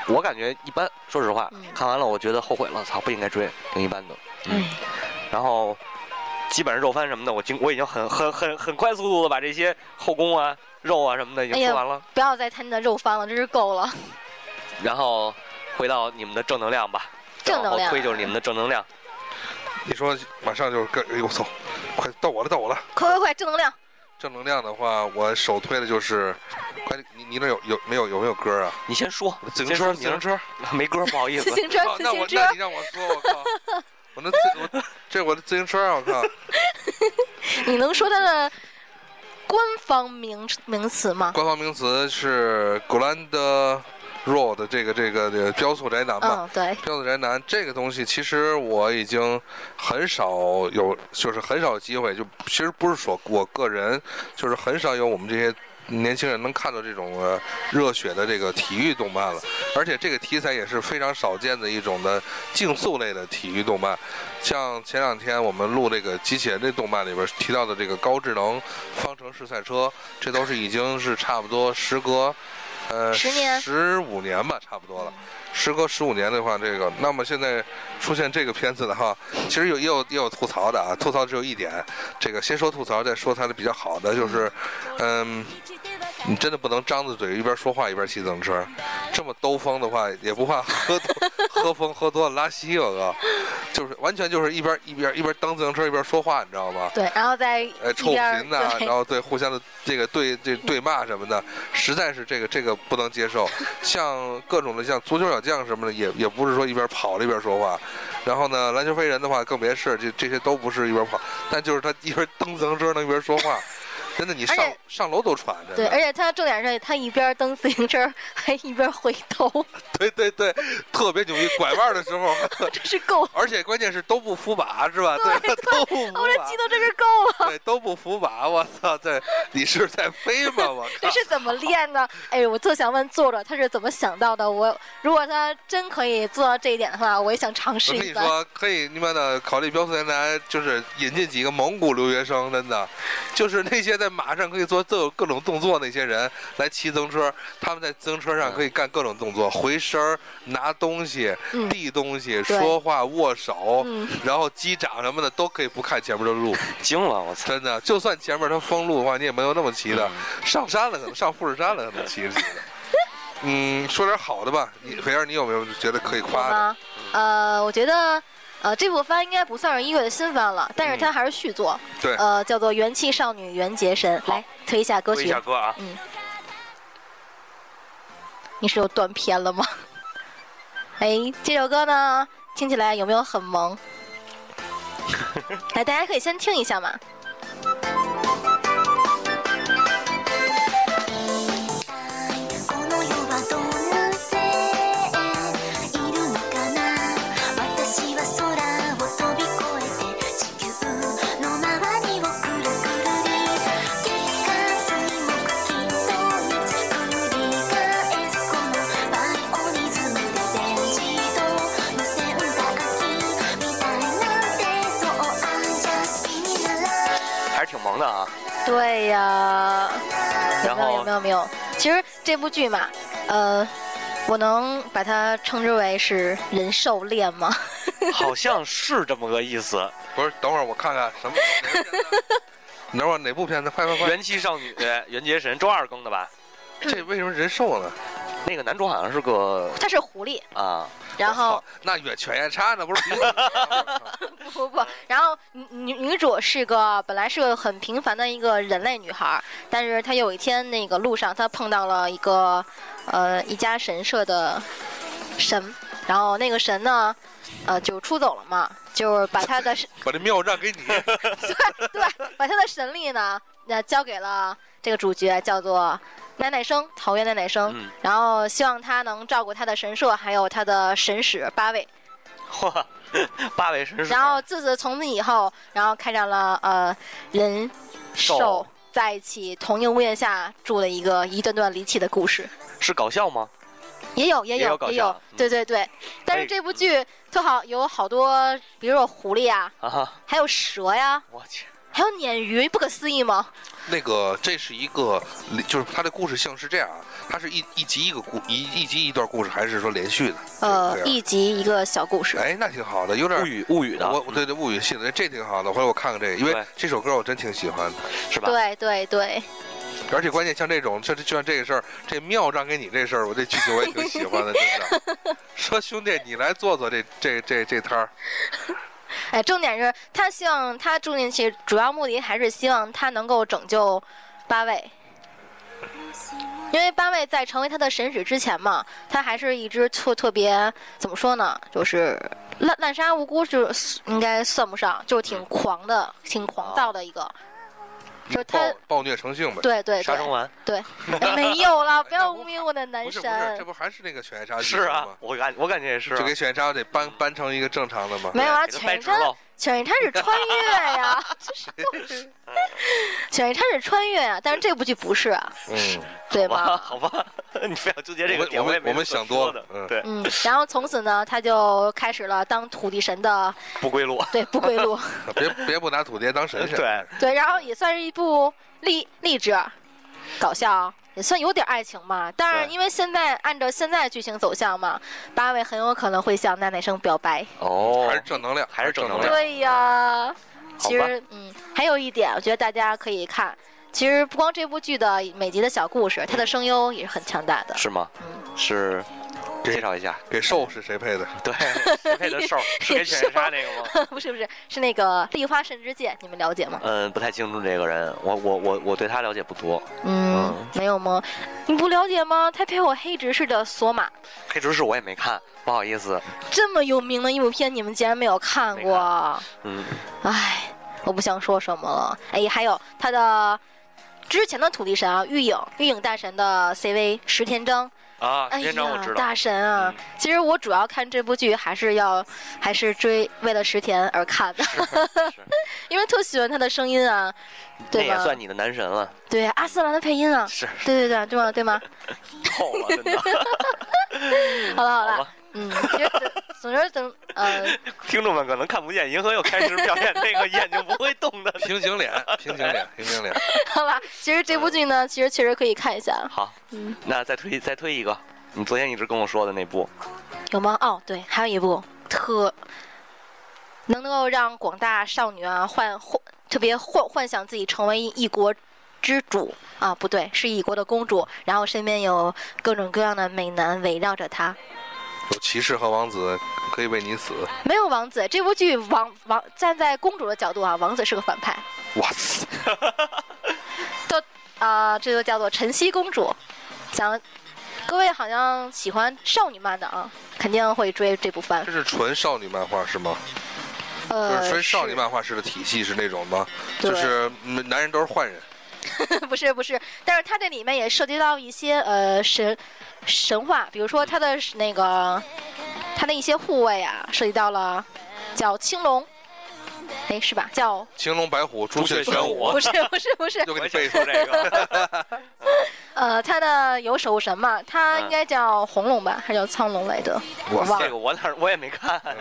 我感觉一般，说实话，
嗯
看完了我觉得后悔了，操，不应该追，挺一般的。嗯
哎，
然后基本上肉番什么的，我经我已经很很很很快速度的把这些后宫啊、肉啊什么的已
哎
经
呀
说完了，
不要再贪的肉番了，真是够了。
然后回到你们的正能量吧。再
正能
往后
量
推就是你们的正能量，
你说马上就是跟，哎呦我操，快到我了，到我了。
快快快，正能量！
正能量的话，我首推的就是，快，你你那有有没有有没有歌啊？
你先说。
自
先
行
说
车，自行
名
车。
没歌，不好意思
自。行车
啊，
自
那我
行车
那，你让我说，我 靠，我那自我这我的自行车啊，我靠，
你能说它的官方名名词吗？
官方名词是 Grand Road 这个这个这个标速宅男
嗯，
吧。
对，
标速宅男这个东西，其实我已经很少有，就是很少有机会，就其实不是说我个人，就是很少有我们这些年轻人能看到这种呃热血的这个体育动漫了，而且这个题材也是非常少见的一种的竞速类的体育动漫。像前两天我们录这个机器人这动漫里边提到的这个高智能方程式赛车，这都是已经是差不多时隔。呃，
十年
十五年吧，差不多了。时隔十五年的话，这个那么现在出现这个片子的话，其实有也有也有吐槽的啊，吐槽只有一点，这个先说吐槽，再说它的比较好的就是，嗯，你真的不能张着嘴一边说话一边骑自行车，这么兜风的话也不怕喝多喝风喝多了拉稀，我靠，就是完全就是一边一边一边蹬自行车一边说话，你知道吗？
对，然后再
呃，
一
臭
边儿
贫呐、
对
然后对互相的这个对 这对骂什么的，实在是这个这个不能接受。像各种的像足球小将什么的，也也不是说一边跑了一边说话。然后呢，篮球飞人的话更别是，这这些都不是一边跑，但就是他一边蹬自行车能一边说话，真的你上
而且
上楼都喘着。
对，而且他重点是他一边蹬自行车还一边回头，
对对对，特别牛逼，拐弯的时候，
真是够了！哦
而且关键是都不扶把是吧？对，都不扶
我这
把
激。动真是够 了，
对，都不扶把，我操！这你是在飞吗？我靠
这！是怎么练 的？哎，我就想问作者他是怎么想到的？我如果他真可以做到这一点的话，我也想尝
我
试
跟
一
你
番。
说，可以你妈的考虑标速电台，就是引进几个蒙古留学生，真的，就是那些在马上可以做各各种动作那些人来骑自行车，他们在自行车上可以干各种动作，回身儿、拿东西、
嗯
递东西、
对
说话、握手，
嗯
然后击掌什么的都可以不看前面的路，
惊了，我操！
真的，就算前面它封路的话，你也没有那么骑的，
嗯
上山了可能上富士山了可能骑着骑的。 嗯，说点好的吧，你肥儿，你有没有觉得可以
我
夸的？
吗？呃，我觉得。呃，这部番应该不算是一月的新番了，但是它还是续作，
对
呃，叫做《元气少女缘结神》。来推一下歌
跪
曲
下，哥啊！
你是又断片了吗？ 哎，这首歌呢，听起来有没有很萌？来，大家可以先听一下嘛。
「この世はどうなっているのかな」「私は空を飛び越えて地球の周りをくるくるり」「月火水木金土日繰り返すこのバイオリズムで全自動無線楽器みたいなんてそう I just feel alive」
还是挺萌的 啊。
对呀，有
然
没有
后
有没有有没有？其实这部剧嘛，呃，我能把它称之为是人兽恋吗？
好像是这么个意思，
不是，等会儿我看看什 么。你等会儿哪部片子？快快
《
快！
元气少 女》《元结神》周二更的吧？
这为什么人瘦呢？
那个男主好像是个
它是狐狸，
啊，
然
我
后
操那远犬夜叉呢？不 是
不不不，然后女女女主是个本来是个很平凡的一个人类女孩儿，但是她有一天那个路上她碰到了一个呃一家神社的神，然后那个神呢呃就出走了嘛，就是把她的
把这庙让给你，
对对，把她的神力呢那交给了这个主角叫做奈奈生桃园奈奈生，
嗯
然后希望她能照顾她的神社还有她的神使八位。
嚯， 八尾神使。
然后自此从此以后，然后开展了呃人
兽
兽在一起同一个屋檐下住的一个一段段离奇的故事。
是搞笑吗？
也有也
也有
有
搞
也
笑
有，
嗯
对对对。但
哎
是这部剧特好，有好多，比如有狐狸啊，
啊哈，
还有蛇呀、
我去，
还有鲶鱼，不可思议吗？
那个，这是一个，就是它的故事像是这样啊，它是一一集一个故一一集一段故事，还是说连续的？
呃
这，样
一集一个小故事。
哎，那挺好的，有点
物语物语的，啊
我我对对物语系列这挺好的，回头我看看这个，因为
对
这首歌我真挺喜欢的，
是吧？
对对对，
而且关键像这种，这就像这个事儿，这庙让给你这事儿，我这剧情我也挺喜欢的，真的。说兄弟，你来坐坐这这这这摊儿，
哎，重点是他希望他住进去，主要目的还是希望他能够拯救八位，因为八位在成为他的神使之前嘛，他还是一只特特别怎么说呢，就是滥滥杀无辜，就是应该算不上，就是
嗯
挺狂的、挺狂躁的一个。就是他
哦暴暴虐成性呗。
对对
杀生
对
丸
对，没有了，不
那
要
不
污蔑我的男
不是
神
不。是，这不还是那个犬夜叉剧
是
情
啊
吗，？
我感我感觉也是啊，
就给犬夜叉得搬搬成一个正常的吗？
没有啊，
给他
犬夜
掰
叉
直喽，
犬夜叉是穿越 呀，这是都是。犬夜叉是穿越啊，但是这部剧不是啊，
嗯，
对
哇，
吗？
好吧， 你非要纠结这个
我们
点，
我们
也没
我们
什么
想多
说
了
的，
嗯
对，
嗯，然后从此呢，他就开始了当土地神的
不归路，啊
对不归 路，
别别不拿土鳖当神仙。
对，
对，然后也算是一部励励志、搞笑，也算有点爱情嘛。但是
对
因为现在按照现在剧情走向嘛，八位很有可能会向奈奈生表白。
哦
还是正能量，
还是正能量
对呀，
好
其
吧
实嗯，还有一点，我觉得大家可以看。其实不光这部剧的每集的小故事，它的声优也是很强大的。
是吗？
嗯
是介绍一 下，
给兽是谁配的？
对，谁配的兽儿是给犬夜叉那个 吗？
不是不是，是那个丽花神之介，你们了解吗？
嗯，不太清楚这个人，我我我我对他了解不多。
嗯，没有吗？你不了解吗？他陪我黑执事的索马，
黑执事我也没看，不好意思。
这么有名的一部片，你们竟然没有看过？
嗯，
唉，我不想说什么了。哎，还有他的之前的土地神啊，玉影，玉影大神的 CV 石田章，
啊，
哎
时间长我
呀
知，道。
大神啊！
嗯
其实我主要看这部剧还是要，还是追为了石田而看的，
是
因为特喜欢他的声音啊，
那
对
也
吧？
算你的男神 了，
对，阿斯兰的配音啊，
是
对对对，对吗？对吗？
透了，真的。
好了好
好
了
吧，
嗯，其实总总之等 呃，
听众们可能看不见，银河又开始表演那个眼睛不会动的。
平行脸，平行脸，平行脸。
好吧，其实这部剧呢，其实确实可以看一下，
好，
嗯
那再推再推一个，你昨天一直跟我说的那部
有吗？哦，对，还有一部特能够让广大少女啊幻幻特别幻幻想自己成为一国之主啊，不对，是一国的公主，然后身边有各种各样的美男围绕着她。
有骑士和王子可以为你死。
没有王子，这部剧王王站在公主的角度啊，王子是个反派，
哇塞，
叫啊、这就叫做晨曦公主。想各位好像喜欢少女漫的啊，肯定会追这部番
这。是纯少女漫画是吗？就
呃，
是纯少女
是
漫画式的体系是那种吗？
对
就是嗯男人都是坏人，
不是不是，但是它这里面也涉及到一些呃神神话，比如说它的是那个它的一些护卫啊，涉及到了叫青龙，哎是吧？ 叫
青龙白虎朱雀
朱雀
玄
玄
武
武，
不是不是不是，
又
我
给你
也想
背出
说
来。
这个，
呃，它的有守护神嘛，它
嗯
应该叫红龙吧，还是叫苍龙来着？我
哇
忘
这
了。
个我哪儿我也没看啊呀。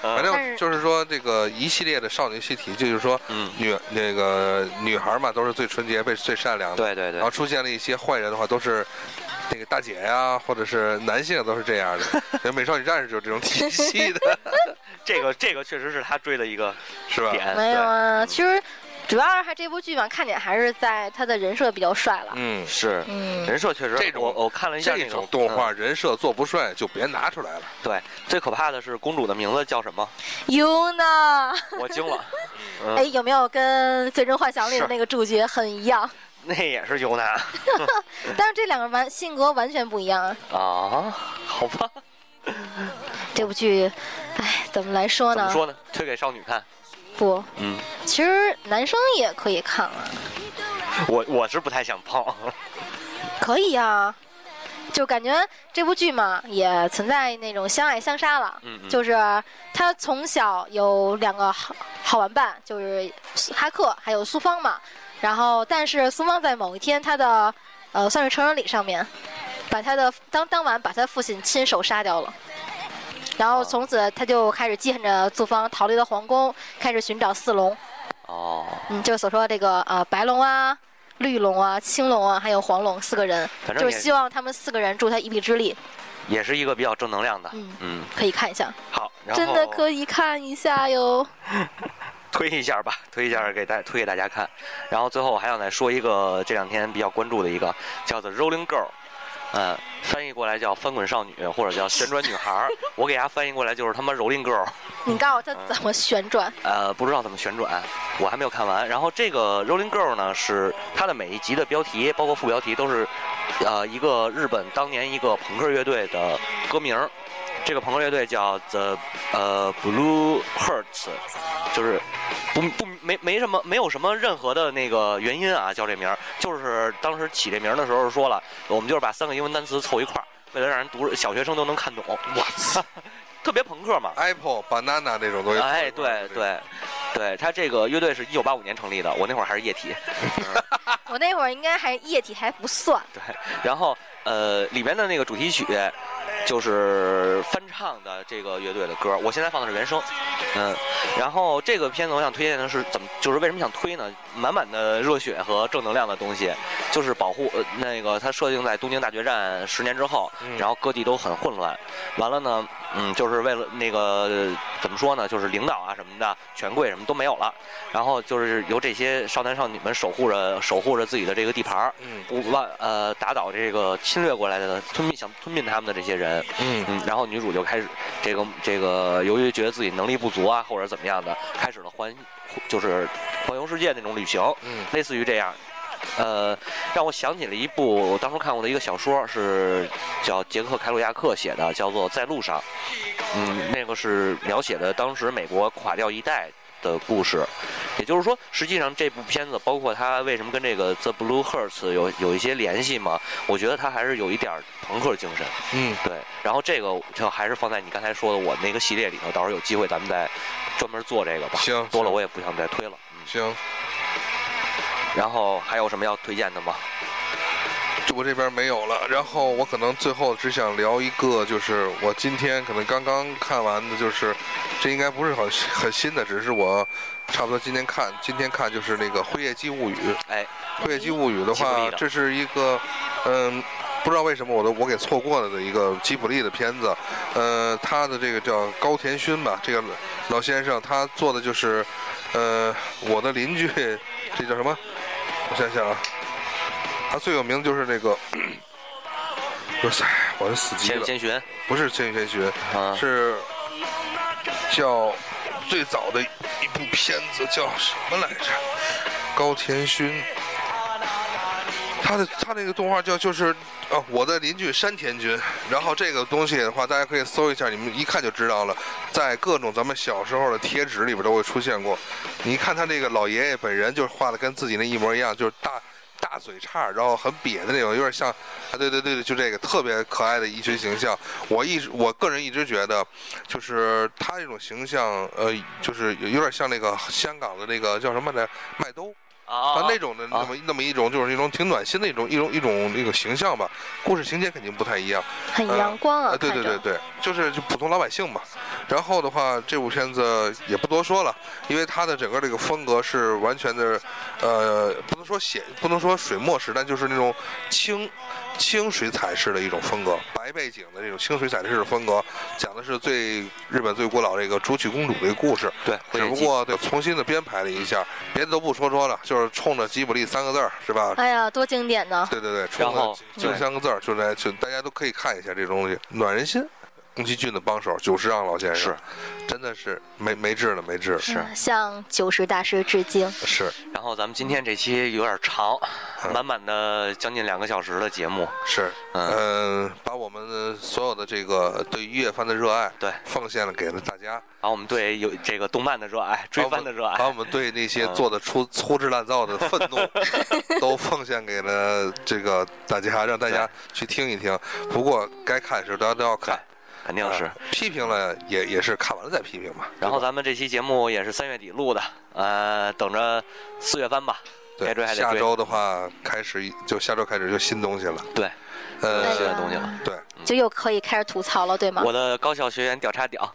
反
嗯
但
正
是
就是说，这个一系列的少女系体，就是说，
嗯，
女那个女孩嘛，都是最纯洁、被最善良的。
对对对
然后，出现了一些坏人的话，都是那个大姐呀，或者是男性都是这样 的。人美少女战士就是这种体系的，
这个这个确实是他追的一个
是吧？
点。
没有
哎对，
啊，其实主要是还这部剧嘛，看点还是在他的人设比较帅了。
嗯，
是
嗯，
人设确实，
这种
我我看了一下那
这
个
种动
嗯
画人设做不顺就别拿出来了。
对，最可怕的是公主的名字叫什么？
尤 娜，
我惊了，嗯
哎，有没有跟《最终幻想》里的
是
那个主角很一样？
那也是 尤娜
但是这两个完性格完全不一样啊！
啊，好吧，
这部剧，哎，怎么来说
怎么
呢？
说呢？推给少女看，
不，
嗯，
其实男生也可以看啊，
我我是不太想碰，
可以啊。就感觉这部剧嘛，也存在那种相爱相杀了。
嗯嗯
就是他从小有两个好好玩伴，就是苏哈克还有苏芳嘛。然后，但是苏芳在某一天他的呃算是成人礼上面，把他的当当晚把他父亲亲手杀掉了。然后从此他就开始记恨着素芳，逃离了皇宫，开始寻找四龙。
哦，
嗯，就是所说这个呃白龙啊、绿龙啊、青龙啊，还有黄龙四个人，
反正
就
也
是希望他们四个人助他一臂之力，
也是一个比较正能量的，
嗯
嗯，
可以看一下，
好，然后
真的可以看一下哟。
推一下吧，推一下给大推给大家看。然后最后我还想再说一个这两天比较关注的一个，叫做 Rolling Girl，呃，翻译过来叫翻滚少女或者叫旋转女孩儿，我给大家翻译过来就是他妈 Rolling Girl。
你告
嗯
诉他怎么旋转，
呃，不知道怎么旋转，我还没有看完。然后这个《Rolling Girl》呢，是它的每一集的标题，包括副标题都是，呃，一个日本当年一个朋克乐队的歌名儿。这个朋克乐队叫 The 呃 Blue Hearts，就是不不没没什么没有什么任何的那个原因啊，叫这名儿，就是当时起这名儿的时候说了，我们就是把三个英文单词凑一块儿，为了让人读小学生都能看懂。我操，特别朋克嘛。
Apple、banana 那种东西。
哎，对对，对，他这个乐队是一九八五年成立的，我那会儿还是液体。
我那会儿应该还液体还不算，
对，然后呃，里面的那个主题曲就是翻唱的这个乐队的歌，我现在放的是原声，嗯，然后这个片子我想推荐的是怎么，就是为什么想推呢？满满的热血和正能量的东西，就是保护呃那个它设定在东京大决战十年之后，
嗯
然后各地都很混乱，完了呢，嗯，就是为了那个呃怎么说呢，就是领导啊什么的，权贵什么都没有了，然后就是由这些少男少女们守护着守护着自己的这个地盘儿，
嗯
不乱呃打倒这个侵略过来的吞并想吞并他们的这些人，
嗯，
嗯，然后女主就开始这个这个由于觉得自己能力不足啊或者怎么样的，开始了环就是环游世界那种旅行，
嗯
类似于这样。呃，让我想起了一部我当初看过的一个小说，是叫杰克·凯鲁亚克写的，叫做《在路上》。嗯，那个是描写的当时美国垮掉一代的故事。也就是说，实际上这部片子，包括它为什么跟这个《The Blue Hearts 有》有一些联系嘛，我觉得它还是有一点儿朋克精神。
嗯，
对，然后这个就还是放在你刚才说的我那个系列里头，到时候有机会咱们再专门做这个吧。
行
多了
行
我也不想再推了。嗯，
行，
然后还有什么要推荐的吗？
就我这边没有了。然后我可能最后只想聊一个，就是我今天可能刚刚看完的，就是这应该不是很很新的，只是我差不多今天看，今天看就是那个《辉夜姬物语》。
哎，
《月姬物语》的
吉卜
话
力，的
这是一个，嗯，不知道为什么我都我给错过了的一个吉卜力的片子，呃，他的这个叫高田勋吧，这个老先生他做的就是，呃，我的邻居， 这叫什么？我想想啊，他最有名的就是那个， 哇塞，我是死机
千与
了，
千寻
不是《千与千寻》，
啊，
是叫最早的一部片子叫什么来着？高田勋，他的他那个动画叫就是啊，我的邻居山田君。然后这个东西的话，大家可以搜一下，你们一看就知道了，在各种咱们小时候的贴纸里边都会出现过。你一看他这个老爷爷本人，就是画的跟自己那一模一样，就是大。大嘴叉，然后很瘪的那种，有点像，啊，对对对对，就这个特别可爱的一群形象。我一直我个人一直觉得，就是他这种形象，呃，就是有有点像那个香港的那个叫什么来，麦兜，
啊啊
啊
啊，
那种的那
啊
么那么一种就是一种挺暖心的一种一种一种那个形象吧，故事情节肯定不太一样。
很
嗯
阳光
呃
啊，
呃对
看
对对
着。
对，就是就普通老百姓嘛。然后的话，这部片子也不多说了，因为它的整个这个风格是完全的，呃，不能说写，不能说水墨式，但就是那种清清水彩式的一种风格，白背景的这种清水彩式的风格，讲的是最日本最古老这个竹取公主这个故事。
对，会
只
员
不
机
过对重新的编排了一下，别的都不说说了，就是冲着吉卜力三个字儿是吧？
哎呀，多经典呢！
对对对，冲
然后
着就
对
三个字儿，就来就大家都可以看一下这东西，暖人心。宫崎骏的帮手，久石让老先生
是，
真的是没没治了，没治了，
是。
嗯向九十大师致敬。
是
然后咱们今天这期有点长，
嗯
满满的将近两个小时的节目，
是，
嗯，
嗯，把我们所有的这个对于乐番的热爱，
对
奉献了给了大家，
把我们对有这个动漫的热爱、追番的热
把
爱，
我们对那些
嗯
做的粗粗制滥造的愤 怒，都奉献给了这个大家，让大家去听一听。不过该看的时候大家都要看，
肯定是
啊。批评了也也是看完了再批评嘛。
然后
对吧
咱们这期节目也是三月底录的，呃，等着四月番吧，
对
该追还，得
下
追
周的话开始就下周开始就新东西了，
对，
呃，
新的东西了。
对，
就又可以开始吐槽了，对吗
嗯我？的高校学员屌叉 屌，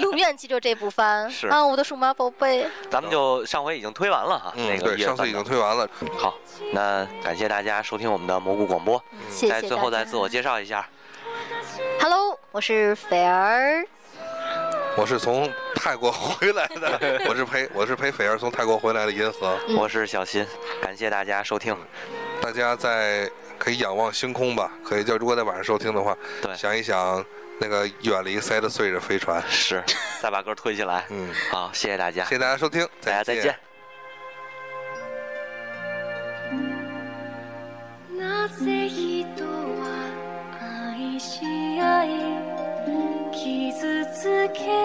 永远记着这 部番
是
啊，我的数码宝贝。
咱们就上回已经推完了哈，
嗯，
那个
对，
一月
上
份
次已经推完了，
的好。那感谢大家收听我们的蘑菇广播，
谢谢
在最后
大
嗯再
家
自我介绍一下，
Hello，我是菲儿，
我是从泰国 回来的，我是陪我是陪斐儿从泰国回来的银河，
嗯
我是小新，感谢大家收听，
大家在可以仰望星空吧，可以就如果在晚上收听的话，
对
想一想那个远离塞得碎的飞船，
是，再把歌推起来，
嗯，
好，谢谢大家
谢，谢大家收听，
哎大家再见。
なぜ人は愛し合い傷つけ